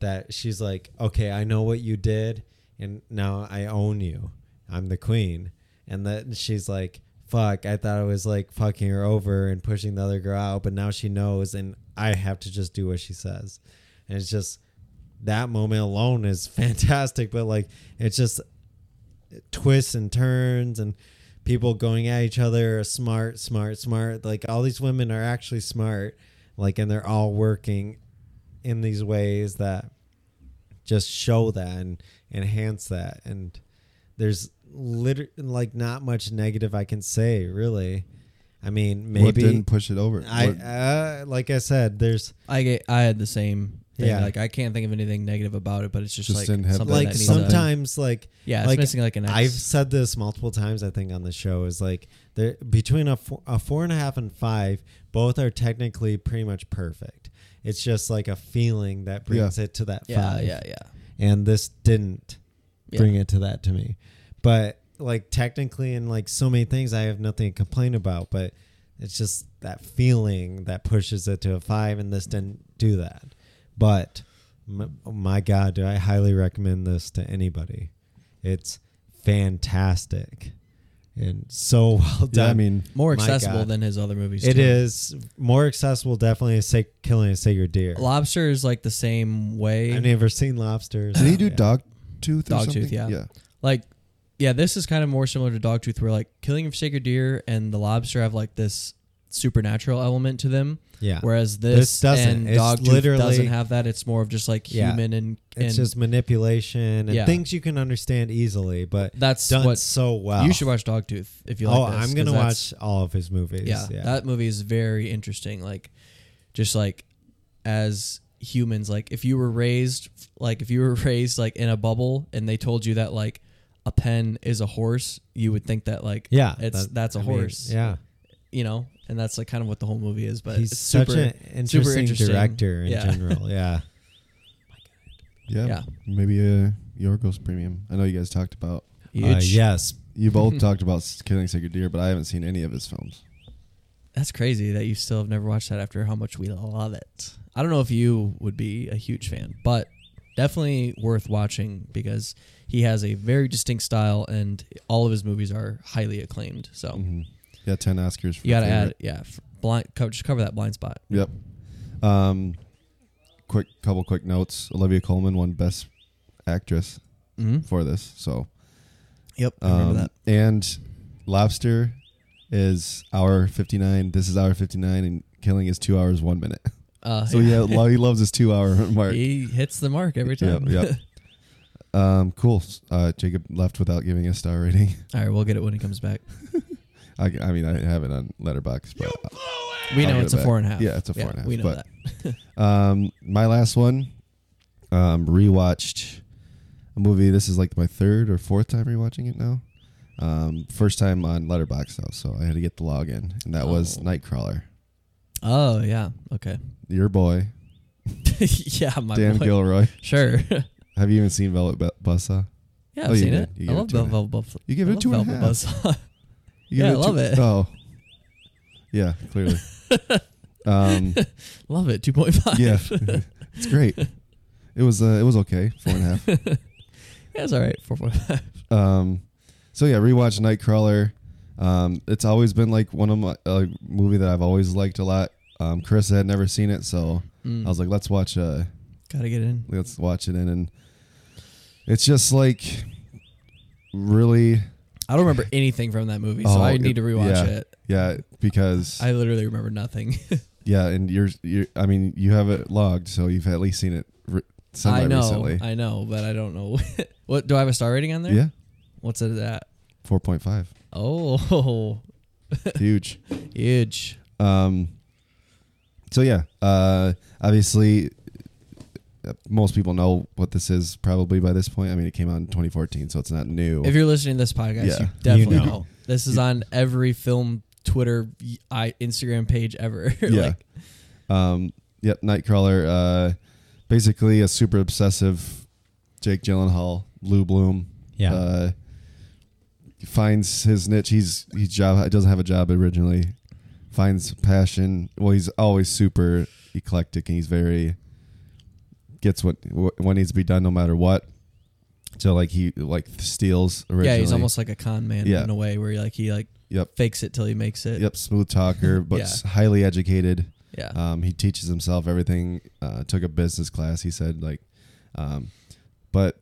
that she's like okay i know what you did and now i own you i'm the queen and then she's like fuck i thought i was like fucking her over and pushing the other girl out but now she knows and i have to just do what she says and it's just that moment alone is fantastic but like it's just twists and turns and people going at each other are smart smart smart like all these women are actually smart like and they're all working in these ways that just show that and enhance that and there's liter- like not much negative i can say really i mean
What
maybe
didn't push it over?
i
What-
uh, like i said there's
I get, I had the same thing.
Yeah.
Like I can't think of anything negative about it, but it's just,
Just
like
didn't have
something
that
that
like
needs
some-
to-
sometimes like
Yeah, it's missing, like, an X.
I've said this multiple times I think on the show is like there between a four, a four and a half and five both are technically pretty much perfect. It's just like a feeling that brings
Yeah.
it to that
yeah,
five.
yeah, yeah.
And this didn't
Yeah.
bring it to that to me, but like technically and like so many things I have nothing to complain about, but it's just that feeling that pushes it to a five, and this didn't do that. But m- my God, do I highly recommend this to anybody? It's fantastic and so well done.
Yeah, I mean,
More
My
accessible
God.
than his other movies.
it
too.
is more accessible, definitely. As sac- killing a sacred deer.
Lobster is like the same way.
I've never seen lobsters.
Did he do
Yeah.
dog tooth? Or
Dog
something?
tooth, yeah.
Yeah.
like yeah this is kind of more similar to dogtooth where like killing of sacred deer and the lobster have like this supernatural element to them
Yeah.
whereas
This
this,
doesn't.
and
It's
dogtooth
literally-
doesn't have that it's more of just like
Yeah.
human and, and
It's just manipulation and
Yeah.
things you can understand easily, but
That's
done
what-
so well.
you should watch dogtooth if you like
oh,
this,
I'm
'cause
gonna
that's-
watch all of his movies.
yeah,
yeah.
that movie is very interesting like just like as humans like if you were raised like if you were raised like in a bubble and they told you that like a pen is a horse you would think that like
Yeah,
it's
that-
that's a
I mean,
horse
yeah,
you know, and that's like kind of what the whole movie is. But
he's
it's
such
super,
an interesting,
super interesting
director in
yeah.
general. Yeah, Uh,
yeah,
Yeah.
Maybe uh, Yorgos Premium. I know you guys talked about.
uh,
Huge.
yes,
You both talked about s- Killing Sacred Deer, but I haven't seen any of his films.
That's crazy that you still have never watched that after how much we love it. I don't know if you would be a huge fan, but definitely worth watching because he has a very distinct style and all of his movies are highly acclaimed. So
Yeah, ten Oscars. For
Oh. you got to
Mm-hmm. favorite.
add, yeah, f- blind, co- just cover that blind spot.
Yep. Um, quick couple quick notes. Olivia Colman won Best Actress
Mhm.
for this, so
Yep. I
um,
remember that.
and Lobster is hour fifty nine. This is hour fifty nine, and Killing is two hours one minute.
Uh,
So yeah, lo- he loves his two hour mark.
he hits the mark every
Yep,
time.
yep. um, cool. Uh, Jacob left without giving a star rating.
all right, we'll get it when he comes back.
I, I mean, I have it on Letterbox, but
We
I'll
know
get
it's a
it back.
four and a half.
Yeah, it's a four and a half,
We know that.
but- Um, my last one, um, rewatched a movie. This is like my third or fourth time rewatching it now. Um, first time on Letterbox though, so I had to get the login, and that was
Oh.
Nightcrawler.
Oh yeah. Okay.
Your boy,
yeah, my
Dan
boy.
Gilroy.
Sure.
Have you even seen Velvet Bu- Buzzsaw?
yeah,
Oh,
I've
you
seen
did.
it.
You
I
gave it
love
two and a
Velvet Buff.
You give
I
it
love
two and a
Velvet
half.
Buzzsaw.
You
Yeah,
give
I love
two-
it.
Oh, yeah, clearly. um,
love it. Two point five.
yeah, it's great. It was uh, it was okay, four and a half.
yeah, it's all right. Four point five.
Um, So yeah, rewatch Nightcrawler. Um, it's always been like one of my a movie that I've always liked a lot. Um, Chris had never seen it, so
Mm.
I was like, let's watch. Uh,
Gotta get in.
let's watch it in, and it's just like really.
I don't remember anything from that movie, so
oh,
I need to rewatch
yeah,
it.
Yeah, because
I literally remember nothing.
yeah, and you're, you're. I mean, you have it logged, so you've at least seen it. Re- semi
I know,
recently.
I know, but I don't know. what do I have a star rating on there?
yeah,
What's it at?
four point five,
Oh,
huge.
huge.
Um, so yeah, uh, obviously, uh, most people know what this is probably by this point. I mean, it came out in 2014, so it's not new.
If you're listening to this podcast,
Yeah.
you
You
definitely
know.
know. This is on every film, Twitter, y- I, Instagram page ever.
yeah.
like,
um, yep. Nightcrawler. Uh, basically, a super obsessive Jake Gyllenhaal, Lou Bloom.
Yeah.
Uh, finds his niche. He's he's job. He doesn't have a job originally. Finds passion. Well, he's always super eclectic, and he's very gets what wh- what needs to be done, no matter what. So like he like steals originally.
yeah, he's almost like a con man
Yeah.
in a way where he, like he like
yep
fakes it till he makes it.
yep smooth talker, but
Yeah.
s- highly educated.
Yeah.
Um, he teaches himself everything. Uh, took a business class. He said like, um, but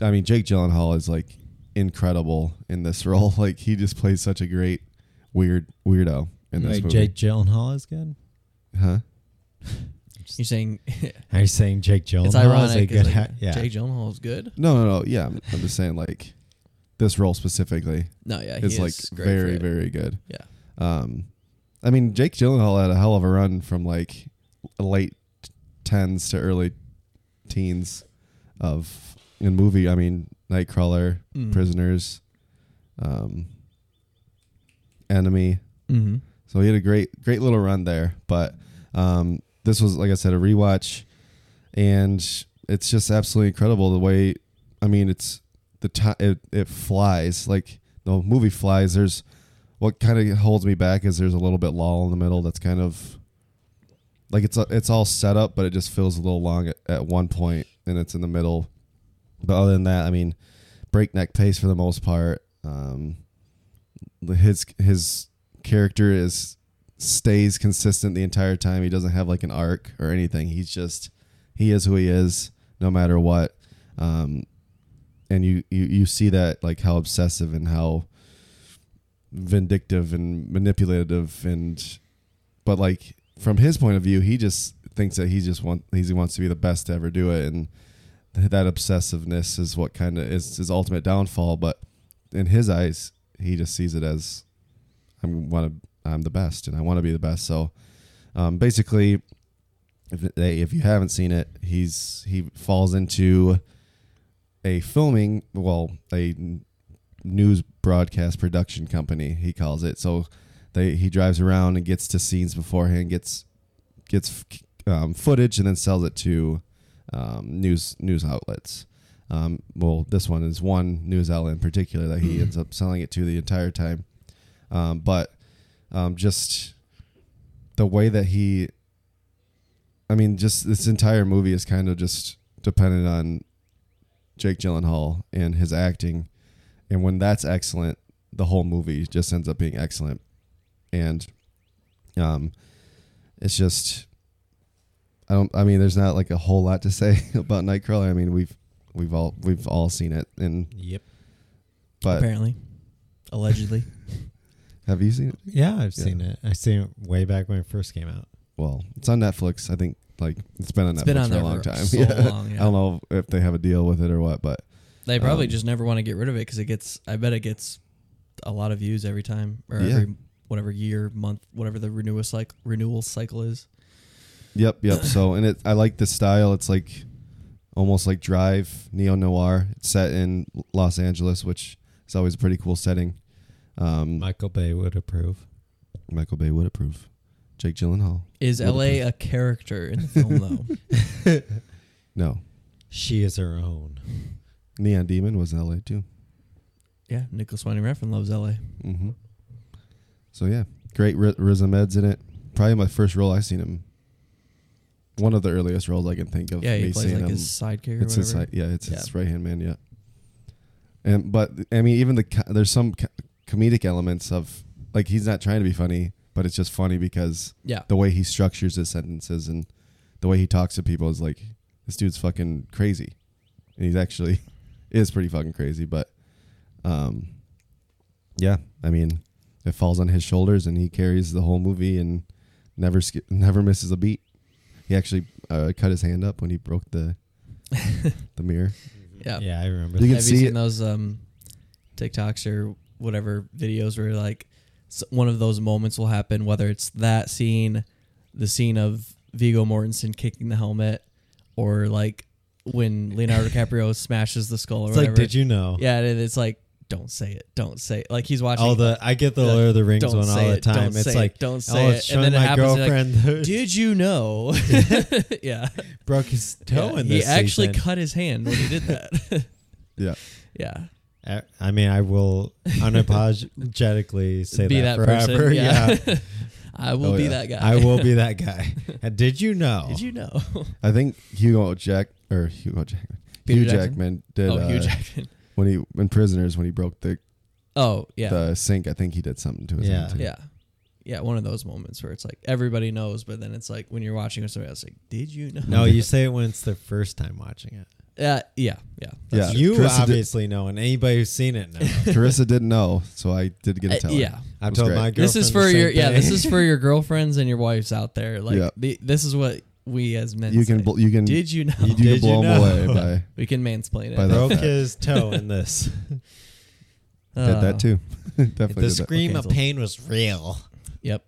I mean Jake Gyllenhaal is like incredible in this role. Like he just plays such a great weird weirdo in this
Like
movie.
Jake Gyllenhaal is good.
huh?
You're saying it's
Are you saying Jake Gyllenhaal is a
ironic.
good?
Good like,
act- yeah,
Jake Gyllenhaal is good.
No, no, no. Yeah, I'm, I'm just saying like this role specifically
No, yeah, he is
is like
great for
very
it.
very good.
Yeah.
Um, I mean Jake Gyllenhaal had a hell of a run from like late tens to early teens of in movie. I mean Nightcrawler,
Mm.
Prisoners, um, Enemy.
Mm-hmm.
So he had a great great little run there. But um, this was like I said a rewatch, and it's just absolutely incredible the way. I mean, it's the time it, it flies like the movie flies. There's what kind of holds me back is there's a little bit lull in the middle that's kind of like it's it's all set up, but it just feels a little long at, at one point, and it's in the middle. But other than that, I mean, breakneck pace for the most part. Um, his his character is stays consistent the entire time. He doesn't have like an arc or anything. He's just he is who he is no matter what. Um, and you, you you see that like how obsessive and how vindictive and manipulative and but like from his point of view, he just thinks that he just want he wants to be the best to ever do it and th- that obsessiveness is what kind of is his ultimate downfall, but in his eyes, he just sees it as I'm want to I'm the best and I want to be the best. So um, basically, if they, if you haven't seen it, he's he falls into a filming well a n- news broadcast production company he calls it. So they he drives around and gets to scenes beforehand, gets gets um, footage and then sells it to um, news news outlets. Um, well, this one is one news outlet in particular that he ends up selling it to the entire time. Um, but um, just the way that he, I mean, just this entire movie is kind of just dependent on Jake Gyllenhaal and his acting, and when that's excellent, the whole movie just ends up being excellent, and um, it's just. I don't. I mean, there's not like a whole lot to say about Nightcrawler. I mean, we've we've all we've all seen it, and
Yep.
but
Apparently, allegedly.
have you seen it?
Yeah, I've
Yeah.
seen it. I seen it way back when it first came out.
well, it's on Netflix. I think like it's been on
It's
Netflix
been on
for a
there
long
for
time.
so long, yeah.
I don't know if they have a deal with it or what, but
They probably
Um,
just never want to get rid of it because it gets. I bet it gets a lot of views every time or
Yeah.
every whatever year, month, whatever the renewal cycle renewal cycle is.
yep, yep. so and it, I like the style. It's like almost like Drive neo noir. It's set in Los Angeles, which is always a pretty cool setting. Um,
Michael Bay would approve.
Michael Bay would approve. Jake Gyllenhaal.
Is
What if
L.A. a character in the film though?
No,
She is her own.
Neon Demon was in L.A. too.
yeah, Nicholas Winding Refn loves L.A.
hmm So yeah, great Ri- Riz Ahmed's in it. Probably my first role I've seen him. One of the earliest roles I can think of.
Yeah, he
me
plays
seeing
like
him.
his sidekick or
It's
whatever.
his right, yeah, it's
Yeah.
his right hand man. Yeah. And but I mean, even the co- there's some co- comedic elements of like he's not trying to be funny, but it's just funny because
Yeah.
the way he structures his sentences and the way he talks to people is like this dude's fucking crazy, and he's actually is pretty fucking crazy. But um, yeah, I mean, it falls on his shoulders, and he carries the whole movie and never sk- never misses a beat. He actually uh, cut his hand up when he broke the the mirror.
Yeah.
Yeah, I remember.
You
that.
can
Have
see
you seen
it.
those um, TikToks or whatever videos where like s- one of those moments will happen, whether it's that scene, the scene of Vigo Mortensen kicking the helmet, or like when Leonardo DiCaprio smashes the skull or
It's
whatever.
like, did you know?
Yeah, and it's like, don't say it, don't say it. Like he's watching.
All the I get the Lord of the Rings
Don't
one
say
all the
it, don't
time.
say
It's
it,
like
don't
oh,
say
it's
it, and
showing
then it
my
happens, you're like,
girlfriend who
Did you know? yeah.
broke his toe
yeah.
in
he
this
actually
season.
cut his hand when he did that.
Yeah.
yeah.
I- I mean, I will unapologetically say
Be
that,
that person,
forever.
yeah. I will
Oh,
be
yeah.
that guy.
I will be that guy. And did you know?
Did you know?
I think Hugo Jack or Hugo Jackman,
Peter
Hugh
Jackson?
Jackman did
oh, Hugh
uh,
Jackman.
when he in Prisoners when he broke the
Oh, yeah.
the sink. I think he did something to his
Yeah.
hand. Too.
yeah. Yeah, one of those moments where it's like everybody knows, but then it's like when you're watching with somebody else, like, did you know?
No, you say it when it's the first time watching it.
Uh, yeah, yeah.
Yeah.
you
Carissa did-
obviously know, and anybody who's seen it knows.
Carissa didn't know, so I did get
Uh,
a tell. her.
yeah.
I've
was
told
great.
my girlfriend.
This is for
the same
your yeah. This
thing.
is for your girlfriends and your wives out there. Like
Yeah.
the, this is what we as men
You can
say.
bl- you can
Did you know?
you, can
Did you
blow him
know?
away by
we can mansplain it.
By
broke
that.
his toe in this.
Uh,
did that too. Definitely
the
did that.
scream of
Cancel.
pain was real.
Yep.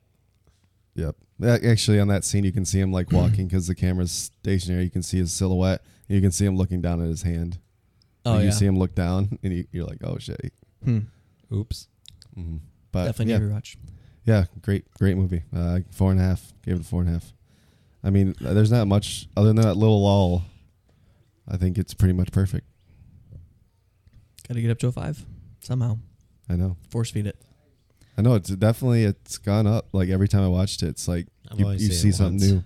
Yep. A- Actually, on that scene, you can see him
Hmm.
like walking because the camera's stationary. You can see his silhouette. And you can see him looking down at his hand.
Oh
Like,
yeah.
You see him look down, and you, you're like, "Oh shit."
Hmm.
Oops.
Mhm. But
Definitely
yeah,
need to watch.
Yeah, great, great movie. Uh, four and a half. Gave it a four and a half. I mean, uh, there's not much other than that little lull. I think it's pretty much perfect.
Got to get up to a five somehow.
I know.
Force feed it.
I know. It's definitely it's gone up. Like every time I watched it, it's like
I've
you,
only
you
seen
see
it
something
once.
new.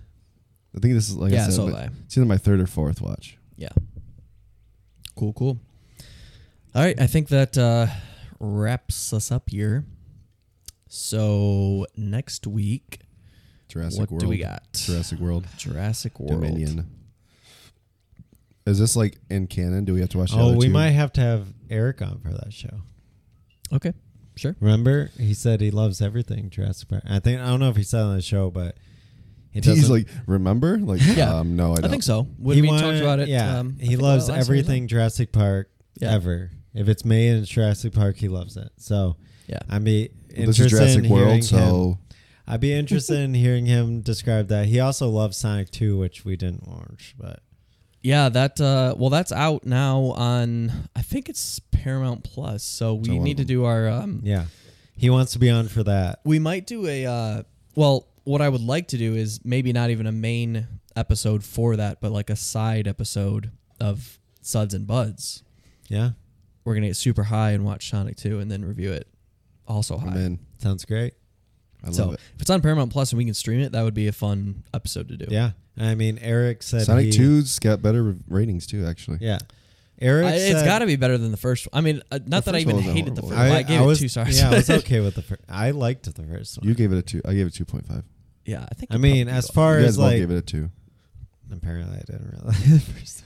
I think this is like I
yeah,
said,
so
but
have I.
it's either my third or fourth watch.
Yeah. Cool, cool. All right, I think that uh, wraps us up here. So next week,
Jurassic
what
World.
do we got?
Jurassic World.
Jurassic World.
Dominion. Is this like in canon? Do we have to watch? the
Oh,
other
we
two?
might have to have Eric on for that show.
Okay, sure.
Remember, he said he loves everything Jurassic Park. I think I don't know if he said it on the show, but he
He's
doesn't-
like, remember? Like,
Yeah.
um, no, I don't.
I think so. When we talked
wanted-
about it,
Yeah,
um, I
he
think
loves
about it last week,
everything Jurassic Park
Yeah.
ever. If it's made in Jurassic Park, he loves it. So
Yeah.
I'd be
This is
interested
Jurassic
in hearing
World, so
him. I'd be interested in hearing him describe that. He also loves Sonic 2, which we didn't watch, but
Yeah, that uh well that's out now on I think it's Paramount Plus. So
So
we
one
need to
of
do our um
yeah, he wants to be on for that.
we might do a uh well, what I would like to do is maybe not even a main episode for that, but like a side episode of Suds and Buds.
Yeah,
We're going to get super high and watch Sonic 2 and then review it also high.
I'm in.
sounds great.
I love
so,
it.
if it's on Paramount Plus and we can stream it, that would be a fun episode to do.
Yeah, I mean Eric said
Sonic
he-
Two's got better re- ratings too. Actually,
Yeah, Eric,
I, it's
said-
got to be better than the first one. I mean, uh, not that I
first
even
one wasn't
hated the
horrible.
first one.
I,
I, gave
I was,
it two stars.
Yeah, I was okay with the first. I liked the first one.
you gave it a two. I gave it two point five.
yeah, I think.
I
it
mean,
probably
as
will.
far
You guys
as
both
like
gave it a two.
Apparently, I didn't realize.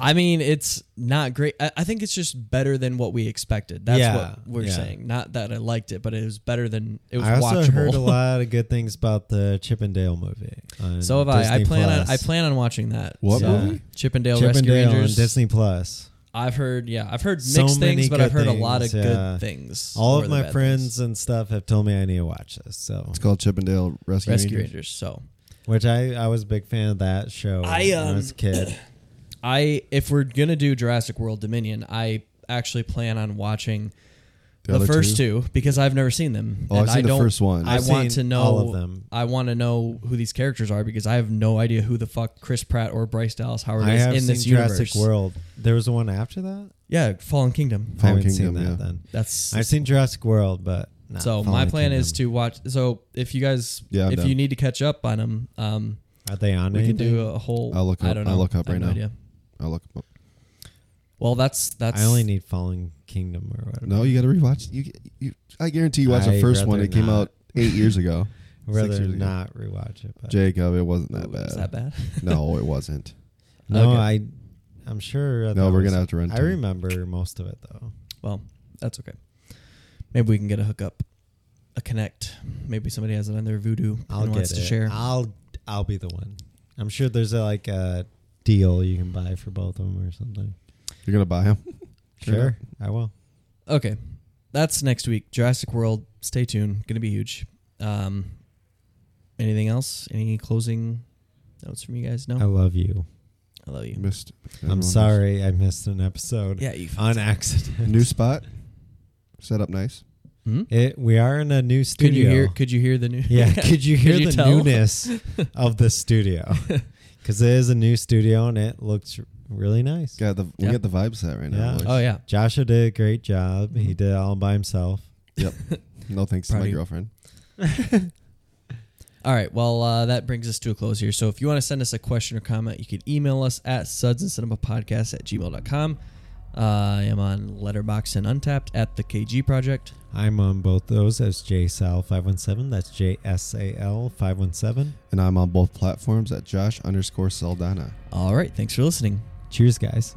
I mean, it's not great. I, I think it's just better than what we expected. That's
Yeah,
what we're
yeah.
saying. Not that I liked it, but it was better than it was
I also
watchable.
heard a lot of good things about the Chippendale movie. on
so have I. I
Disney
plan on I
Plus.
plan on watching that.
What
so,
movie?
Chippendale Rescue
Chippendale on
Rangers.
Disney Plus.
I've heard yeah, I've heard mixed
So many
things, but
good
I've heard a lot of
things, yeah.
good things.
All
more
of
than
my
bad
friends
things.
and stuff have told me I need to watch this. So,
It's called Chippendale Rescue,
Rescue
Rangers.
Rangers. So
which I I was a big fan of that show
I,
when I was a
um,
kid.
I if we're gonna do Jurassic World Dominion, I actually plan on watching
The
the,
other
first
two?
two? because I've never seen them.
Oh, I've
I
seen the
don't-
first one.
I
I've
want to
seen
know
all of them.
I want to know who these characters are because I have no idea who the fuck Chris Pratt or Bryce Dallas Howard
I
is
have
in
seen
this
Jurassic
universe.
World. There was one after that.
Yeah, Fallen Kingdom.
I
Fallen
haven't
Kingdom,
seen that
yeah.
then.
That's
I've seen Jurassic World, but not
so. My
Fallen
plan is
Kingdom.
to watch. So if you guys,
Yeah, I'm
if
down.
you need to catch up on them, um,
Are they on?
we
anything?
can do a whole.
I'll look
I
up-
don't know.
I'll look up
I have
right
no
now.
idea.
I'll look. 'em up.
Well, that's that's
I only need Fallen Kingdom or whatever.
No, you got to rewatch. You, you, I guarantee you watched the
I'd
first one.
rather
It came
not.
out eight years ago.
I'd
Six
rather
years ago.
not rewatch it. But
Jacob, it wasn't that
Ooh,
bad.
is that bad?
no, it wasn't.
no,
Okay.
I, I'm sure.
No,
that
we're
was-
gonna have to run
I
to it.
remember most of it though.
Well, that's okay. Maybe we can get a hookup, a connect. Maybe somebody has it on their voodoo
I'll
and
get
wants
it.
to share.
I'll I'll be the one. I'm sure there's a, like a deal you can buy for both of them or something.
You're gonna buy him.
Sure,
Sure.
I will.
Okay, that's next week. Jurassic World. Stay tuned. Going to be huge. Um, anything else? Any closing notes from you guys? No,
I love you.
I love you.
Missed.
I'm
everyone
sorry I missed an episode.
Yeah, you.
on
missed.
accident.
New spot. Set up nice.
Hmm?
It, we are in a new studio.
Could you hear? Could you hear the new?
yeah, could you hear
you
the
tell?
newness of the studio? Because it is a new studio and it looks really nice.
Got the
Yeah.
we got the vibe set right
Yeah.
now. boys.
Oh yeah.
Joshua did a great job. He
Mhm.
did it all by himself.
No thanks to
Proud of
my
you.
girlfriend.
All right. Well, uh, that brings us to a close here. So if you want to send us a question or comment, you can email us at suds and cinema podcast at gmail.com. Uh, I am on Letterbox and Untapped at the KG Project.
I'm on both those as JSAL517. That's JSAL517.
And I'm on both platforms at Josh underscore Saldana.
All right. Thanks for listening.
Cheers, guys.